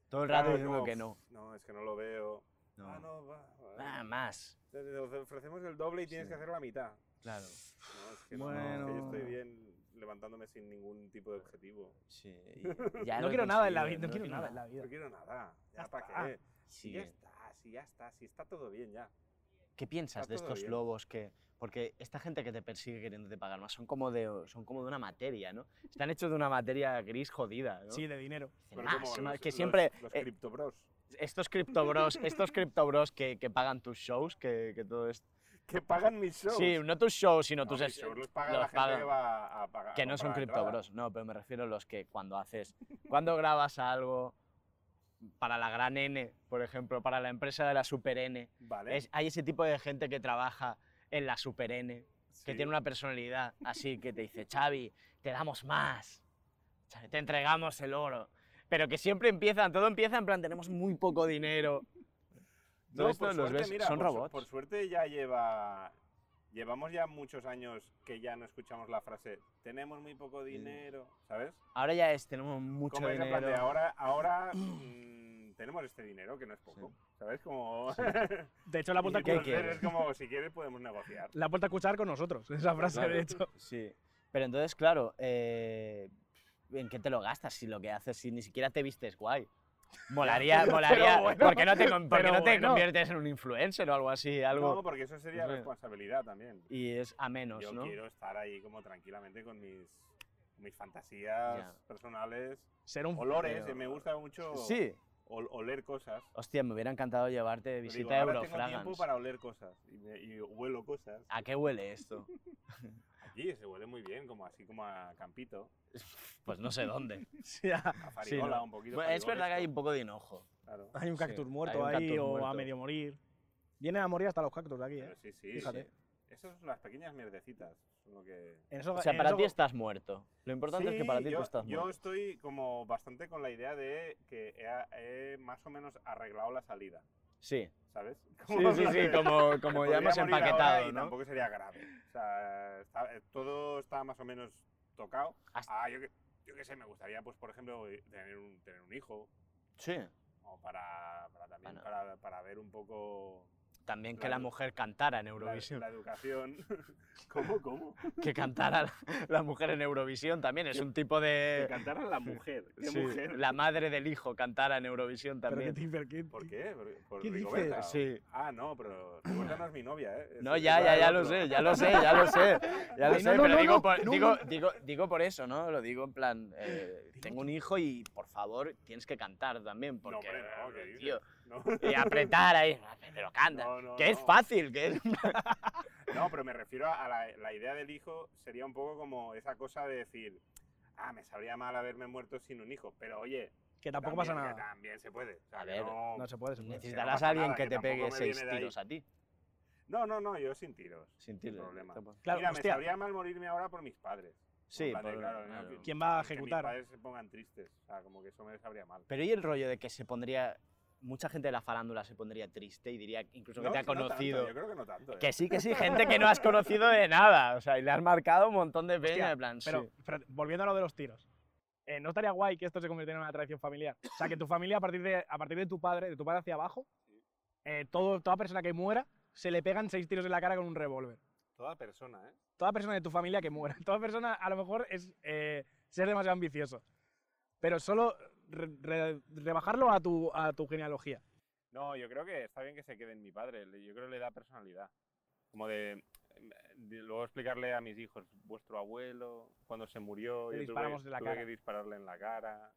Speaker 3: Todo el rato
Speaker 4: Claro,
Speaker 3: diciendo
Speaker 4: como,
Speaker 3: que no.
Speaker 4: No, es que no lo veo.
Speaker 3: No.
Speaker 4: Ah, no, va. va.
Speaker 3: Ah, más.
Speaker 4: Te- te ofrecemos el doble y tienes que hacer la mitad.
Speaker 3: Claro.
Speaker 4: No, es que no, no, es que yo
Speaker 5: Bueno.
Speaker 4: estoy bien levantándome sin ningún tipo de objetivo.
Speaker 3: [LAUGHS] Sí. Ya
Speaker 5: No
Speaker 3: lo he
Speaker 5: quiero nada en la vida,
Speaker 3: conseguido,
Speaker 5: no quiero nada en la
Speaker 4: No
Speaker 5: vida.
Speaker 4: quiero nada. Ya,
Speaker 5: Ya
Speaker 4: para qué.
Speaker 3: Sí.
Speaker 4: Ya está, sí, ya está, sí, está todo bien ya.
Speaker 3: ¿Qué piensas de
Speaker 4: todo
Speaker 3: estos
Speaker 4: bien.
Speaker 3: lobos que.? Porque esta gente que te persigue queriéndote pagar más son como de, son como de una materia, ¿no? Están hechos de una materia gris jodida, ¿no?
Speaker 5: Sí, de dinero.
Speaker 3: Dicen,
Speaker 4: Pero
Speaker 3: "Más,
Speaker 4: como
Speaker 3: más",
Speaker 4: los-
Speaker 3: que
Speaker 4: los-
Speaker 3: siempre.
Speaker 4: Los,
Speaker 3: eh,
Speaker 4: criptobros.
Speaker 3: estos criptobros, estos criptobros que, que pagan tus shows, que, que todo esto.
Speaker 4: que pagan mis shows.
Speaker 3: Sí, no tus shows, sino
Speaker 4: No,
Speaker 3: tus
Speaker 4: mis
Speaker 3: es-
Speaker 4: shows los paga la
Speaker 3: los
Speaker 4: gente que va a- a pagar.
Speaker 3: Que no son Crypto Bros, no, pero me refiero a los que cuando haces, cuando grabas algo para la gran N, por ejemplo, para la empresa de la Super N,
Speaker 4: Vale.
Speaker 3: es- hay ese tipo de gente que trabaja en la Super N, que
Speaker 4: sí.
Speaker 3: tiene una personalidad así, que te dice, Xavi, te damos más, Xavi, te entregamos el oro, pero que siempre empiezan, todo empieza en plan, tenemos muy poco dinero.
Speaker 4: No,
Speaker 3: Todo esto
Speaker 4: por
Speaker 3: los
Speaker 4: suerte,
Speaker 3: ves,
Speaker 4: mira,
Speaker 3: son
Speaker 4: por su-
Speaker 3: robots.
Speaker 4: por suerte ya lleva. Llevamos ya muchos años que ya no escuchamos la frase tenemos muy poco dinero, ¿sabes?
Speaker 3: Ahora ya es, tenemos mucho
Speaker 4: Como es en plan de
Speaker 3: dinero.
Speaker 4: ahora,
Speaker 3: [CLEARS THROAT]
Speaker 4: ahora mm, tenemos este dinero que no es poco, ¿sabes? Como [LAUGHS]
Speaker 5: De hecho, la apunta
Speaker 4: Y
Speaker 5: a
Speaker 3: ¿Qué
Speaker 4: entonces
Speaker 5: escuchar-
Speaker 3: quieres?
Speaker 4: es como si quieres podemos negociar.
Speaker 5: la apunta a escuchar con nosotros, [LAUGHS] esa frase, de hecho.
Speaker 3: Sí. Pero entonces, claro, eh, ¿en qué te lo gastas si lo que haces, si ni siquiera te vistes guay?
Speaker 4: [LAUGHS]
Speaker 3: Molaría, molaría.
Speaker 4: bueno,
Speaker 3: ¿Por qué no te, con- por qué
Speaker 5: pero
Speaker 3: no te
Speaker 5: bueno.
Speaker 3: conviertes en un influencer o algo así? [LAUGHS] Algo.
Speaker 4: No, porque eso sería
Speaker 3: no sé.
Speaker 4: responsabilidad también.
Speaker 3: y es a menos,
Speaker 4: Yo
Speaker 3: ¿no?
Speaker 4: quiero estar ahí como tranquilamente con mis mis fantasías
Speaker 3: Ya.
Speaker 4: personales,
Speaker 5: Ser un.
Speaker 4: olores,
Speaker 3: Pero-
Speaker 4: eh, me gusta mucho
Speaker 3: Sí.
Speaker 4: ol- oler cosas.
Speaker 3: Hostia, me hubiera encantado llevarte de
Speaker 4: Pero
Speaker 3: visita
Speaker 4: digo,
Speaker 3: a
Speaker 4: ahora tengo tiempo
Speaker 3: Eurofragans.
Speaker 4: para oler cosas y, me- y huelo cosas.
Speaker 3: ¿A qué huele
Speaker 4: [LAUGHS]
Speaker 3: esto?
Speaker 4: Aquí se huele muy bien, como así como a campito,
Speaker 3: Pues no sé
Speaker 4: [LAUGHS]
Speaker 3: dónde.
Speaker 5: [LAUGHS] Sí, ah,
Speaker 4: a farigola
Speaker 3: ¿no?
Speaker 4: un poquito.
Speaker 3: Bueno, es verdad que hay un
Speaker 4: farigolesco,
Speaker 3: poco de hinojo.
Speaker 4: claro.
Speaker 5: hay un
Speaker 3: Sí,
Speaker 5: cactus
Speaker 3: hay
Speaker 5: muerto
Speaker 3: un
Speaker 5: ahí
Speaker 3: cactus
Speaker 5: o a
Speaker 3: muerto.
Speaker 5: medio morir. Vienen a morir hasta los cactus de aquí,
Speaker 4: Pero
Speaker 5: ¿eh?
Speaker 4: sí, sí.
Speaker 5: Fíjate.
Speaker 4: Esas son las pequeñas mierdecitas, son lo que
Speaker 5: En eso-
Speaker 3: O sea,
Speaker 5: en
Speaker 3: para
Speaker 5: eso-
Speaker 3: ti estás muerto. Lo importante es que para
Speaker 4: eh, Sí,
Speaker 3: ti
Speaker 4: yo,
Speaker 3: tú estás
Speaker 4: yo
Speaker 3: muerto.
Speaker 4: estoy como bastante con la idea de que he, a- he más o menos arreglado la salida,
Speaker 3: Sí.
Speaker 4: ¿sabes? [LAUGHS]
Speaker 3: Sí, sí, sí, como, como ya
Speaker 4: Podría
Speaker 3: hemos
Speaker 4: morir ahora
Speaker 3: empaquetado,
Speaker 4: y
Speaker 3: ¿no?
Speaker 4: Tampoco sería grave. O sea, está- eh, todo está más o menos tocado.
Speaker 3: Hasta-
Speaker 4: Ah, yo, que- yo qué sé, me gustaría, pues, por ejemplo, tener un, tener un hijo
Speaker 3: Sí.
Speaker 4: o para, para también
Speaker 3: Bueno.
Speaker 4: para, para ver un poco
Speaker 3: También que
Speaker 4: La
Speaker 3: la
Speaker 4: edu-
Speaker 3: mujer cantara en
Speaker 4: la,
Speaker 3: Eurovisión.
Speaker 4: la educación.
Speaker 3: [LAUGHS]
Speaker 4: ¿Cómo, cómo?
Speaker 3: Que cantara la, la mujer en Eurovisión también. Es un tipo
Speaker 4: Que
Speaker 3: de.
Speaker 4: cantara la mujer. ¿Qué
Speaker 3: Sí,
Speaker 4: mujer?
Speaker 3: La madre del hijo cantara en Eurovisión
Speaker 5: Pero que
Speaker 3: también.
Speaker 5: Timber Kid-
Speaker 4: ¿Por qué? ¿Por, por
Speaker 5: ¿Qué dices?
Speaker 4: Rigoberta?
Speaker 3: Sí.
Speaker 4: Ah, no, pero Rigoberta no es mi novia, ¿eh?
Speaker 3: No,
Speaker 4: Es-
Speaker 3: ya,
Speaker 4: es la
Speaker 3: ya,
Speaker 4: del
Speaker 3: ya lo
Speaker 4: otro.
Speaker 3: sé, ya lo sé, ya lo sé. Ya lo
Speaker 5: Ay, no,
Speaker 3: sé,
Speaker 5: no,
Speaker 3: pero
Speaker 5: no, no,
Speaker 3: digo, por,
Speaker 5: no,
Speaker 3: digo,
Speaker 5: no.
Speaker 3: digo, digo por eso, ¿no? Lo digo en
Speaker 4: [CLEARS THROAT]
Speaker 3: plan. eh, tengo un hijo y por favor tienes que cantar también. Porque, eh,
Speaker 4: hombre, no, ¿qué dices?
Speaker 3: tío,
Speaker 4: No.
Speaker 3: y apretar ahí. Pero canta.
Speaker 4: No, no,
Speaker 3: que es
Speaker 4: no.
Speaker 3: fácil, que es.
Speaker 4: No, pero me refiero a la, la idea del hijo, sería un poco como esa cosa de decir, ah, me sabría mal haberme muerto sin un hijo, pero oye,
Speaker 5: Que tampoco pasa
Speaker 4: también- que
Speaker 5: nada.
Speaker 4: También se puede. o sea,
Speaker 3: A
Speaker 4: que
Speaker 3: ver,
Speaker 4: no...
Speaker 5: No se puede, se puede.
Speaker 4: Neces-
Speaker 3: Necesitarás
Speaker 4: pasa
Speaker 3: a alguien
Speaker 4: nada,
Speaker 3: que
Speaker 4: que
Speaker 3: te
Speaker 4: tampoco
Speaker 3: pegue
Speaker 4: me
Speaker 3: seis
Speaker 4: viene de ahí.
Speaker 3: tiros a ti.
Speaker 4: no, no, no, yo sin tiros.
Speaker 3: Sin
Speaker 4: sin
Speaker 3: tiros.
Speaker 4: problema.
Speaker 5: Claro,
Speaker 4: Mira,
Speaker 5: hostia.
Speaker 4: me sabría mal morirme ahora por mis padres.
Speaker 3: Sí,
Speaker 4: Vale,
Speaker 3: por-
Speaker 4: claro, no,
Speaker 3: claro.
Speaker 4: que-
Speaker 5: ¿Quién va a
Speaker 4: que
Speaker 5: ejecutar?
Speaker 4: mis padres se pongan tristes, o sea, como que eso me sabría mal.
Speaker 3: Pero ¿y el rollo de que se pondría, mucha gente de la farándula se pondría triste y diría incluso que
Speaker 4: No,
Speaker 3: te ha
Speaker 4: no tanto,
Speaker 3: conocido?
Speaker 4: yo creo que no tanto. ¿eh?
Speaker 3: que sí, que sí, gente que no has conocido de nada, o sea, y le has marcado un montón de peña,
Speaker 5: Hostia,
Speaker 3: de plan,
Speaker 5: Pero,
Speaker 3: sí.
Speaker 5: espérate, volviendo a lo de los tiros. eh, ¿No estaría guay que esto se convirtiera en una tradición familiar? O sea, que tu familia, a partir de, a partir de tu padre, de tu padre hacia abajo, eh, todo, toda persona que muera, se le pegan seis tiros en la cara con un revólver.
Speaker 4: Toda persona, ¿eh?
Speaker 5: Toda persona de tu familia que muera. [LAUGHS] Toda persona, a lo mejor, es eh, ser demasiado ambicioso. Pero solo re- re- rebajarlo a tu, a tu genealogía.
Speaker 4: No, yo creo que está bien que se quede en mi padre. le- Yo creo que le da personalidad. Como de, de luego explicarle a mis hijos, vuestro abuelo, cuando se murió,
Speaker 5: Le
Speaker 4: yo
Speaker 5: disparamos
Speaker 4: tuve,
Speaker 5: en la
Speaker 4: tuve
Speaker 5: cara".
Speaker 4: que dispararle en la cara.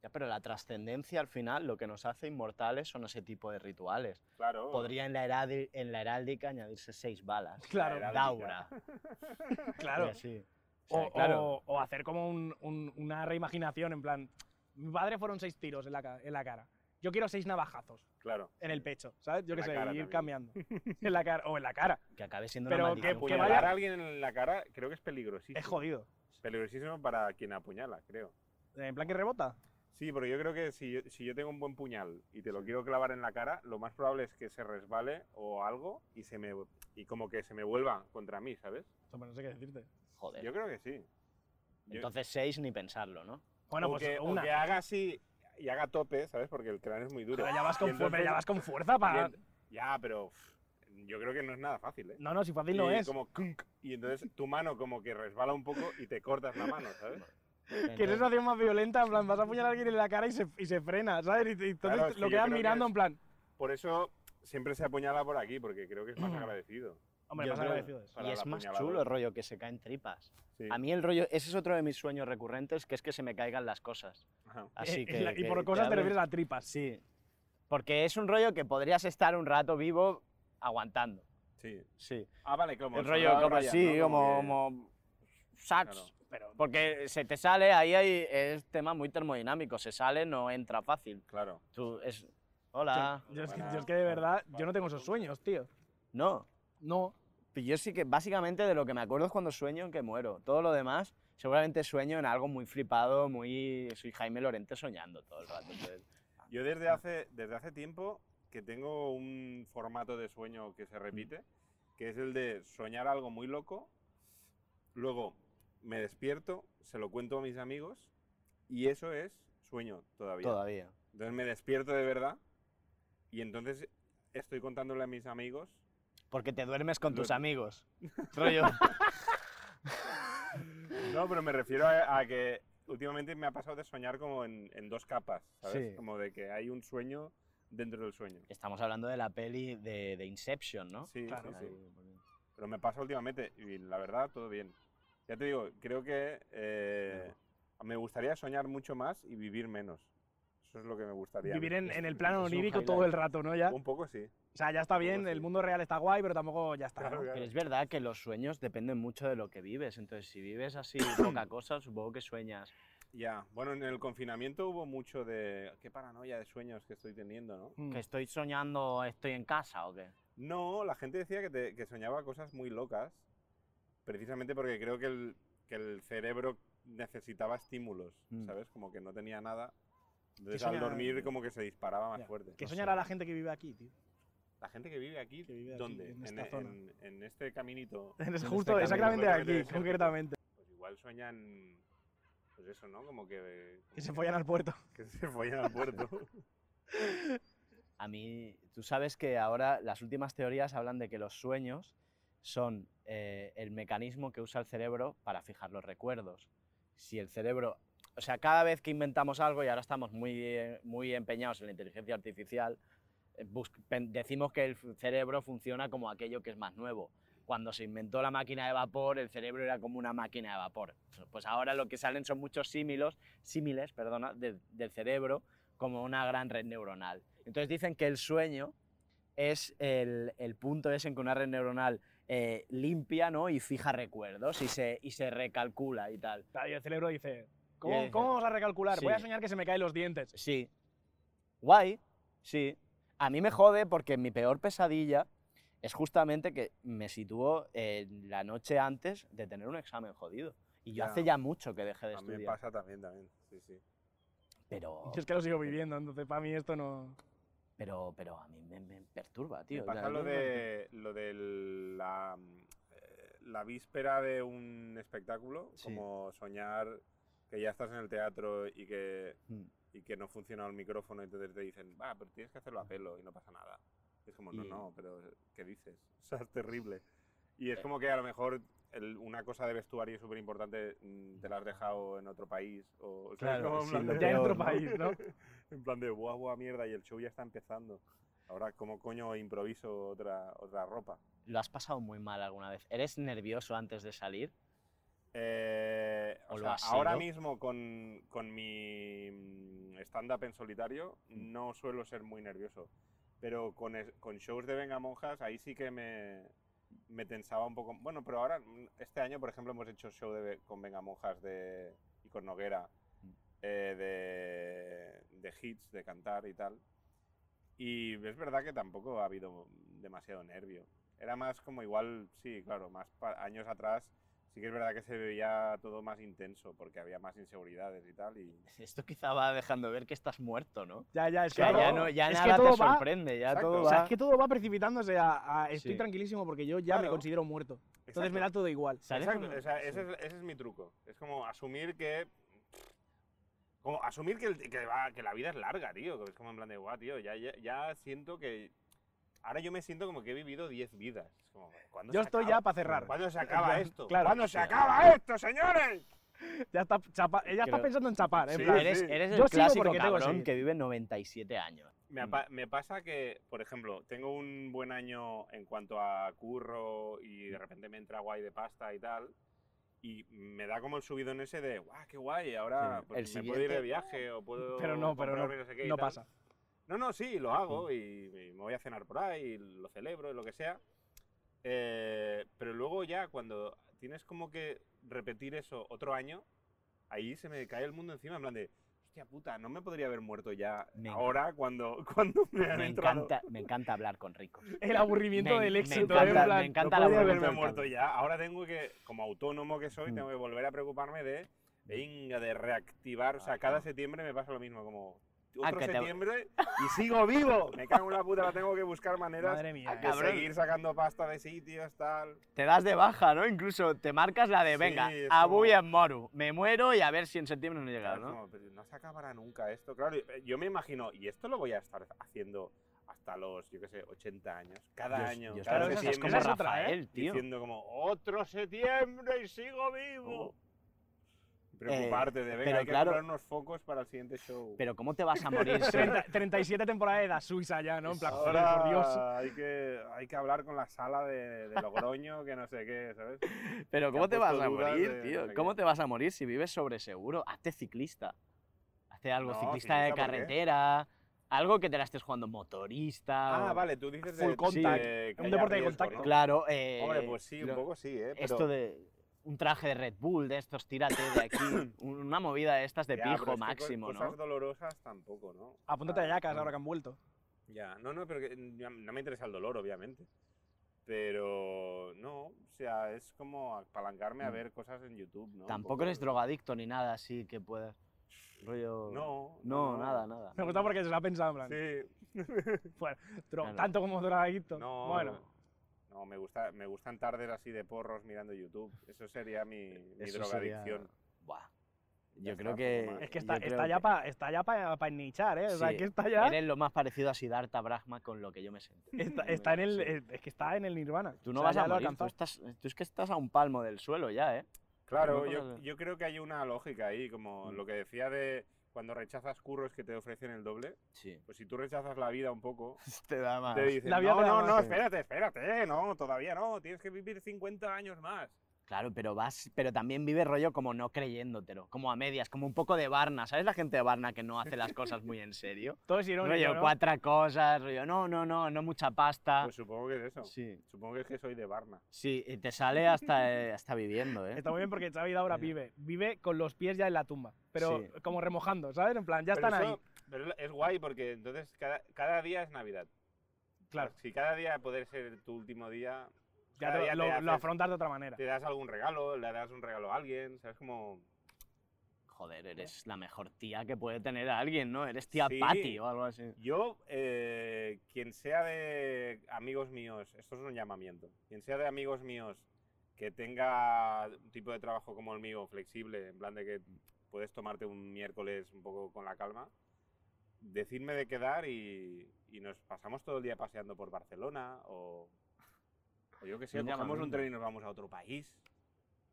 Speaker 3: Ya, pero la trascendencia al final, lo que nos hace inmortales son ese tipo de rituales.
Speaker 4: Claro.
Speaker 3: Podría en la, heradi- en la heráldica añadirse seis balas.
Speaker 5: Claro,
Speaker 4: Heráldica.
Speaker 3: Daura.
Speaker 5: claro.
Speaker 3: y así. O
Speaker 5: O,
Speaker 3: sea, claro.
Speaker 5: o- o hacer como un- un- una reimaginación, en plan, mi padre fueron seis tiros en la, ca- en la cara. Yo quiero seis navajazos.
Speaker 4: Claro.
Speaker 5: en el pecho, ¿sabes? Yo
Speaker 4: En
Speaker 5: qué
Speaker 4: la
Speaker 5: sé,
Speaker 4: cara
Speaker 5: y
Speaker 4: también.
Speaker 5: ir cambiando. [LAUGHS] en la cara, o en la cara.
Speaker 3: que acabe siendo
Speaker 5: pero
Speaker 3: una
Speaker 5: que-
Speaker 3: maldición.
Speaker 5: que
Speaker 4: Apuñalar
Speaker 5: vaya-
Speaker 4: a alguien en la cara creo que es peligrosísimo.
Speaker 5: Es jodido.
Speaker 4: Peligrosísimo para quien apuñala, creo.
Speaker 5: En plan que rebota.
Speaker 4: Sí, porque yo creo que si yo, si yo tengo un buen puñal y te lo quiero clavar en la cara, lo más probable es que se resbale o algo y se me y como que se me vuelva contra mí, ¿sabes?
Speaker 5: Hombre, no sé qué decirte.
Speaker 3: Joder.
Speaker 4: Yo creo que sí. Yo-
Speaker 3: Entonces seis ni pensarlo, ¿no?
Speaker 5: Bueno,
Speaker 4: o
Speaker 5: pues
Speaker 4: que, o
Speaker 5: una.
Speaker 4: que haga así y haga tope, ¿sabes? Porque el cráneo es muy duro.
Speaker 5: Pero ya, vas
Speaker 4: Y
Speaker 5: con, fu-
Speaker 4: entonces-
Speaker 5: pero ya vas con fuerza
Speaker 4: y
Speaker 5: para.
Speaker 4: en- Ya, pero uf, yo creo que no es nada fácil, ¿eh?
Speaker 5: No, no, si fácil
Speaker 4: y
Speaker 5: no es.
Speaker 4: Como cunk, y entonces tu mano como que resbala un poco y te cortas la mano, ¿sabes?
Speaker 5: Que es una acción más violenta, en plan, vas a apuñalar a alguien en la cara y se, y se frena, ¿sabes? Y, y entonces
Speaker 4: Claro, es que
Speaker 5: lo
Speaker 4: yo
Speaker 5: quedas
Speaker 4: creo que
Speaker 5: mirando
Speaker 4: es-
Speaker 5: en plan.
Speaker 4: Por eso siempre se apuñala por aquí, porque creo que es
Speaker 5: Mm.
Speaker 4: más agradecido.
Speaker 5: Hombre,
Speaker 3: Yo
Speaker 5: más
Speaker 3: creo-
Speaker 5: agradecido es.
Speaker 3: Y
Speaker 4: para la
Speaker 3: es más
Speaker 4: apuñalada.
Speaker 3: chulo el rollo que se caen tripas.
Speaker 4: Sí.
Speaker 3: A mí el rollo, ese es otro de mis sueños recurrentes, que es que se me caigan las cosas.
Speaker 4: Ajá.
Speaker 3: Así
Speaker 5: Eh,
Speaker 3: que,
Speaker 5: [LAUGHS] y la- y
Speaker 3: que
Speaker 5: por cosas te
Speaker 3: abren-
Speaker 5: refieres a tripas.
Speaker 3: Sí. Porque es un rollo que podrías estar un rato vivo aguantando.
Speaker 4: Sí.
Speaker 3: Sí.
Speaker 4: Ah, vale, como.
Speaker 3: el rollo como
Speaker 4: rayas,
Speaker 3: sí,
Speaker 4: ¿no?
Speaker 3: como,
Speaker 4: que-
Speaker 3: como sats,
Speaker 4: Claro.
Speaker 3: pero porque se te sale, ahí hay, es tema muy termodinámico, se sale, no entra fácil.
Speaker 4: Claro.
Speaker 3: Tú, es, hola,
Speaker 5: Yo es, que,
Speaker 4: Ah,
Speaker 5: yo es que de verdad, yo no tengo esos sueños, tío.
Speaker 3: no.
Speaker 5: No.
Speaker 3: Pero yo sí que básicamente de lo que me acuerdo es cuando sueño en que muero. Todo lo demás, seguramente sueño en algo muy flipado, muy... Soy Jaime Lorente soñando todo el rato. entonces,
Speaker 4: Yo desde hace, desde hace tiempo que tengo un formato de sueño que se repite, que es el de soñar algo muy loco, luego me despierto, se lo cuento a mis amigos y eso es sueño todavía.
Speaker 3: todavía.
Speaker 4: Entonces me despierto de verdad y entonces estoy contándole a mis amigos.
Speaker 3: Porque te duermes con tus
Speaker 4: Lo-
Speaker 3: amigos. Rollo.
Speaker 4: No, pero me refiero a, a que últimamente me ha pasado de soñar como en, en dos capas, ¿sabes?
Speaker 3: Sí.
Speaker 4: Como de que hay un sueño dentro del sueño.
Speaker 3: Estamos hablando de la peli de, de Inception, ¿no?
Speaker 4: Sí,
Speaker 9: Claro.
Speaker 4: sí, sí. Pero me pasa últimamente y la verdad, todo bien. Ya te digo, creo que eh, me gustaría soñar mucho más y vivir menos. Eso es lo que me gustaría. a mí.
Speaker 5: Vivir en, en el
Speaker 4: pues Es
Speaker 5: plano
Speaker 4: un
Speaker 5: onírico
Speaker 4: highlight.
Speaker 5: todo el rato, ¿no? Ya.
Speaker 4: Un poco sí.
Speaker 5: O sea, ya está bien,
Speaker 4: poco
Speaker 5: el
Speaker 4: sí.
Speaker 5: mundo real está guay, pero tampoco ya está.
Speaker 4: Claro,
Speaker 5: ¿no?
Speaker 4: claro.
Speaker 3: Pero es verdad que los sueños dependen mucho de lo que vives. Entonces, si vives así
Speaker 4: [COUGHS]
Speaker 3: poca cosa, supongo que sueñas.
Speaker 4: Ya, bueno, en el confinamiento hubo mucho de... Qué paranoia de sueños que estoy teniendo, ¿no?
Speaker 5: Mm.
Speaker 3: ¿Que estoy soñando, estoy en casa o qué?
Speaker 4: No, la gente decía que, te- que soñaba cosas muy locas, precisamente porque creo que el, que el cerebro necesitaba estímulos,
Speaker 3: Mm.
Speaker 4: ¿sabes? Como que no tenía nada. Entonces
Speaker 5: sueña-
Speaker 4: al dormir como que se disparaba más
Speaker 5: Ya,
Speaker 4: fuerte.
Speaker 5: ¿Qué
Speaker 4: No
Speaker 5: soñará
Speaker 4: sé.
Speaker 5: la gente que vive aquí, tío?
Speaker 4: La gente que vive aquí,
Speaker 5: Que vive aquí,
Speaker 4: ¿dónde?
Speaker 5: en esta zona.
Speaker 4: en- en este
Speaker 5: [LAUGHS]
Speaker 4: caminito.
Speaker 5: Es
Speaker 4: en
Speaker 5: justo,
Speaker 4: este
Speaker 5: exactamente
Speaker 4: camino que te
Speaker 5: aquí,
Speaker 4: decía,
Speaker 5: concretamente.
Speaker 4: Pues igual sueñan, pues eso, ¿no? Como que... como
Speaker 5: Que se follan al puerto.
Speaker 4: Que se follan al puerto.
Speaker 3: A mí, tú sabes que ahora las últimas teorías hablan de que los sueños son eh, el mecanismo que usa el cerebro para fijar los recuerdos. Si el cerebro, o sea, cada vez que inventamos algo y ahora estamos muy, eh, muy empeñados en la inteligencia artificial, eh, bus- pen- decimos que el f- cerebro funciona como aquello que es más nuevo. Cuando se inventó la máquina de vapor, el cerebro era como una máquina de vapor. Pues ahora lo que salen son muchos símilos, símiles, perdona, de- del cerebro como una gran red neuronal. Entonces dicen que el sueño es el, el punto ese en que una red neuronal eh, limpia ¿no? y fija recuerdos y se, y se recalcula y tal.
Speaker 5: Claro, y el cerebro dice,
Speaker 3: Y
Speaker 5: ¿cómo,
Speaker 3: dice,
Speaker 5: cómo vamos a recalcular? Voy a
Speaker 3: sí.
Speaker 5: soñar que se me caen los dientes.
Speaker 3: Sí. Guay, sí. A mí me jode porque mi peor pesadilla es justamente que me sitúo en la noche antes de tener un examen jodido. Y yo
Speaker 4: Ya.
Speaker 3: hace ya mucho que dejé de
Speaker 4: A mí me
Speaker 3: estudiar.
Speaker 4: pasa también, también. Sí, sí. [LAUGHS]
Speaker 3: Pero,
Speaker 5: Yo es que lo sigo viviendo, entonces para mí esto no...
Speaker 3: pero, pero a mí me, me perturba, tío.
Speaker 4: Me
Speaker 3: O sea,
Speaker 4: pasa lo
Speaker 3: yo no-
Speaker 4: de, lo de la, mm, eh, la víspera de un espectáculo,
Speaker 3: Sí.
Speaker 4: como soñar que ya estás en el teatro y que,
Speaker 3: Mm.
Speaker 4: y que no funciona el micrófono y entonces te dicen, va, pero tienes que hacerlo a pelo y no pasa nada. Y es como, no,
Speaker 3: Y-
Speaker 4: no, pero ¿qué dices? [LAUGHS] O sea, es terrible. Y
Speaker 3: Eh.
Speaker 4: es como que a lo mejor el- una cosa de vestuario súper importante mm, te la has dejado en otro país. O, o sea, es
Speaker 3: Claro,
Speaker 4: como en
Speaker 3: sí,
Speaker 4: plan
Speaker 3: lo
Speaker 4: de-
Speaker 5: Ya en
Speaker 3: peor,
Speaker 5: otro
Speaker 3: ¿no?
Speaker 5: país,
Speaker 3: [LAUGHS]
Speaker 5: ¿no?
Speaker 4: en plan de buah, buah, mierda, y el show ya está empezando. Ahora, ¿cómo coño improviso otra, otra ropa?
Speaker 3: ¿Lo has pasado muy mal alguna vez? ¿Eres nervioso antes de salir? [LAUGHS]
Speaker 4: Eh, o
Speaker 3: ¿O lo
Speaker 4: sea,
Speaker 3: has
Speaker 4: ahora
Speaker 3: sido?
Speaker 4: mismo con, con mi mm, stand-up en solitario no suelo ser muy nervioso. Pero con, es- con shows de Venga Monjas ahí sí que me, me tensaba un poco. Bueno, pero ahora, mm, este año, por ejemplo, hemos hecho show de ve- con Venga Monjas de, y con Noguera eh, de, de hits, de cantar y tal. Y es verdad que tampoco ha habido demasiado nervio. Era más como igual, sí, claro, más pa- años atrás sí que es verdad que se veía todo más intenso porque había más inseguridades y tal. Y...
Speaker 3: Esto quizá va dejando ver que estás muerto, ¿no?
Speaker 5: Ya, ya, es
Speaker 3: O sea,
Speaker 5: que
Speaker 3: ya,
Speaker 5: todo-
Speaker 3: no, ya
Speaker 5: es que
Speaker 3: nada te
Speaker 5: todo va-
Speaker 3: sorprende, ya
Speaker 4: Exacto.
Speaker 3: todo
Speaker 5: O sea,
Speaker 3: va...
Speaker 5: es que todo va precipitándose a, a estoy
Speaker 3: Sí.
Speaker 5: tranquilísimo porque yo ya me
Speaker 4: Claro.
Speaker 5: considero muerto. Entonces me da
Speaker 4: Exacto.
Speaker 5: todo igual.
Speaker 3: ¿Sales
Speaker 4: Exacto,
Speaker 3: con-
Speaker 4: o sea, ese, es, ese es mi truco. Es como asumir que. Como asumir que, el- que va- que la vida es larga, tío. Es como en plan de, guau, tío, ya, ya, ya siento que. Ahora yo me siento como que he vivido 10 vidas. Es como, ¿cuándo
Speaker 5: Yo
Speaker 4: se
Speaker 5: estoy
Speaker 4: acaba?
Speaker 5: ya pa' cerrar.
Speaker 4: ¿Cuándo se
Speaker 5: En
Speaker 4: acaba
Speaker 5: plan,
Speaker 4: esto?
Speaker 5: claro.
Speaker 4: ¿Cuándo se acaba esto, señores?
Speaker 5: Ya está, chapa- ella está
Speaker 3: Creo-
Speaker 5: pensando en chapar, en
Speaker 4: Sí,
Speaker 5: plan,
Speaker 3: eres,
Speaker 4: sí.
Speaker 3: eres
Speaker 5: Yo
Speaker 3: el
Speaker 5: sigo
Speaker 3: clásico
Speaker 5: porque tengo que
Speaker 3: cabrón
Speaker 5: seguir.
Speaker 3: que vive 97 años.
Speaker 4: Me,
Speaker 3: Mm.
Speaker 4: apa- me pasa que, por ejemplo, tengo un buen año en cuanto a curro y de
Speaker 5: Mm.
Speaker 4: repente me entra guay de pasta y tal. Y me da como el subidón ese de, guau, qué guay, ahora
Speaker 3: Sí,
Speaker 4: pues,
Speaker 3: el
Speaker 4: me puedo ir de
Speaker 3: siguiente,
Speaker 4: viaje o puedo.
Speaker 5: Pero no, pero
Speaker 4: comprarme
Speaker 5: no,
Speaker 4: sé qué y
Speaker 5: no
Speaker 4: tal".
Speaker 5: pasa.
Speaker 3: Ah,
Speaker 4: No, no, sí, lo hago y, y me voy a cenar por ahí, y lo celebro y lo que sea. Eh, pero luego ya cuando tienes como que repetir eso otro año, ahí se me cae el mundo encima, en plan de, hostia puta, no me podría haber muerto ya
Speaker 3: Me
Speaker 4: ahora cuando, [LAUGHS] cuando me han
Speaker 3: Me
Speaker 4: entrado.
Speaker 3: encanta, me encanta hablar con ricos.
Speaker 5: El aburrimiento
Speaker 3: Me-
Speaker 5: del
Speaker 3: me
Speaker 5: éxito.
Speaker 3: encanta,
Speaker 5: en plan,
Speaker 3: me encanta
Speaker 4: no
Speaker 3: la
Speaker 4: podía
Speaker 3: pregunta
Speaker 4: haberme
Speaker 3: del
Speaker 4: muerto
Speaker 3: Pablo.
Speaker 4: ya. Ahora tengo que, como autónomo que soy,
Speaker 3: Mm.
Speaker 4: tengo que volver a preocuparme de, de inga, de reactivar. O sea,
Speaker 3: Ajá.
Speaker 4: cada septiembre me pasa lo mismo, como
Speaker 3: Ah,
Speaker 4: otro
Speaker 3: que te- [LAUGHS]
Speaker 4: septiembre y sigo vivo. Me cago en la puta, ahora tengo que buscar maneras
Speaker 5: Madre mía.
Speaker 3: Ah,
Speaker 4: de
Speaker 3: cabrón.
Speaker 4: seguir sacando pasta de sitios, tal.
Speaker 3: Te das de baja, ¿no? Incluso te marcas la de,
Speaker 4: Sí,
Speaker 3: venga,
Speaker 4: es
Speaker 3: avui
Speaker 4: como-
Speaker 3: en moru, me muero y a ver si en septiembre no llega,
Speaker 4: Claro,
Speaker 3: ¿no?
Speaker 4: como, pero no se acabará nunca esto. Claro, y- eh, yo me imagino, y esto lo voy a estar haciendo hasta los, yo qué sé, 80 años. Cada
Speaker 10: Yo-
Speaker 4: año.
Speaker 10: yo
Speaker 4: cada
Speaker 3: Claro,
Speaker 5: Claro,
Speaker 3: eso
Speaker 5: sí,
Speaker 3: es
Speaker 5: sí,
Speaker 4: septiembre, ¿eh?
Speaker 3: como
Speaker 5: esa es otra,
Speaker 3: Rafael, tío.
Speaker 4: diciendo como, otro septiembre y sigo vivo. Preocuparte de,
Speaker 3: Oh.
Speaker 4: venga,
Speaker 3: Eh, pero
Speaker 4: hay que
Speaker 3: claro-
Speaker 4: comprar unos focos para el siguiente show.
Speaker 3: Pero ¿cómo te vas a
Speaker 4: [LAUGHS]
Speaker 3: morir? si-
Speaker 5: 30 37 temporadas de Da Suiza ya, ¿no? En plan, joder,
Speaker 4: Ahora
Speaker 5: por Dios.
Speaker 4: Hay que, hay que hablar con la sala de, de Logroño, que no sé qué, ¿sabes?
Speaker 3: [LAUGHS] Pero
Speaker 4: han
Speaker 3: ¿cómo te
Speaker 4: puesto
Speaker 3: vas a
Speaker 4: dudas
Speaker 3: morir,
Speaker 4: de no
Speaker 3: tío?
Speaker 4: sé
Speaker 3: ¿Cómo
Speaker 4: qué.
Speaker 3: te vas a morir si vives sobre seguro? Hazte ciclista. Hazte algo,
Speaker 4: No,
Speaker 3: ciclista de
Speaker 4: ciclista, ¿por qué?
Speaker 3: carretera, algo que te la estés jugando motorista.
Speaker 4: Ah,
Speaker 3: o-
Speaker 4: vale, tú dices
Speaker 5: Full
Speaker 4: de,
Speaker 5: contact,
Speaker 4: de que
Speaker 5: un
Speaker 4: haya
Speaker 5: deporte de
Speaker 4: riesgo,
Speaker 5: contacto.
Speaker 4: ¿no?
Speaker 3: Claro, eh,
Speaker 4: Hombre, pues sí, un
Speaker 3: lo-
Speaker 4: poco sí, ¿eh? Pero,
Speaker 3: Esto de un traje de Red Bull, de estos, tírate de aquí. una movida de estas de
Speaker 4: ya, pero
Speaker 3: pijo
Speaker 4: es que co-
Speaker 3: máximo,
Speaker 4: cosas
Speaker 3: ¿no?
Speaker 4: dolorosas tampoco, ¿no? O
Speaker 5: Apúntate a
Speaker 4: sea,
Speaker 5: yacas
Speaker 4: mm,
Speaker 5: ahora que han vuelto.
Speaker 4: Ya, no, no, pero que, mm, ya no me interesa el dolor, obviamente. Pero no, o sea, es como apalancarme a
Speaker 3: Mm.
Speaker 4: ver cosas en YouTube, ¿no? Un
Speaker 3: Tampoco
Speaker 4: poco,
Speaker 3: eres drogadicto ni nada así que puedas. Rollo.
Speaker 4: No,
Speaker 3: No, nada, nada.
Speaker 5: Me gusta porque se lo ha pensado, en plan.
Speaker 4: Sí,
Speaker 5: tro-
Speaker 3: Claro.
Speaker 5: Tanto como drogadicto.
Speaker 4: [LAUGHS] No,
Speaker 5: bueno,
Speaker 4: no, me, gusta, me gustan tardes así de porros mirando YouTube. Eso sería mi, mi
Speaker 3: Eso sería-
Speaker 4: drogadicción.
Speaker 3: Buah.
Speaker 4: Ya
Speaker 3: Yo creo
Speaker 4: está, poco
Speaker 3: que.
Speaker 4: más.
Speaker 5: es que está,
Speaker 3: yo creo
Speaker 5: está ya
Speaker 3: que-
Speaker 5: para está ya pa, pa ennichar, ¿eh? O sea,
Speaker 3: Sí,
Speaker 5: que está ya.
Speaker 3: Eres lo más parecido a Siddhartha Brahma con lo que yo me siento.
Speaker 5: [LAUGHS] Está, está en el, eh,
Speaker 3: Sí.
Speaker 5: es- es que está en el Nirvana.
Speaker 3: Tú
Speaker 5: O
Speaker 3: no
Speaker 5: sea,
Speaker 3: vas
Speaker 5: ya
Speaker 3: a
Speaker 5: lo ha
Speaker 3: morir, tú,
Speaker 5: alcanzado.
Speaker 3: estás, tú es que estás a un palmo del suelo ya, ¿eh?
Speaker 4: Claro,
Speaker 3: Tampoco
Speaker 4: yo,
Speaker 3: las-
Speaker 4: yo creo que hay una lógica ahí, como
Speaker 3: Mm.
Speaker 4: lo que decía de cuando rechazas curros que te ofrecen el doble,
Speaker 3: Sí.
Speaker 4: pues si tú rechazas la vida un poco,
Speaker 3: [LAUGHS] Te da más.
Speaker 4: te dicen,
Speaker 5: La vida
Speaker 4: no,
Speaker 5: te da
Speaker 4: no,
Speaker 5: más,
Speaker 4: no,
Speaker 5: sí.
Speaker 4: espérate, espérate, no, todavía no, tienes que vivir 50 años más.
Speaker 3: Claro, pero vas, pero también vive rollo como no creyéndotelo, como a medias, como un poco de Barna. ¿Sabes la gente de Barna que no hace las cosas muy en serio?
Speaker 5: Todo es irónico.
Speaker 3: rollo
Speaker 5: ¿no?
Speaker 3: cuatro cosas, rollo no, no, no, no mucha
Speaker 5: Ah.
Speaker 3: pasta.
Speaker 4: Pues supongo que es eso.
Speaker 3: sí.
Speaker 4: Supongo que es que soy de Barna.
Speaker 3: Sí, y te sale hasta, eh, hasta viviendo, ¿eh?
Speaker 5: Está muy bien porque Xavi ahora
Speaker 3: Ya.
Speaker 5: vive. Vive con los pies ya en la tumba. Pero
Speaker 3: Sí.
Speaker 5: como remojando, ¿sabes? En plan, ya
Speaker 4: Pero
Speaker 5: están
Speaker 4: eso-
Speaker 5: ahí.
Speaker 4: Pero es guay porque entonces cada, cada día es Navidad.
Speaker 5: Claro.
Speaker 4: Si cada día poder ser tu último día,
Speaker 5: Ya
Speaker 4: cada
Speaker 5: te-
Speaker 4: día te
Speaker 5: lo, lo
Speaker 4: haces-
Speaker 5: afrontas de otra manera.
Speaker 4: te das algún regalo, le das un regalo a alguien, ¿sabes? Como...
Speaker 3: Joder, eres la mejor tía que puede tener alguien, ¿no? Eres tía
Speaker 4: Sí.
Speaker 3: Patty o algo así.
Speaker 4: Yo, eh, quien sea de amigos míos, esto es un llamamiento, quien sea de amigos míos que tenga un tipo de trabajo como el mío, flexible, en plan de que puedes tomarte un miércoles un poco con la calma, decidme de quedar y, y nos pasamos todo el día paseando por Barcelona o, o yo que sé,
Speaker 3: Un
Speaker 4: cogemos un
Speaker 3: llamamiento.
Speaker 4: tren y nos vamos a otro país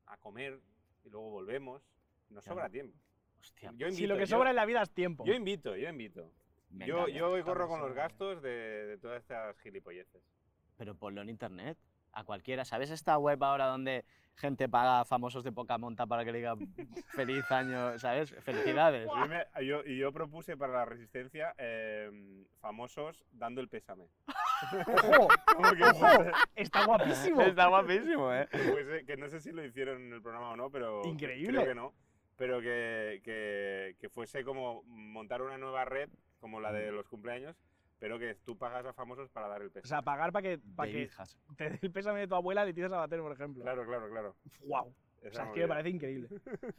Speaker 4: a comer y luego volvemos. Nos
Speaker 3: Claro.
Speaker 4: sobra tiempo.
Speaker 3: Hostia,
Speaker 4: Yo
Speaker 5: si
Speaker 4: invito,
Speaker 5: lo que
Speaker 4: yo-
Speaker 5: sobra en la vida es tiempo.
Speaker 4: Yo invito, yo invito.
Speaker 3: me
Speaker 4: Yo,
Speaker 3: encanta.
Speaker 4: yo hoy corro
Speaker 5: también
Speaker 4: con
Speaker 5: se
Speaker 4: los
Speaker 5: me-
Speaker 4: gastos de, de todas estas gilipolleces.
Speaker 3: Pero ponlo en internet, a cualquiera. ¿Sabes esta web ahora donde gente paga a famosos de poca monta para que le
Speaker 5: [LAUGHS]
Speaker 3: digan feliz año, ¿sabes? Felicidades.
Speaker 4: Y me- yo, y yo propuse para la resistencia eh, famosos dando el
Speaker 5: [LAUGHS]
Speaker 4: pésame.
Speaker 5: ¡Ojo!
Speaker 4: Como que,
Speaker 5: ¡Ojo! [LAUGHS]
Speaker 4: [LAUGHS]
Speaker 5: Está guapísimo.
Speaker 3: Está guapísimo, ¿eh?
Speaker 4: pues, eh, que no sé si lo hicieron en el programa o no, pero cre-
Speaker 5: Increíble.
Speaker 4: creo que no. Pero que, que- que fuese como montar una nueva red, como la
Speaker 5: Mm.
Speaker 4: de los cumpleaños, pero que tú pagas a famosos para dar el
Speaker 5: O sea,
Speaker 4: pésame.
Speaker 5: pagar para que, pa' que
Speaker 3: hijas.
Speaker 5: te dé el pésame de tu abuela y tiras a bater, por ejemplo.
Speaker 4: claro, claro, claro.
Speaker 5: ¡Wow! O
Speaker 4: Esa
Speaker 5: sea, es que me
Speaker 4: movida.
Speaker 5: parece increíble.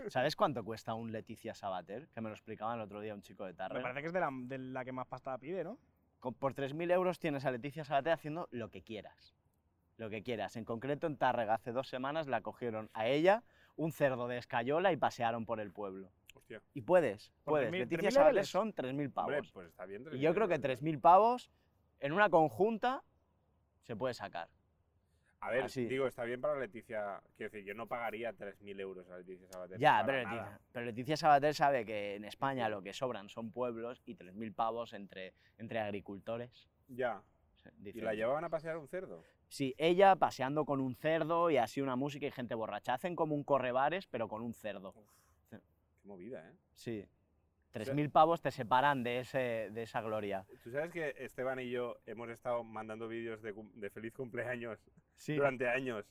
Speaker 3: ¿Sabes cuánto cuesta un Leticia Sabater? Que me lo explicaba el otro día un chico de
Speaker 5: Me
Speaker 3: Tarragona.
Speaker 5: parece que es de la, de la que más pasta pide, ¿no?
Speaker 3: Con- por 3.000 euros tienes a Leticia Sabater haciendo lo que quieras. Lo que quieras. En concreto, en Tárrega, hace dos semanas la cogieron a ella, un cerdo de escayola y pasearon por el pueblo.
Speaker 4: Hostia.
Speaker 3: Y puedes,
Speaker 5: Por
Speaker 3: puedes.
Speaker 5: 3.000
Speaker 3: Leticia
Speaker 5: 3.000
Speaker 3: Sabater
Speaker 5: reales.
Speaker 3: son 3.000 pavos.
Speaker 4: Hombre, pues está bien.
Speaker 3: y yo creo que
Speaker 4: 3.000 euros.
Speaker 3: 3.000 pavos en una conjunta se puede sacar.
Speaker 4: A ver,
Speaker 3: Así.
Speaker 4: digo, está bien para Leticia. Quiero decir, yo no pagaría 3.000 euros a Leticia Sabater.
Speaker 3: ya,
Speaker 4: para
Speaker 3: pero Leticia,
Speaker 4: nada.
Speaker 3: pero Leticia Sabater sabe que en España lo que sobran son pueblos y 3.000 pavos entre, entre agricultores.
Speaker 4: Ya.
Speaker 3: se-
Speaker 4: ¿Y
Speaker 3: dicen.
Speaker 4: la llevaban a pasear un cerdo?
Speaker 3: Sí, ella paseando con un cerdo y así una música y gente borracha. Hacen como un correbares, pero con un cerdo.
Speaker 4: Qué movida, ¿eh?
Speaker 3: Sí. 3.000 pavos te separan de, ese, de esa gloria.
Speaker 4: Tú sabes que Esteban y yo hemos estado mandando vídeos de, cum- de feliz cumpleaños
Speaker 3: Sí.
Speaker 4: durante años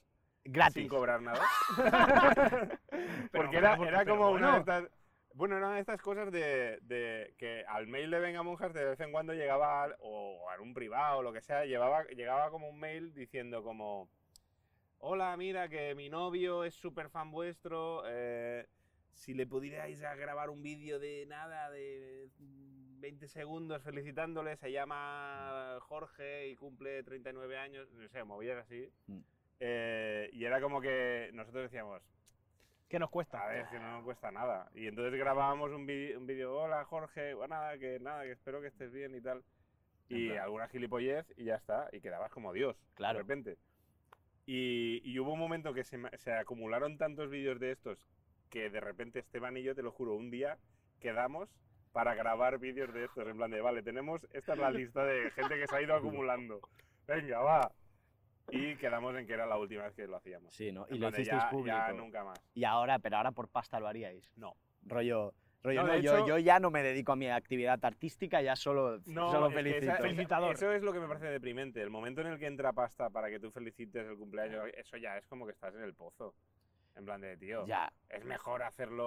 Speaker 4: sin
Speaker 3: Gratis.
Speaker 4: cobrar nada. [LAUGHS]
Speaker 3: [LAUGHS]
Speaker 4: Porque
Speaker 11: [LAUGHS] Pero
Speaker 4: era,
Speaker 11: bueno,
Speaker 4: era
Speaker 11: pero
Speaker 4: como una
Speaker 11: bueno.
Speaker 4: de estas. Bueno, era una de estas cosas de, de que al mail de Venga Monjas de vez en cuando llegaba, al- o a un privado o lo que sea, llevaba, llegaba como un mail diciendo como, hola, mira, que mi novio es súper fan vuestro, eh, si le pudierais a grabar un vídeo de nada, de 20 segundos felicitándole, se llama Jorge y cumple 39 años, no sé, movidas así.
Speaker 3: Mm.
Speaker 4: Eh, y era como que nosotros decíamos,
Speaker 5: ¿Qué nos cuesta?
Speaker 4: a ver, que no nos cuesta nada. Y entonces grabábamos un vídeo, un vídeo, hola Jorge, bueno, nada, que nada, que espero que estés bien y tal. Y alguna gilipollez y ya está, y quedabas como Dios,
Speaker 3: Claro.
Speaker 4: de repente. Y, y hubo un momento que se, me- se acumularon tantos vídeos de estos que de repente Esteban y yo, te lo juro, un día quedamos para grabar vídeos de estos, en plan de, vale, tenemos, esta es la lista de gente que se ha ido acumulando. Venga, va. Y quedamos en que era la última vez que lo hacíamos.
Speaker 3: Sí, ¿no?
Speaker 4: En
Speaker 3: Y lo
Speaker 4: plan de,
Speaker 3: hicisteis
Speaker 4: ya-
Speaker 3: público.
Speaker 4: Ya nunca más.
Speaker 3: Y ahora, pero ahora por pasta lo haríais.
Speaker 4: No.
Speaker 3: Rollo, rollo
Speaker 4: No,
Speaker 3: no,
Speaker 4: de
Speaker 3: yo,
Speaker 4: hecho-
Speaker 3: yo ya no me dedico a mi actividad artística, ya solo, solo
Speaker 4: es que
Speaker 3: felicito.
Speaker 4: esa- esa-
Speaker 5: Felicitador.
Speaker 4: Eso es lo que me parece deprimente. El momento en el que entra pasta para que tú felicites el cumpleaños, eso ya es como que estás en el pozo. En plan de, tío,
Speaker 3: Ya,
Speaker 4: es mejor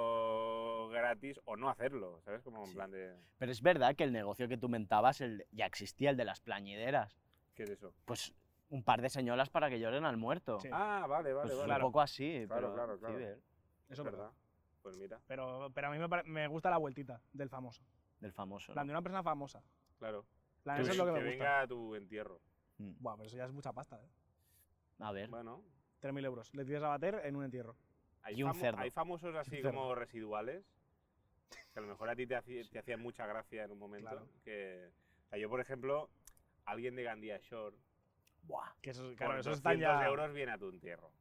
Speaker 4: hacerlo gratis o no hacerlo, ¿sabes? Como en
Speaker 3: Sí.
Speaker 4: plan de,
Speaker 3: pero es verdad que el negocio que tú mentabas el, ya existía, el de las plañideras.
Speaker 4: ¿qué es eso?
Speaker 3: Pues un par de señoras para que lloren al muerto.
Speaker 5: Sí.
Speaker 4: Ah, vale, vale,
Speaker 3: Pues
Speaker 4: vale.
Speaker 3: un poco así,
Speaker 4: Claro,
Speaker 3: pero ¿eh?
Speaker 4: claro, claro.
Speaker 3: ciber,
Speaker 4: Es
Speaker 5: Eso es
Speaker 4: verdad. Pues mira,
Speaker 5: Pero, pero a mí me, pare- me gusta la vueltita del famoso.
Speaker 3: del famoso.
Speaker 5: En plan, de una persona famosa. En
Speaker 4: claro.
Speaker 5: plan,
Speaker 4: Que
Speaker 5: eso es lo que me gusta.
Speaker 4: venga a tu entierro.
Speaker 3: ¿no?
Speaker 5: Buah, pero eso ya es mucha pasta, ¿eh?
Speaker 3: Mm. A ver,
Speaker 4: Bueno,
Speaker 5: 3.000 euros. Le tienes a bater en un entierro.
Speaker 4: hay,
Speaker 3: Y un
Speaker 4: famo-
Speaker 3: cerdo.
Speaker 4: hay famosos así
Speaker 5: cerdo.
Speaker 4: como residuales, que a lo mejor a ti te, haci- te hacían mucha gracia en un momento.
Speaker 5: Claro.
Speaker 4: Que, o sea, yo, por ejemplo, alguien de Gandía Shore,
Speaker 3: buah,
Speaker 5: Que eso, claro,
Speaker 4: por
Speaker 5: eso
Speaker 4: 200
Speaker 5: están ya.
Speaker 4: euros viene a tu entierro. O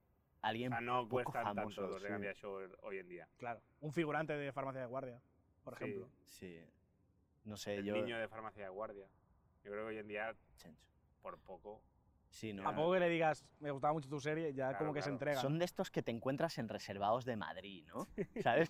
Speaker 3: alguien
Speaker 4: sea, no
Speaker 3: poco
Speaker 4: cuestan
Speaker 3: famoso,
Speaker 4: tanto los de
Speaker 3: sí.
Speaker 4: Gandía Shore hoy en día.
Speaker 5: Claro. Un figurante de farmacia de guardia, por
Speaker 4: Sí.
Speaker 5: ejemplo.
Speaker 3: Sí. No sé,
Speaker 4: El
Speaker 3: yo.
Speaker 4: niño de farmacia de guardia. Yo creo que hoy en día,
Speaker 3: Chencho.
Speaker 4: por poco,
Speaker 3: Sí, no.
Speaker 5: A poco que le digas, me gustaba mucho tu serie, ya
Speaker 4: Claro,
Speaker 5: como que se
Speaker 4: claro.
Speaker 5: entrega.
Speaker 3: Son de estos que te encuentras en reservados de Madrid, ¿no?
Speaker 4: [LAUGHS]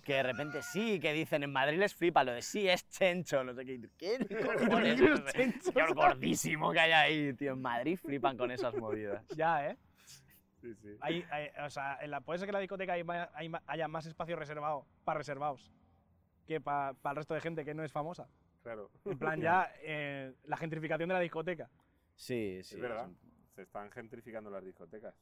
Speaker 3: ¿Sabes? Que de repente sí, que dicen en Madrid les flipa lo de sí, es Chencho, no sé qué. y tú, ¿Qué?
Speaker 4: [LAUGHS]
Speaker 3: cojones?
Speaker 5: Niños chenchos.
Speaker 3: Señor gordísimo que hay ahí, tío. En Madrid flipan con esas movidas.
Speaker 5: Ya, ¿eh?
Speaker 4: sí, sí.
Speaker 5: Hay, hay- o sea, en la, puede ser que en la discoteca hay ma- hay ma- haya más espacio reservado para reservados que para el resto de gente que no es famosa.
Speaker 4: claro. [LAUGHS]
Speaker 5: En plan, ya eh, la gentrificación de la discoteca.
Speaker 3: Sí, sí.
Speaker 4: es verdad.
Speaker 3: un-
Speaker 4: Se están gentrificando las discotecas.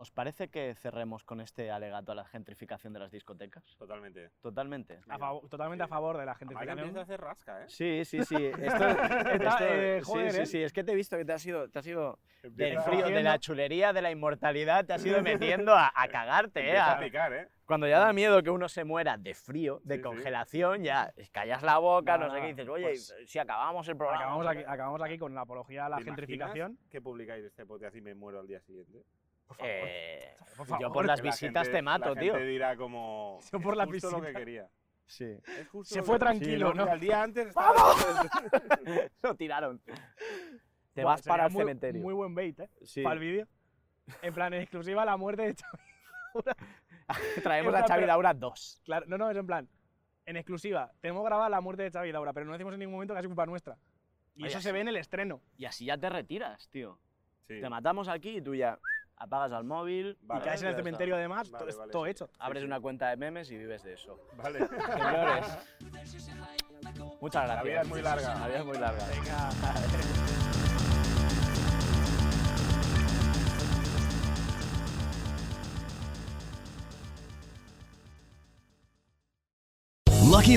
Speaker 3: ¿Os parece que cerremos con este alegato a la gentrificación de las discotecas?
Speaker 4: Totalmente.
Speaker 3: Totalmente.
Speaker 5: A favor- totalmente a
Speaker 4: Sí.
Speaker 5: favor de la
Speaker 4: Amaya
Speaker 5: gentrificación.
Speaker 4: empieza a hacer rasca, ¿eh?
Speaker 3: Sí, sí, sí. Esto, esto-
Speaker 5: eh,
Speaker 3: sí,
Speaker 5: joder,
Speaker 3: sí,
Speaker 5: ¿eh?
Speaker 3: sí, Es que te he visto que te has ido, te has ido del
Speaker 4: Empieza-
Speaker 3: frío, de la chulería, de la inmortalidad, te has ido metiendo a, a cagarte, ¿eh?
Speaker 4: Empieza a
Speaker 3: A-
Speaker 4: picar, ¿eh?
Speaker 3: Cuando ya da miedo que uno se muera de frío, de
Speaker 4: Sí, sí.
Speaker 3: congelación, ya callas la boca, no,
Speaker 5: Nada,
Speaker 3: sé qué, y
Speaker 5: nada.
Speaker 3: dices, oye,
Speaker 5: Pues
Speaker 3: si acabamos el programa.
Speaker 5: Acabamos aquí, acabamos aquí con la apología a la
Speaker 4: ¿Te imaginas
Speaker 5: gentrificación.
Speaker 4: que publicáis este podcast y me muero al día siguiente?
Speaker 3: Eh, [LAUGHS]
Speaker 5: Por
Speaker 3: yo
Speaker 5: favor,
Speaker 3: por las
Speaker 4: Que la
Speaker 3: visitas
Speaker 4: gente-
Speaker 3: te mato,
Speaker 4: la
Speaker 3: tío.
Speaker 4: gente dirá como...
Speaker 5: Yo por
Speaker 4: "Es
Speaker 5: las
Speaker 4: justo lo que
Speaker 5: visitas".
Speaker 4: quería.
Speaker 3: Sí.
Speaker 4: Es justo
Speaker 5: Se
Speaker 4: lo
Speaker 5: fue
Speaker 4: que-
Speaker 5: tranquilo,
Speaker 4: Sí,
Speaker 5: ¿no?
Speaker 4: que Al día antes estaba...
Speaker 3: Lo tiraron. Te
Speaker 5: Buah,
Speaker 3: vas para
Speaker 5: sería
Speaker 3: el
Speaker 5: muy-
Speaker 3: cementerio.
Speaker 5: Muy buen bait, ¿eh?
Speaker 3: Sí.
Speaker 5: Para el vídeo. En plan, en exclusiva la muerte de Xavi.
Speaker 3: Traemos
Speaker 5: Es
Speaker 3: a
Speaker 5: una
Speaker 3: Xavi
Speaker 5: pena.
Speaker 3: Daura 2.
Speaker 5: Claro, no, no, es en plan. En exclusiva, tenemos grabada la muerte de Xavi y Laura, pero no decimos en ningún momento que es culpa nuestra. Y
Speaker 3: Oye,
Speaker 5: eso se ve en el estreno.
Speaker 3: Y así ya te retiras, tío.
Speaker 4: Sí.
Speaker 3: Te matamos aquí y tú ya apagas al móvil.
Speaker 4: Vale,
Speaker 5: y caes en el
Speaker 4: Ah, ya está.
Speaker 5: cementerio además,
Speaker 4: Vale,
Speaker 5: todo, es
Speaker 4: vale,
Speaker 5: todo
Speaker 4: sí.
Speaker 5: hecho.
Speaker 3: Abres
Speaker 4: sí.
Speaker 3: una cuenta de memes y vives de eso.
Speaker 4: Vale.
Speaker 3: Señores, muchas gracias.
Speaker 4: La vida es muy larga.
Speaker 3: La vida es muy larga.
Speaker 12: Lucky